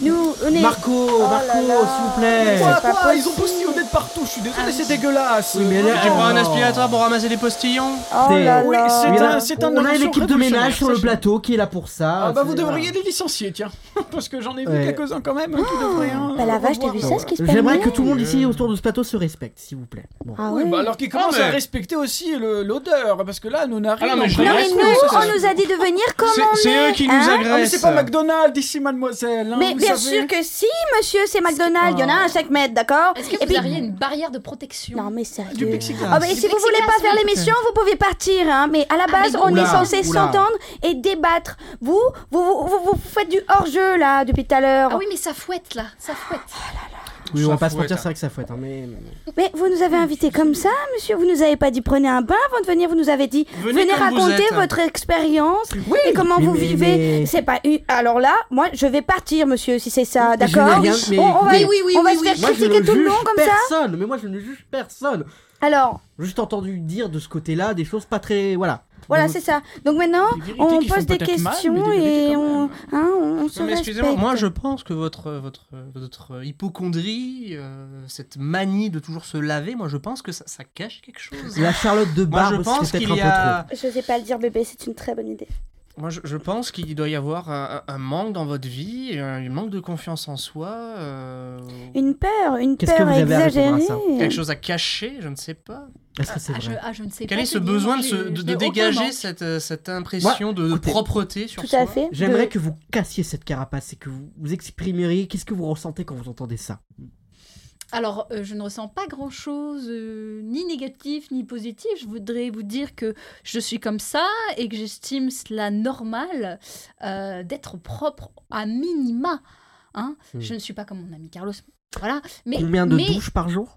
Nous, on est.
Marco,
là
Marco, s'il
là.
vous
Eh.
plaît.
Quoi,
pas
quoi, Ils ont
possible. Ah
postillonné de partout, je suis désolé, c'est dégueulasse. Ah.
Oui, mais là,
Tu
Oh.
prends un aspirateur pour ramasser des postillons
Oh là
Oui,
là.
c'est
Mais là,
un- c'est un
Ah, on a
homme
une équipe de
révolutionnaire,
ménage sur le
sachez-le.
plateau qui est là pour ça.
Ah bah
c'est-
vous devriez
voilà.
les licencier, tiens. Parce que j'en ai vu
Ouais.
quelques-uns quand même qui devraient. hein,
Bah la vache, t'as
revoir.
vu ça ce qui se passe
J'aimerais que tout le monde ici autour de ce plateau se respecte, s'il vous plaît. Bon.
Ah
Oui,
ouais.
bah alors qu'ils commencent
mais-
à respecter aussi le- l'odeur, parce que là, nous n'arrivons
Ah non, mais je
Non
dirais-
mais
Reste
nous,
comme ça,
on nous a dit de venir comme
C'est-
on est.
c'est eux qui nous
hein
agressent.
Ah, mais c'est pas McDonald's ici, mademoiselle. hein,
Mais
vous
bien
savez.
sûr que si, monsieur, c'est McDonald's. Il y en a un à 5 mètres, d'accord
Est-ce que
Et
vous
puis-
auriez une barrière de protection
Non mais sérieux.
Du plexiglas.
Ah, mais si vous voulez pas faire l'émission, vous pouvez partir. Hein. Mais
Ah,
à la base, on
Oula,
est censé
oula.
s'entendre et débattre. Vous, vous, vous, vous- vous faites du hors-jeu là depuis tout à l'heure.
Ah oui, mais ça fouette là, ça fouette.
Oui, on va
Ça
pas se
fouette,
mentir,
hein.
c'est vrai que ça fouette. hein, mais...
Mais vous nous avez invités comme ça, monsieur. Vous nous avez pas dit prenez un bain avant de venir. Vous nous avez dit
Venez
venez,
comme vous
raconter
êtes.
votre expérience et comment
mais-
vous
mais-
vivez.
mais-
C'est pas une- Alors là, moi, je vais partir, monsieur, si c'est ça,
Mais je
d'accord
n'ai rien- mais-
on, on va,
mais-
oui, oui,
on va
oui,
se
oui.
faire
Moi, je
critiquer
ne
tout le
juge
long comme ça.
personne. Mais moi, je ne juge personne.
Alors,
Juste entendu dire de ce côté-là des choses pas très. Voilà.
voilà,
Donc,
c'est ça. Donc maintenant,
Des vérités
Oh, on
qui font
pose des
peut-être mal, mais
questions
des vérités
et
quand
on,
même.
hein, on, on se
Non, mais excusez-moi,
respecte.
moi je pense que votre, euh, votre, euh, votre euh, hypochondrie, euh, cette manie de toujours se laver, moi je pense que ça, ça cache quelque chose.
La Charlotte de
Moi
Barbe,
je pense
c'est
qu'il
peut-être un
y
peu
a.
Je sais pas le dire, bébé, c'est une très bonne idée.
Moi, je, je pense qu'il doit y avoir un, un manque dans votre vie, un manque de confiance en soi. euh,
Une peur, une peur exagérée.
Quelque chose à cacher, je ne sais pas.
Est-ce que c'est
Ah, je,
vrai
ah, je ne sais
Quel
pas.
est
te
ce
dire,
besoin de,
j'ai-
se- de- de
je n'ai aucun
dégager
manque.
cette, euh, cette impression
Moi,
de, de propreté sur soi
J'aimerais que vous cassiez cette carapace et que vous, vous exprimeriez qu'est-ce que vous ressentez quand vous entendez ça.
Alors, euh, je ne ressens pas grand-chose, euh, ni négatif, ni positif. Je voudrais vous dire que je suis comme ça et que j'estime cela normal euh, d'être propre à minima. Hein
Mm.
Je ne suis pas comme mon ami Carlos. Voilà. Mais,
Combien de
mais
douches par jour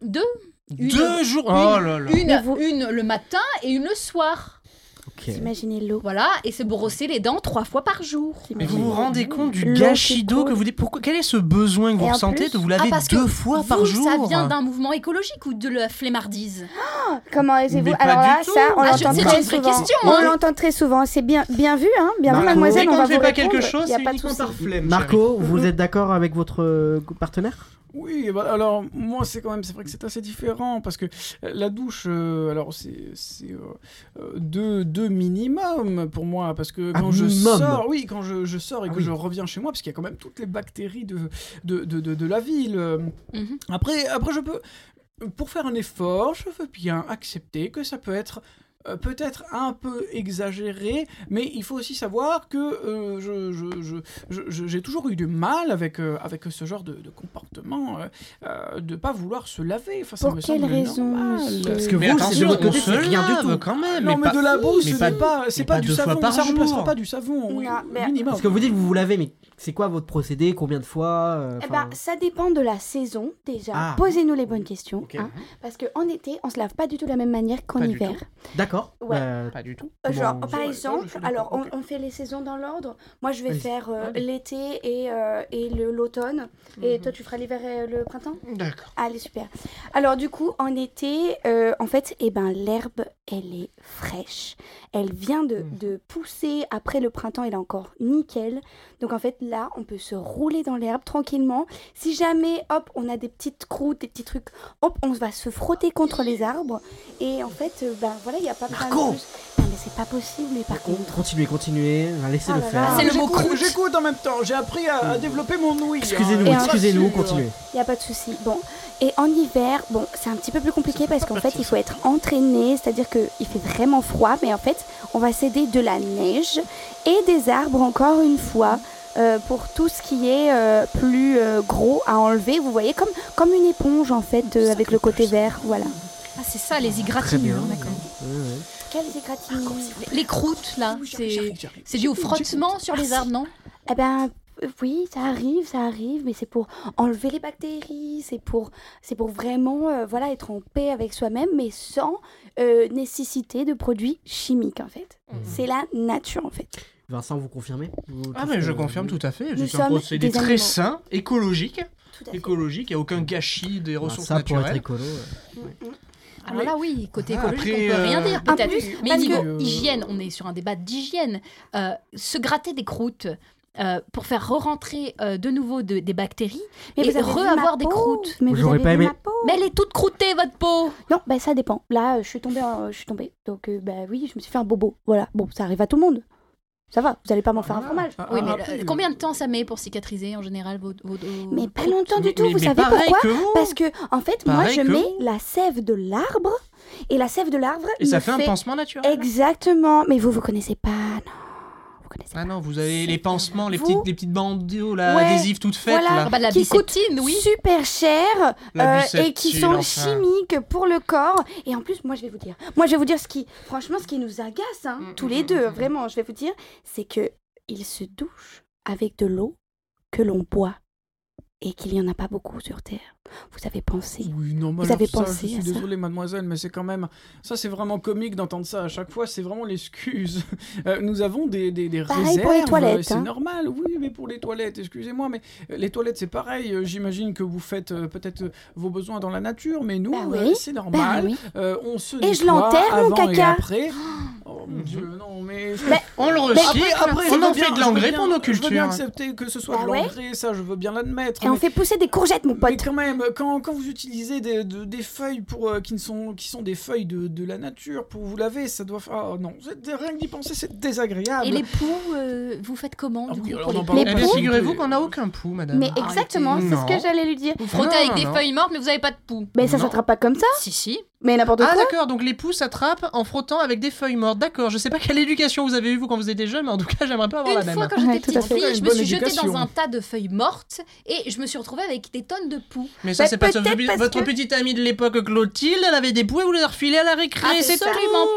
Deux.
Deux jours Oh
une-
là là.
Une, une le matin et une le soir.
Imaginez l'eau.
Voilà, et se brosser les dents trois fois par jour.
Mais vous vous rendez compte du
L'eau
gâchis d'eau que vous dites Pourquoi Quel est ce besoin que vous
Et en
ressentez
plus-
de vous laver
Ah, parce que
deux fois par
vous,
jour Bah,
Ça vient d'un mouvement écologique ou de la flemmardise
Comment
Mais
avez-vous
pas
Alors
du
là,
tout.
ça, on
Ah, je-
l'entend
c'est
très
une vraie
souvent.
question,
on
hein.
l'entend très souvent. C'est bien, bien vu, hein. Bien vu,
Marco,
mademoiselle.
dès
on
qu'on
va
ne fait
vous
pas
répondre.
quelque chose,
Y a
c'est
pas de
uniquement
souci.
par flemme. Marco, vous êtes d'accord avec votre euh, partenaire
Oui, bah, alors moi c'est quand même, c'est vrai que c'est assez différent parce que euh, la douche, euh, alors c'est c'est, euh, euh, deux, deux minimum pour moi parce que
Ah,
quand je
minimum.
sors, oui, quand je, je sors et
Ah
que
oui.
je reviens chez moi, parce qu'il y a quand même toutes les bactéries de, de, de, de- de la ville. euh,
Mhm.
Après, après je peux, pour faire un effort, je veux bien accepter que ça peut être euh, peut-être un peu exagéré, mais il faut aussi savoir que euh, je- je- je- je- je- j'ai toujours eu du mal avec, euh, avec ce genre de, de comportement, euh, euh, de pas vouloir se laver. Enfin, ça
Pour
me
quelle
semble
raison,
normal.
monsieur
Parce que Mais vous, c'est attention, de votre on côté, se c'est rien du lave tout. quand même,
Non,
mais
mais,
pas-
de la boue,
mais
ce
pas-
n'est pas, c'est
mais
pas,
pas
du
deux fois
savon,
par
ça
jour.
remplacera pas du savon. oui, minimum.
Parce que vous dites que vous vous lavez, mais c'est quoi votre procédé Combien de fois euh,
Eh
enfin-
ben, ça dépend de la saison déjà.
Ah.
Posez-nous les bonnes questions, hein, parce que en été, on se lave pas du tout de la même manière qu'en
Pas du
hiver.
tout. D'accord. Bah,
Ouais.
pas du tout.
Euh, Genre, par exemple, alors on, on fait les saisons dans l'ordre. Moi, je vais
Vas-y.
faire euh, l'été et, euh, et le- l'automne. Et toi, tu feras l'hiver et le printemps
D'accord.
Allez, super. Alors, du coup, en été, euh, en fait, eh ben, l'herbe, elle est fraîche. Elle vient de, de pousser. Après le printemps, elle est encore nickel. Donc, en fait, là, on peut se rouler dans l'herbe tranquillement. Si jamais, hop, on a des petites croûtes, des petits trucs, hop, on va se frotter contre les arbres. Et en fait, euh, ben voilà, il n'y a pas besoin de
Marco
plus. Non, mais c'est pas possible, mais par contre.
Continuez, continuez, enfin, laissez-le
Ah là
faire.
là. C'est le mot
J'écoute-
croûte.
J'écoute en même temps, j'ai appris à,
Mm.
à développer mon ouïe.
Excusez-nous,
hein,
excusez-nous,
bien sûr.
continuez.
Il n'y a pas de souci. Bon, et en hiver, bon, c'est un petit peu plus compliqué parce qu'en fait, il faut être entraîné, c'est-à-dire qu'il fait vraiment froid, mais en fait, on va s'aider de la neige et des arbres encore une fois. euh, pour tout ce qui est euh, plus euh, gros à enlever, vous voyez, comme, comme une éponge en fait, euh, avec le côté vert, voilà.
Ah, c'est ça, les égratignures, d'accord.
Quelles égratignures
Les croûtes, là, c'est c'est dû au frottement sur les arbres, non
Eh ben euh, oui, ça arrive, ça arrive, mais c'est pour enlever les bactéries, c'est pour, c'est pour vraiment euh, voilà être en paix avec soi-même, mais sans euh, nécessité de produits chimiques en fait. C'est la nature en fait.
Vincent, vous confirmez Vous-
Ah
tout
mais
ce-
je confirme tout à fait,
Nous
c'est un
sommes
procédé
des
très
animaux.
sain, écologique,
à fait.
écologique, il n'y a aucun gâchis des ressources
Ah, Bah, ça, pour être
naturelles.
écolo,
Alors là, oui, côté
Ah,
écologique,
après,
on peut rien
euh,
dire,
En
peut-être.
plus,
Mais
parce
niveau
que- euh,
hygiène, on est sur un débat d'hygiène. Euh, se gratter des croûtes euh, pour faire re-rentrer euh, de nouveau de- des bactéries
Mais
et
vous avez vu
re-avoir
ma
des
peau
croûtes.
Mais vous J'aurais avez pas vu aimé. ma
Mais elle est toute croûtée, votre peau
Non, ben ça dépend. Là, euh, je suis tombée, en- je suis tombée, donc euh, bah oui, je me suis fait un bobo. Voilà, bon, ça arrive à tout le monde. Ça va, vous allez pas m'en
Ah.
faire un fromage.
Oui, mais euh, combien de temps ça met pour cicatriser en général vos, vos- vos-
Mais pas longtemps du
Mais-
tout,
mais-
vous
mais
savez
pareil
pourquoi
que vous.
Parce que, en fait, moi,
Pareil
je
que
mets
vous.
la sève de l'arbre et la sève de l'arbre.
Et ça
me
fait un pansement naturel.
Exactement, mais vous, vous connaissez pas, non
Ah non, vous avez les pansements, les, petites, les petites bandeaux là,
Ouais,
adhésives toutes faites
voilà,
Ah, bah,
là.
qui coûtent super cher
La
euh,
Bucetine,
et qui sont
enfin.
chimiques pour le corps. Et en plus, moi, je vais vous dire, moi, je vais vous dire ce qui, franchement, ce qui nous agace, hein,
Mm,
tous les deux, vraiment, je vais vous dire, c'est que ils se douchent avec de l'eau que l'on boit et qu'il n'y en a pas beaucoup sur Terre. Vous avez pensé
Oui, non,
Vous
alors
avez
ça,
pensé
Je
à
suis
ça
désolé, mademoiselle, mais c'est quand même. Ça, c'est vraiment comique d'entendre ça à chaque fois. C'est vraiment l'excuse. Euh, nous avons des, des, des
Pareil
réserves.
pour les toilettes,
euh, C'est
hein.
normal, oui, mais pour les toilettes, excusez-moi, mais euh, les toilettes, c'est pareil. Euh, J'imagine que vous faites euh, peut-être euh, vos besoins dans la nature, mais nous,
Bah
euh,
oui,
c'est normal.
bah oui.
Euh, on se
Et je
nettoie
l'enterre, mon
avant et
caca.
après. Oh, Oh mon dieu, non, mais.
Mais- Mhm. On le recycle,
Après, après,
on
je
en
veux
fait
bien-
de l'engrais
je veux bien-
pour nos
Je veux bien
cultures.
accepter que ce soit
Ah
de
ouais
l'engrais, ça, je veux bien
Ah,
l'admettre.
Et on
mais-
fait pousser des courgettes, mon
Mais
pote.
quand même, quand, quand vous utilisez des, de- des feuilles pour, euh, qui, ne sont, qui sont des feuilles de, de la nature pour vous laver, ça doit faire. Oh non, c'est- rien que d'y penser, c'est désagréable. Ah
Et les poux, euh, vous faites comment du coup,
alors
pour
on en
les
parle
poux
pas.
Eh bien, figurez-vous qu'on n'a aucun pouls, madame.
Mais exactement,
c'est ce que
Non.
j'allais lui dire.
Vous frottez
Non,
avec
non,
des
non.
feuilles mortes, mais vous n'avez pas de poux.
Mais ça s'attrape pas comme ça
Si, si.
Mais n'importe
Ah
quoi
d'accord, donc les poux s'attrapent en frottant avec des feuilles mortes. D'accord, je sais pas quelle éducation vous avez eue vous quand vous étiez jeune, mais en tout cas j'aimerais pas
Oh,
avoir
Une
la même.
fois, quand j'étais petite fille, je me suis jetée dans un tas de feuilles mortes et je me suis retrouvée avec des tonnes de poux.
Bah,
Mais ça c'est pas votre, votre petite amie de l'époque Clotilde, elle avait des poux et vous les refilez à la récré, c'est tout.
pas.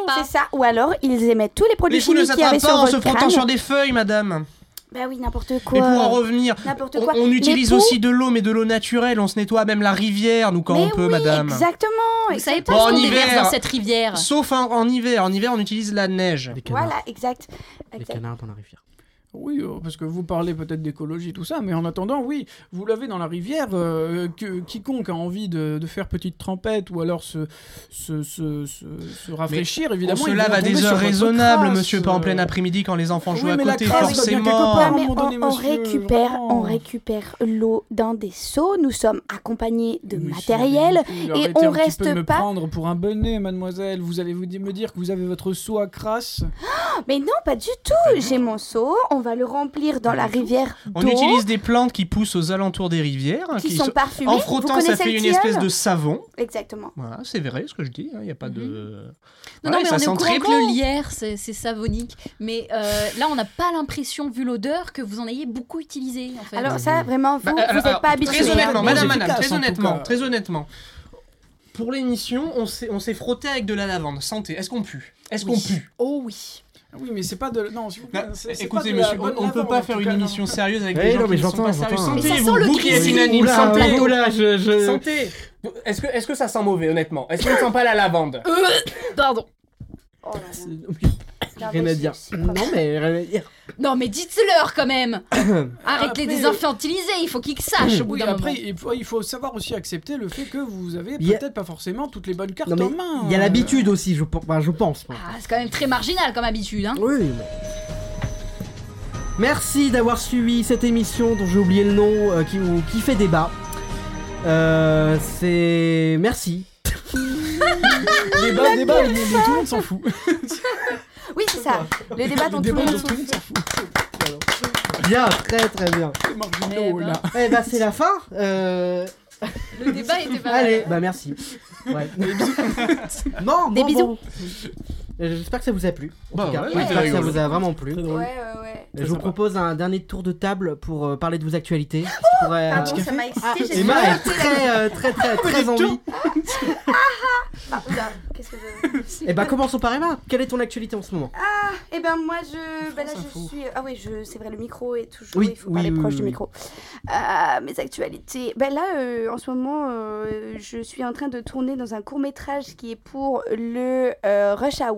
Ah, C'est ça. Ou alors, ils émettent tous les produits
Les poux ne
chimiques qu'il y Ah, avait
s'attrapent pas
sur
en
votre
se frottant
crâne.
sur des feuilles, madame.
Bah oui, n'importe quoi.
Mais pour en revenir,
N'importe
on,
quoi.
on
Les
utilise
poux-
aussi de l'eau, mais de l'eau naturelle. On se nettoie même la rivière, nous, quand
Mais
on peut,
oui,
madame.
Exactement. Vous
savez
pas Bon, ce en qu'on hiver. déverse dans cette
rivière.
Sauf en, en hiver. En hiver, on utilise la neige.
Voilà, exact. Exact.
canards dans la rivière.
Oui, euh, parce que vous parlez peut-être d'écologie, tout ça, mais en attendant, oui, vous l'avez dans la rivière, euh, que quiconque a envie de, de faire petite trempette ou alors se, se, se, se, se rafraîchir, évidemment.
on se
ils
lave
vont
à des
tomber
heures
sur votre
raisonnables,
crasse,
monsieur, pas en pleine
euh,
après-midi quand les enfants
oui,
jouent à
mais la
côté,
crasse doit bien quelque
forcément.
part.
Ah, mais
un
on,
moment donné,
on
monsieur,
récupère, on
oh.
récupère l'eau dans des seaux. Nous sommes accompagnés de matériel
Il
et
aurait été
on
un petit peu de
reste
me
pas.
prendre pour un bonnet, mademoiselle. Vous allez vous di- me dire que vous avez votre seau à crasse.
Mais non, pas du tout. J'ai mon seau. On va le remplir dans la rivière
On
d'eau.
utilise des plantes qui poussent aux alentours des rivières.
Qui sont
se-
parfumées.
En
Vous
frottant, ça
connaissez
fait
le
une
tilleul
espèce de savon.
Exactement.
Voilà, c'est vrai ce que je dis, il n'y a pas de...
Non,
Voilà,
non,
et
mais
ça
on est au
sent très
courant que
bon.
le lierre, c'est c'est savonique. Mais euh, là, on n'a pas l'impression, vu l'odeur, que vous en ayez beaucoup utilisé. En fait.
Alors ça, vraiment, vous,
Ah,
Bah,
vous
alors,
n'êtes pas
alors,
habitué.
Très honnêtement, madame, madame, très
efficace, en tout
honnêtement,
cas.
très honnêtement. Pour l'émission, on s'est on s'est frotté avec de la lavande. Santé, est-ce qu'on pue Est-ce qu'on pue
Oh oui.
Ah Oui, mais c'est pas de. Non, s'il vous plaît, c'est- c'est pas
Bah, Écoutez,
de la
monsieur,
bonne
on ne peut
lavande,
pas
en
faire
tout
une
cas, non.
émission sérieuse avec
Oui,
des gens
non, mais
qui ne sont
j'entends,
pas
j'entends.
sérieux.
Mais
Santé,
ça sent
vous,
le
vous qui êtes
cri.
unanime.
Oula,
Santé,
oula, je- je-
Santé. Est-ce que, est que ça sent mauvais, honnêtement Est-ce qu'on ne sent pas la lavande
Euh,
Pardon.
Rien à dire. Non, mais rien à dire.
Non, mais dites-leur quand même. Arrêtez de les
Après- euh,
infantiliser, il faut qu'ils sachent au bout
Oui,
d'un
après,
moment.
il faut, il faut savoir aussi accepter le fait que vous avez
Il y a-
peut-être pas forcément toutes les bonnes cartes
Non, mais
en main.
il y a l'habitude aussi, je, pense- bah, je pense. moi.
Ah, c'est quand même très marginal comme habitude. Hein.
Oui. Merci d'avoir suivi cette émission dont j'ai oublié le nom, euh, qui, ou- qui fait débat. Euh, c'est. Merci.
Débat, débat, mais tout le monde s'en fout.
Oui, c'est ça. Le débat dont
Le
tout le
débat
monde
dont tout le monde s'en fout.
Bien, très très bien.
Marginaux, là.
Eh bah, c'est la fin. Euh,
Le débat était pas
Allez, bah merci. Ouais. non,
Des
bon,
bisous.
bon. Euh, J'espère que ça vous a plu. En
Bah
tout cas,
ouais,
j'espère
c'était
que ça
rigolo.
vous a vraiment plu.
Ouais, ouais, ouais.
Je vous propose un dernier tour de table pour euh, parler de vos actualités. Ce qui pourrait, euh,
Pardon, ça m'a excité. Ah j'ai
Emma
dû
est
arrêter la-
très, euh, très, très, très envie.
Ah, oula, qu'est-ce que je...
Et bah, commençons par Emma. Quelle est ton actualité en ce moment
Ah, et ben moi je, ben là je suis, ah oui je, c'est vrai le micro est toujours,
Oui,
il faut
oui,
parler
oui,
proche
oui,
du
oui.
micro. Ah, mes actualités, ben là euh, en ce moment euh, je suis en train de tourner dans un court métrage qui est pour le euh, Rush Hour.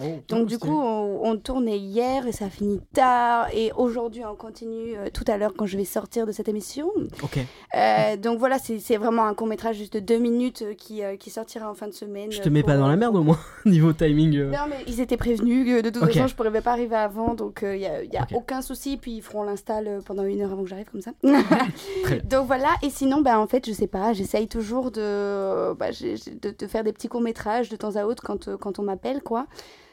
Oh,
Oh,
Donc du coup on, on tournait hier et ça a fini tard et aujourd'hui on continue euh, tout à l'heure quand je vais sortir de cette émission.
Ok.
Euh, donc voilà c'est c'est vraiment un court métrage juste de deux minutes euh, qui, euh, qui sortira en fin de semaine. euh,
Je te mets pas dans la merde au moins, niveau timing. euh.
Non, mais ils étaient prévenus. que De toute
Ok.
façon, je pourrais pas arriver avant, donc il n'y a, y a aucun souci. Puis ils feront l'install euh, pendant une heure avant que j'arrive, comme ça. donc voilà. Et sinon, bah, en fait, je sais pas. J'essaye toujours de, bah, j'ai- j'ai- de, de faire des petits courts métrages de temps à autre quand, euh, quand on m'appelle, quoi.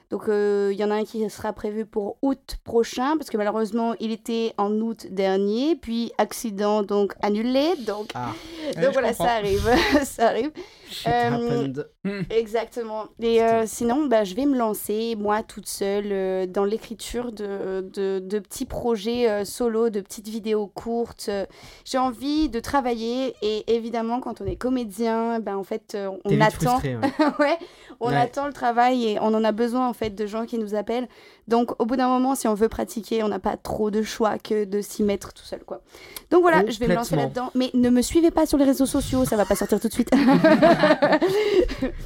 Donc il y en a un qui sera prévu pour août prochain parce que malheureusement il était en août dernier puis accident donc annulé donc
Ah,
donc
Ouais, je
voilà ça
comprends.
arrive ça arrive
Shit
Euh,
happened.
exactement et euh, sinon bah, je vais me lancer moi toute seule euh, dans l'écriture de, de, de petits projets euh, solo de petites vidéos courtes Euh, j'ai envie de travailler et évidemment quand on est comédien ben en fait euh,
T'es
on
vite
attend
frustré,
Ouais, on
Ouais.
attend le travail et on en a besoin en fait de gens qui nous appellent. Donc au bout d'un moment, si on veut pratiquer, on n'a pas trop de choix que de s'y mettre tout seul quoi. Donc voilà, je vais me lancer
Complètement.
là-dedans. Mais ne me suivez pas sur les réseaux sociaux, ça va pas sortir tout de suite.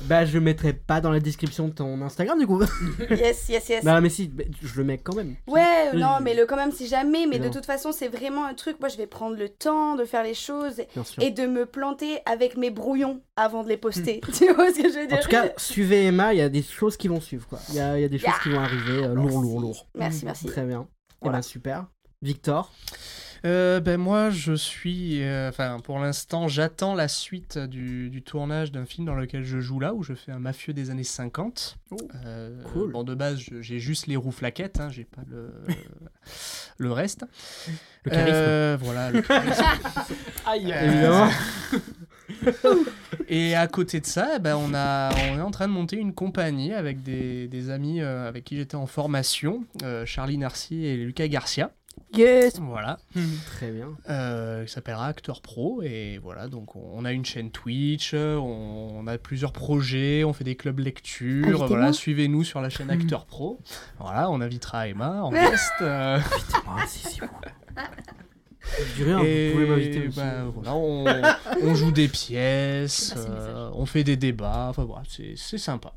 Bah, je mettrai pas dans la description de ton Instagram du coup.
yes, yes, yes.
Non, mais si, bah, je le mets quand même.
Ouais,
Oui.
non, mais le quand même si jamais, mais de
Non.
toute façon, c'est vraiment un truc. Moi, je vais prendre le temps de faire les choses
Bien sûr. Hmm.
et de me planter avec mes brouillons avant de les poster. tu vois ce que je veux dire
En tout cas, suivez Emma, il y a des choses qui vont suivre. quoi. Il y a, il y a des choses qui vont arriver. euh, lourd, lourd, lourd.
Merci, merci.
Très bien. Eh ben, super. Victor
Euh, ben moi, je suis, euh, enfin pour l'instant, j'attends la suite du, du tournage d'un film dans lequel je joue là, où je fais un mafieux des années 50.
Oh.
Euh,
cool.
Bon de base, je- j'ai juste les roues flaquettes, hein, j'ai pas le le reste.
Le charisme.
Euh, voilà. Le charisme.
Aïe.
Évidemment.
Et à côté de ça, ben on, a, on est en train de monter une compagnie avec des, des amis euh, avec qui j'étais en formation, euh, Charlie Narcy et Lucas Garcia.
Yes.
Voilà.
Très bien.
Euh, il s'appellera Acteur Pro et voilà donc on, on a une chaîne Twitch, on, on a plusieurs projets, on fait des clubs lecture,
Invitez-moi.
voilà suivez-nous sur la chaîne
Mhm.
Acteur Pro, voilà on invitera Emma en guest. euh.
dis rien, Ah, vous pouvez m'inviter aussi.
bah, voilà, on, on joue des pièces, euh, on fait des débats, enfin voilà c'est c'est sympa.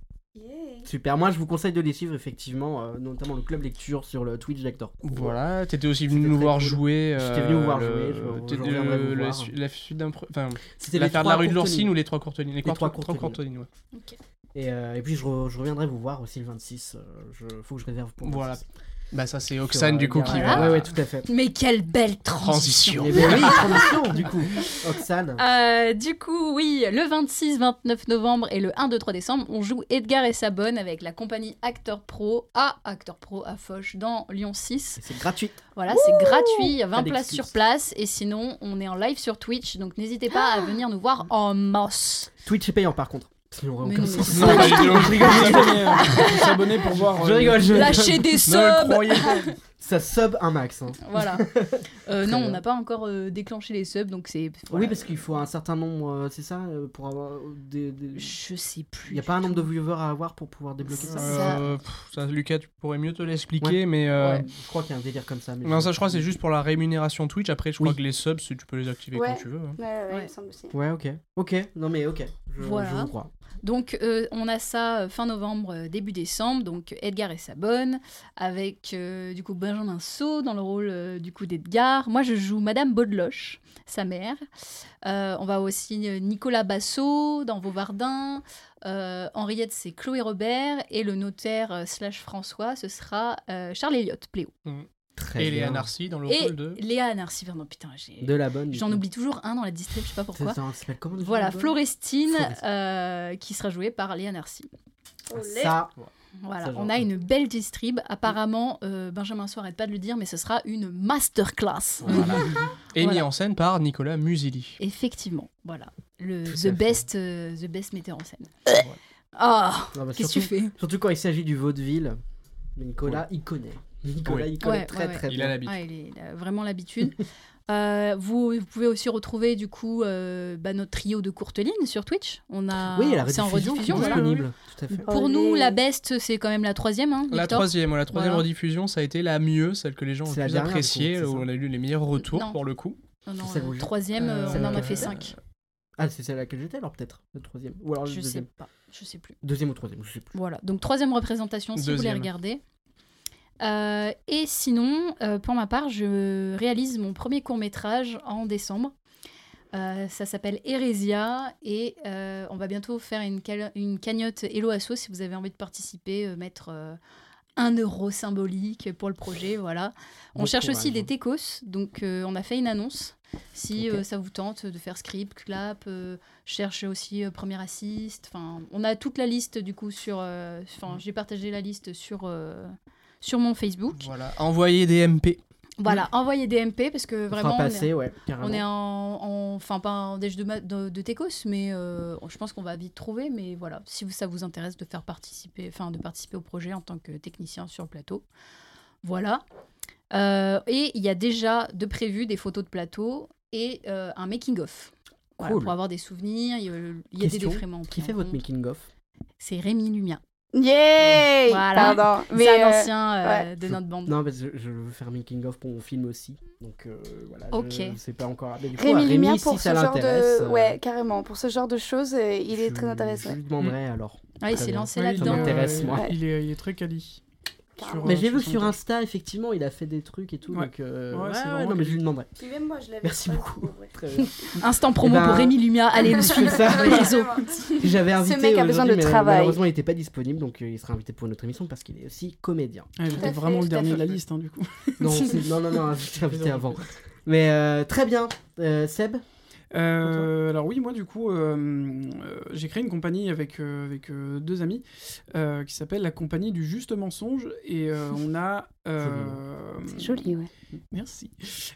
Super. Moi, je vous conseille de les suivre, effectivement, euh, notamment le club lecture sur le Twitch d'Actor.
Voilà, t'étais aussi venu nous voir jouer.
J'étais venu vous voir
euh,
jouer, je-
le-
je
t'étais-
reviendrai vous
le-
voir.
su- La suite d'un. pro- Enfin,
C'était les
l'affaire de la
trois
rue de l'Orsine
courtelines.
ou les trois courtelines Les,
trois
trois courtelines, ouais.
Et, euh, et puis, je, re- je reviendrai vous voir aussi le 26. euh, je, faut que je réserve pour. le
Voilà.
26.
Bah ça c'est
Sur,
Oxane
euh,
du coup qui
Gabriel.
va.
Ouais, ouais, tout à fait.
Mais quelle belle
Transition.
transition.
Eh ben oui, transition, du coup. Oxane.
Euh, du coup, oui, le 26, 29 novembre et le 1, 2, 3 décembre, on joue Edgar et Sabonne avec la compagnie Acteur Pro à Acteur Pro à Foch dans Lyon 6.
C'est gratuit.
Voilà, c'est
Ouh
gratuit, il y a
Pas
20 places
d'excuses.
sur place et sinon, on est en live sur Twitch, donc n'hésitez pas
Ah
à venir nous voir en masse.
Twitch est payant, par contre. Sinon, on aurait
Mais
aucun
non, mais
sens.
c'est Non, ça. mais
dis donc, je rigole, je rigole, euh, s'abonner pour voir,
Je
euh,
rigole, je
Lâchez des Ne le subs. croyez pas.
Ça sub un max. hein.
Voilà. Euh, non,
bien.
on n'a pas encore euh, déclenché les subs, donc c'est...
Oui, parce qu'il faut un certain nombre, euh, c'est ça, euh, pour avoir des,
Je sais plus.
Il n'y a pas un nombre de viewers à avoir pour pouvoir débloquer ça.
Euh, pff, ça, Lucas, tu pourrais mieux te l'expliquer,
Ouais.
mais. euh,
Ouais, je crois qu'il y a un délire comme ça. mais
Non, ça, je crois, c'est juste pour la rémunération Twitch. Après, je crois que les subs, tu peux les activer
Ouais.
quand tu veux. hein.
Ouais, ouais, il me semble aussi.
Ouais, ok. Ok, non mais ok. Je,
Voilà.
je vous crois.
Donc, euh, on a ça euh, fin novembre, euh, début décembre. Donc, Edgar et Sabonne, avec euh, du coup Benjamin Saut dans le rôle euh, du coup d'Edgar. Moi, je joue Madame Baudeloche, sa mère. Euh, on va aussi euh, Nicolas Bassot dans Vauvardin. Euh, Henriette, c'est Chloé Robert. Et le notaire euh, slash François, ce sera euh, Charles Elliott, Pléo.
Et
bien.
Léa Narcy dans le
et
rôle de.
Léa Narcy, pardon, putain, j'ai...
De la bonne. du
J'en
coup.
oublie toujours un dans la distrib, je sais pas
C'est
pourquoi.
ça, elle s'appelle comment déjà,
Voilà,
la bonne
Florestine,
Florestine.
euh, qui sera jouée par Léa Narcy.
Ah,
Oh,
Ça.
Voilà,
Ça,
on
j'en-
a une belle distrib. Apparemment, euh, Benjamin Soir arrête pas de le dire, mais ce sera une masterclass.
Voilà. Et mis
Voilà.
en scène par Nicolas Musili.
Effectivement, voilà. Le,
Tout
the,
à
best, euh, the best metteur en scène. Ah,
Non, bah,
qu'est-ce que tu
surtout-
fais
Surtout quand il s'agit du vaudeville. Nicolas, il connaît. Nicolas, il connaît
Ouais,
très
ouais, ouais.
très bien.
Ouais, Ah, il est- il a vraiment l'habitude. Euh, vous, vous pouvez aussi retrouver du coup euh, bah, notre trio de Courteline sur Twitch. On a,
Oui, la
Euh, c'est en
rediffusion qui est
rediffusion, voilà.
disponible. Tout à fait.
Pour nous, la best, c'est quand même la troisième. hein,
La
Victor
troisième, ouais, la troisième
Voilà.
rediffusion, ça a été la mieux, celle que les gens ont
C'est
le
la
plus
dernière, du coup,
appréciée,
c'est
où
ça.
on a eu les meilleurs retours
Non.
pour le coup.
Non, non,
C'est
euh,
vous-
troisième, euh, on
Celle
en a
que-
fait cinq.
Ah, c'est celle à laquelle j'étais alors, peut-être. Le troisième. Ou alors le
Je sais
deuxième.
pas, je sais plus.
Deuxième ou troisième, je sais plus.
Voilà, donc troisième représentation si vous voulez
Deuxième.
regarder. Euh, et sinon, euh, pour ma part, je réalise mon premier court métrage en décembre. Euh, ça s'appelle Hérésia et euh, on va bientôt faire une, cal- une cagnotte Hello Asso si vous avez envie de participer, euh, mettre euh, un euro symbolique pour le projet. Voilà. On
Bon
cherche aussi
courage.
des techos, donc euh, on a fait une annonce. Si euh, ça vous tente de faire script, clap, euh, cherche aussi euh, premier assist. Enfin, on a toute la liste du coup sur. euh,
Mm.
Enfin, j'ai partagé la liste sur euh, sur mon Facebook.
Voilà. Envoyer des MP.
Voilà, envoyez des MP parce que
fera
vraiment.
passer,
on est,
ouais,
Ah
carrément.
on est en, en- Enfin, pas en déj de, ma- de, de Tecos, mais euh, je pense qu'on va vite trouver. Mais voilà, si vous- ça vous intéresse de faire participer, enfin, de participer au projet en tant que technicien sur le plateau. Voilà. Euh, et il y a déjà de prévu des photos de plateau et euh, un making-of. Voilà,
Cool.
pour avoir des souvenirs, il y a, il y a des
Question,
défraiements.
Qui fait votre making-of
C'est Rémi Lumia.
Yay
Voilà.
Pardon,
C'est
mais,
un
euh,
ancien euh,
ouais.
de notre bande.
Non, parce que je veux faire making of pour mon film aussi. Donc euh, voilà,
Ok.
je sais pas encore. Mais du coup, à
Rémi Lumière pour
si
ce
ça
genre
l'intéresse,
de...
euh,
Ouais, carrément. Pour ce genre de choses, euh, il est très intéressant.
je lui demanderai alors.
Ah, il
Très
s'est
bien.
lancé
Ouais, il
là-dedans.
est-
m'intéresse, moi.
Il est, il est très quali.
Sur,
mais
euh,
j'ai vu
son
sur
compte.
Insta, effectivement, il a fait des trucs et tout.
Ouais.
Donc, euh,
Ouais,
ouais,
c'est
ouais,
vraiment
non, mais je lui
quelque-
demanderai.
Puis même moi, je l'avais
Merci
pas,
beaucoup.
ouais.
Très bien.
Instant promo
Eh ben-
pour Rémi Lumia, allez le suivre
C'est ça.
sur les réseaux.
J'avais
Ce
invité.
mec a besoin de
aujourd'hui, mais
travail.
Malheureusement, il n'était pas disponible, donc euh, il sera invité pour notre émission parce qu'il est aussi comédien.
Ah, j'étais Tout à fait, vraiment le tout à dernier fait. de la liste, hein, du coup.
Non, c'est- non, non, non, j'étais invité avant. Mais euh, très bien, Euh, Seb.
Euh, alors oui, moi du coup, euh, euh, j'ai créé une compagnie avec, euh, avec euh, deux amis euh, qui s'appelle la compagnie du juste mensonge et euh, on a... euh,
C'est joli, ouais.
Merci.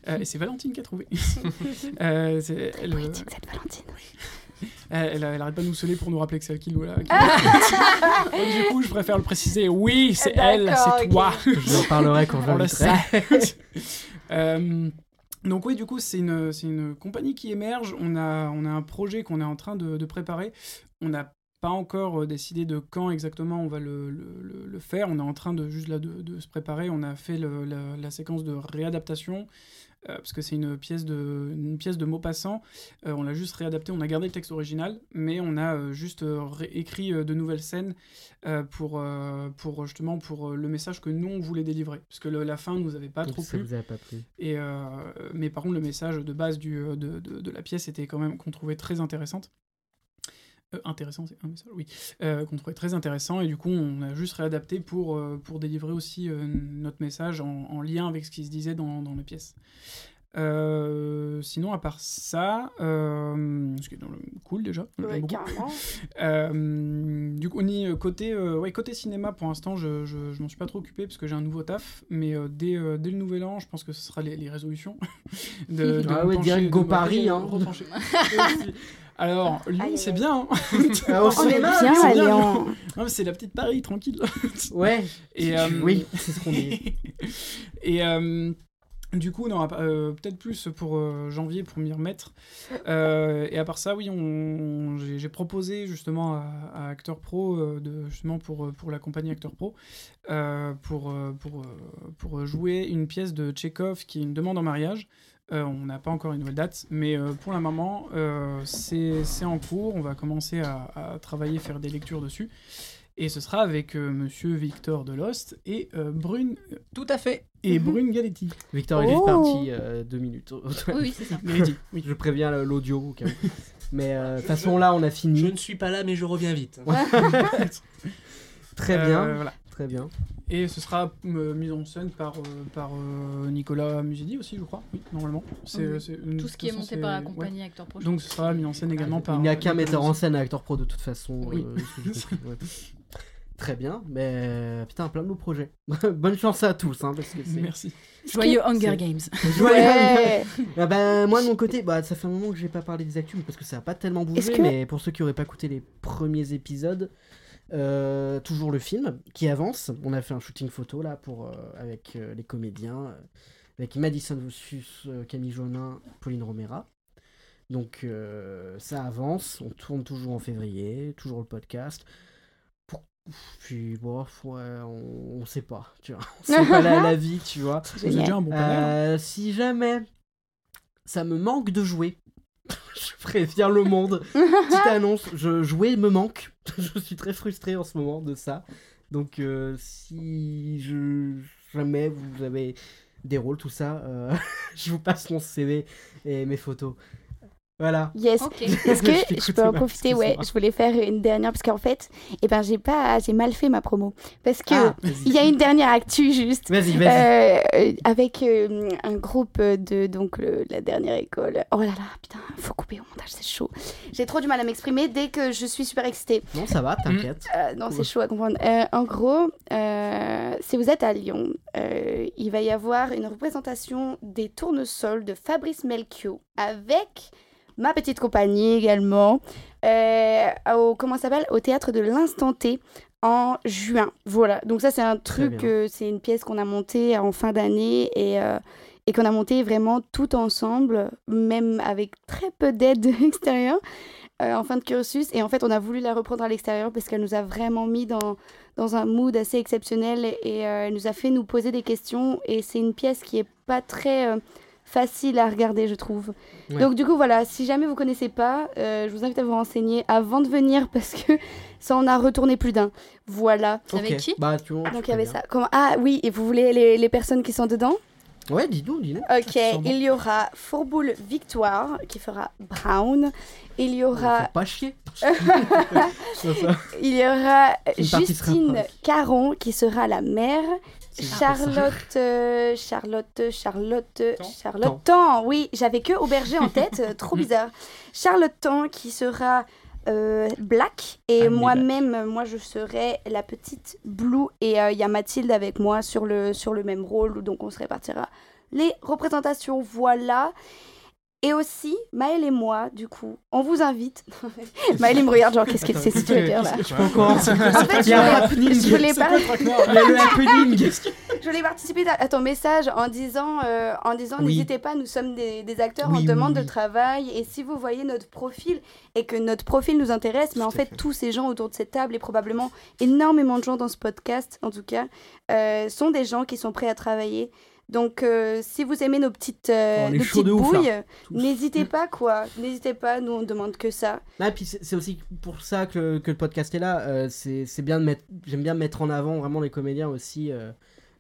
Euh, et c'est Valentine qui a trouvé. Euh, c'est- elle, euh, Eh, elle, elle, elle arrête pas de nous sonner pour nous rappeler que c'est elle qui nous l'a. qui- Donc, du coup, je préfère le préciser. Oui, c'est elle,
D'accord,
c'est
ok.
toi.
Je leur parlerai quand je
On le
l'inviterai.
sait. Euh, donc oui, du coup, c'est une, c'est une compagnie qui émerge. On a, on a un projet qu'on est en train de, de préparer. On n'a pas encore euh, décidé de quand exactement on va le, le- le- le faire. On est en train de juste là de, de se préparer. On a fait le- la, la séquence de réadaptation. euh, parce que c'est une pièce de une pièce de Maupassant, Euh, on l'a juste réadapté, on a gardé le texte original, mais on a euh, juste euh, réécrit euh, de nouvelles scènes euh, pour euh, pour justement pour euh, le message que nous on voulait délivrer, parce que le- la fin nous avait pas
Donc,
trop
ça
plu.
vous avait pas plu.
Et, euh, mais par contre, le message de base du, euh, de, de- de la pièce était quand même qu'on trouvait très intéressante. Euh, intéressant, c'est un message, oui. Euh, qu'on trouvait très intéressant. Et du coup, on a juste réadapté pour, euh, pour délivrer aussi euh, notre message en, en lien avec ce qui se disait dans, dans les pièces. Euh, sinon, à part ça, euh, ce qui est dans le- cool déjà. j'aime
Ouais,
beaucoup.
carrément.
Euh, du coup, on y, euh, côté, euh, ouais, côté cinéma, pour l'instant, je, je, je m'en suis pas trop occupé parce que j'ai un nouveau taf. Mais euh, dès, euh, dès le nouvel an, je pense que ce sera les, les résolutions. de,
Ah
me
ouais,
pencher-
direct Go
de me
Paris,
re-
hein.
repencher. Alors, Lyon, c'est bien. hein.
Ah,
Oh,
on s'en est bien,
c'est
allez,
Lyon.
on-
Non, mais c'est la petite Paris, tranquille.
Ouais.
Et, euh,
Oui, c'est ce qu'on dit.
Et euh, du coup, non, à part- euh, peut-être plus pour euh, janvier pour m'y remettre. Euh, et à part ça, oui, on, on- j'ai j'ai proposé justement à, à Acteur Pro, euh, de, justement pour, euh, pour la compagnie Acteur Pro, euh, pour, euh, pour, euh, pour jouer une pièce de Tchekhov qui est une demande en mariage. Euh, on n'a pas encore une nouvelle date, mais euh, pour la maman, euh, c'est c'est en cours. On va commencer à, à travailler, faire des lectures dessus. Et ce sera avec euh, Monsieur Victor Delost et euh, Brune. Tout à fait. Et Brune Galetti.
Victor est juste
Oh.
parti euh, deux minutes. aux toilettes.
Oui, c'est ça.
Mais il dit, oui.
Je préviens euh, l'audio au cas où. Mais euh, de toute façon, là, on a fini. Je ne
suis pas là, mais je reviens vite.
Très bien.
Euh, voilà.
Très bien.
Et ce sera euh, mis en scène par, euh, par euh, Nicolas Musidi aussi, je crois. Oui, normalement.
Oui. Tout ce qui est monté par la compagnie Acteur Pro,
Proche.
je
Donc
pense.
ce sera mis en scène également par.
Il n'y a qu'un
Nicolas
metteur en
Musidi.
scène à Acteur Pro de toute façon.
Oui.
euh, ce que j'ai compris, ouais. Très bien. Mais euh, putain, plein de beaux projets. Bonne chance à tous. hein, parce que c'est-
Merci.
Joyeux
C'est-
Hunger Games.
Joyeux
Ouais.
Hunger Games. Ah ben, moi, de mon côté, bah, ça fait un moment que j'ai pas parlé des actus parce que ça a pas tellement bougé.
Est-ce que-
Mais pour ceux qui auraient pas écouté les premiers épisodes. euh, toujours le film qui avance. On a fait un shooting photo là pour euh, avec euh, les comédiens, euh, avec Madison Vossus, euh, Camille Jonin, Pauline Romera. Donc euh, ça avance, on tourne toujours en février, toujours le podcast. Pour- Puis bon, ouais, on, on sait pas, tu vois. On sait pas la, la vie, tu vois.
Vous avez déjà un bon
hein.
panel, hein.
Euh, si jamais ça me manque de jouer, je préviens le monde. Petite annonce, je jouer me manque. je suis très frustré en ce moment de ça. Donc euh, si je, jamais vous avez des rôles, tout ça, euh, je vous passe mon CV et mes photos. Voilà.
Yes. Est-ce
Je
que je,
t'écoute,
peux en
Emma,
profiter Ouais,
excuse-moi.
je voulais faire une dernière parce qu'en fait, eh ben j'ai pas, j'ai mal fait ma promo parce que
Ah,
il y a une dernière actu juste.
Vas-y, vas-y.
Euh, euh, avec euh, un groupe de donc le- la dernière école. Oh là là, putain, faut couper au montage, c'est chaud. J'ai trop du mal à m'exprimer dès que je suis super excitée.
Non, ça va, t'inquiète.
Euh, non, c'est chaud à comprendre. Euh, en gros, euh, si vous êtes à Lyon, euh, il va y avoir une représentation des tournesols de Fabrice Melchior avec ma petite compagnie également. euh, au, comment ça s'appelle Au théâtre de l'Instant T en juin. Voilà. Donc, ça, c'est un truc,
bien.
euh, c'est une pièce qu'on a montée euh, en fin d'année et. euh, et qu'on a montée vraiment tout ensemble, même avec très peu d'aide de l'extérieur. Euh, en fin de cursus. Et en fait, on a voulu la reprendre à l'extérieur parce qu'elle nous a vraiment mis dans, dans un mood assez exceptionnel et euh, elle nous a fait nous poser des questions. Et c'est une pièce qui est pas très euh, facile à regarder, je trouve.
Ouais.
Donc du coup, voilà, si jamais vous connaissez pas, euh, je vous invite à vous renseigner avant de venir parce que ça en a retourné plus d'un. Voilà.
Ok. Avec qui Bah, tu vois,
Mm. Donc
tu
il y avait
connais,
ça. Comment- Ah oui, et vous voulez les, les personnes qui sont dedans
Ouais, dis donc, dis donc.
Ok, il y aura Fourboule Victoire qui fera Brown. Il y aura.
Pas chier.
il y aura
Une partie sera
Justine
punk.
Caron qui sera la mère. Charlotte, euh, Charlotte, Charlotte, Charlotte Tan. Oui, j'avais que Auberger en tête, euh, trop bizarre. Charlotte Tan qui sera euh, Black et moi-même, moi je serai la petite Blue et euh, il y a Mathilde avec moi sur le sur le même rôle, donc on se répartira les représentations. Voilà. Et aussi, Maëlle et moi, du coup, on vous invite. Maëlle, il me regarde, genre, qu'est-ce qu'elle
Euh,
sait si tu veux dire là
Je peux encore.
En fait, je
Il y a un
voulais-
happening.
je voulais
C'est
pas-
quoi le traquenard Il y a le happening.
je voulais participer à ton message en disant, euh, en disant,
Oui.
n'hésitez pas, nous sommes des, des acteurs
Oui,
en
oui,
demande
oui.
de travail, et si vous voyez notre profil et que notre profil nous intéresse, mais en fait, tous ces gens autour de cette table et probablement énormément de gens dans ce podcast, en tout cas, euh, sont des gens qui sont prêts à travailler. Donc, euh, si vous aimez nos petites, euh,
Oh, on est
nos
chaud
petites
de ouf, là.
bouilles, n'hésitez pas, quoi. N'hésitez pas, nous on demande que ça.
Ah, puis c'est c'est aussi pour ça que le, que le podcast est là. euh, c'est c'est bien de mettre, j'aime bien mettre en avant vraiment les comédiens aussi. euh,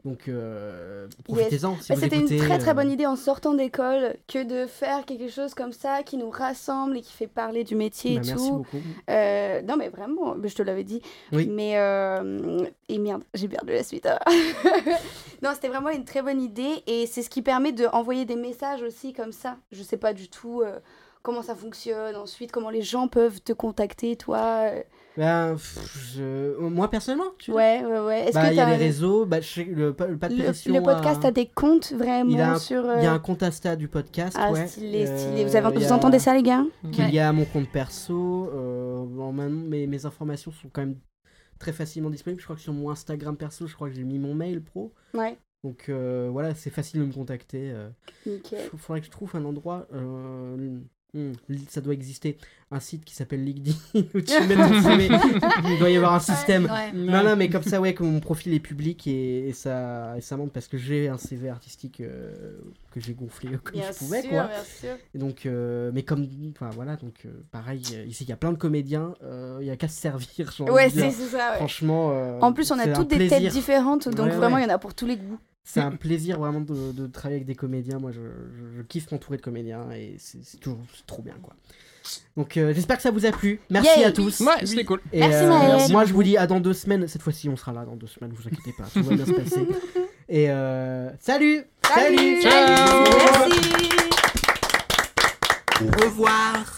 donc euh, profitez-en.
Yes.
si
Bah,
vous
C'était une
écoutez,
très
euh,
très bonne idée en sortant d'école que de faire quelque chose comme ça qui nous rassemble et qui fait parler du métier
Bah,
et
merci
tout.
beaucoup.
Euh, non mais vraiment, mais je te l'avais dit.
Oui.
Mais euh, et merde, j'ai perdu la suite. hein. non, c'était vraiment une très bonne idée et c'est ce qui permet de envoyer des messages aussi comme ça. Je sais pas du tout euh, comment ça fonctionne ensuite, comment les gens peuvent te contacter, toi. euh.
Ben, pff, je- euh, moi personnellement, tu
Ouais, ouais, ouais. Est-ce
Bah,
que
il y a
t'as-
les réseaux, bah, je sais que le, pa- le, pas de
le,
pression
le podcast
a-
a euh, des comptes vraiment
il a un-
sur.
il y a
euh,
un compte Insta du podcast.
Ah,
ouais. Euh,
stylé, stylé. Vous avez- vous entendez ça, les gars
Qu'il
Ouais.
y a mon compte perso. euh, en même- mes, mes informations sont quand même très facilement disponibles. Je crois que sur mon Instagram perso, je crois que j'ai mis mon mail pro.
Ouais.
Donc euh, voilà, c'est facile de me contacter. euh.
Nickel.
F- faudrait que je trouve un endroit. euh, hmm, ça doit exister. Un site qui s'appelle LinkedIn où tu mets ton CV. Il doit y avoir un système.
Ouais.
Non, non, mais comme ça, ouais, que mon profil est public et, et ça, et ça monte parce que j'ai un CV artistique euh, que j'ai gonflé comme
Bien
je pouvais,
sûr,
quoi.
bien sûr.
Et donc, euh, mais comme, enfin voilà, donc euh, pareil, euh, ici il y a plein de comédiens, euh, il y a qu'à se servir. j'ai envie
Ouais,
de dire.
c'est c'est ça. ouais.
Franchement. euh,
en plus, on a
c'est un
toutes des têtes
plaisir.
différentes, donc
Ouais,
vraiment, il
ouais.
y en a pour tous les goûts.
C'est
Mm.
un plaisir vraiment de, de travailler avec des comédiens. Moi, je, je- je kiffe m'entourer de comédiens et c'est c'est toujours c'est trop bien, quoi. Donc, euh, j'espère que ça vous a plu. Merci
Yay.
à tous.
Ouais, c'était cool.
Et,
Merci,
euh,
Maëlle.
Moi, je vous dis à dans deux semaines. Cette fois-ci, on sera là dans deux semaines. Vous inquiétez pas, tout va bien se passer. Et euh, salut,
Salut. Ciao. Merci.
Au revoir.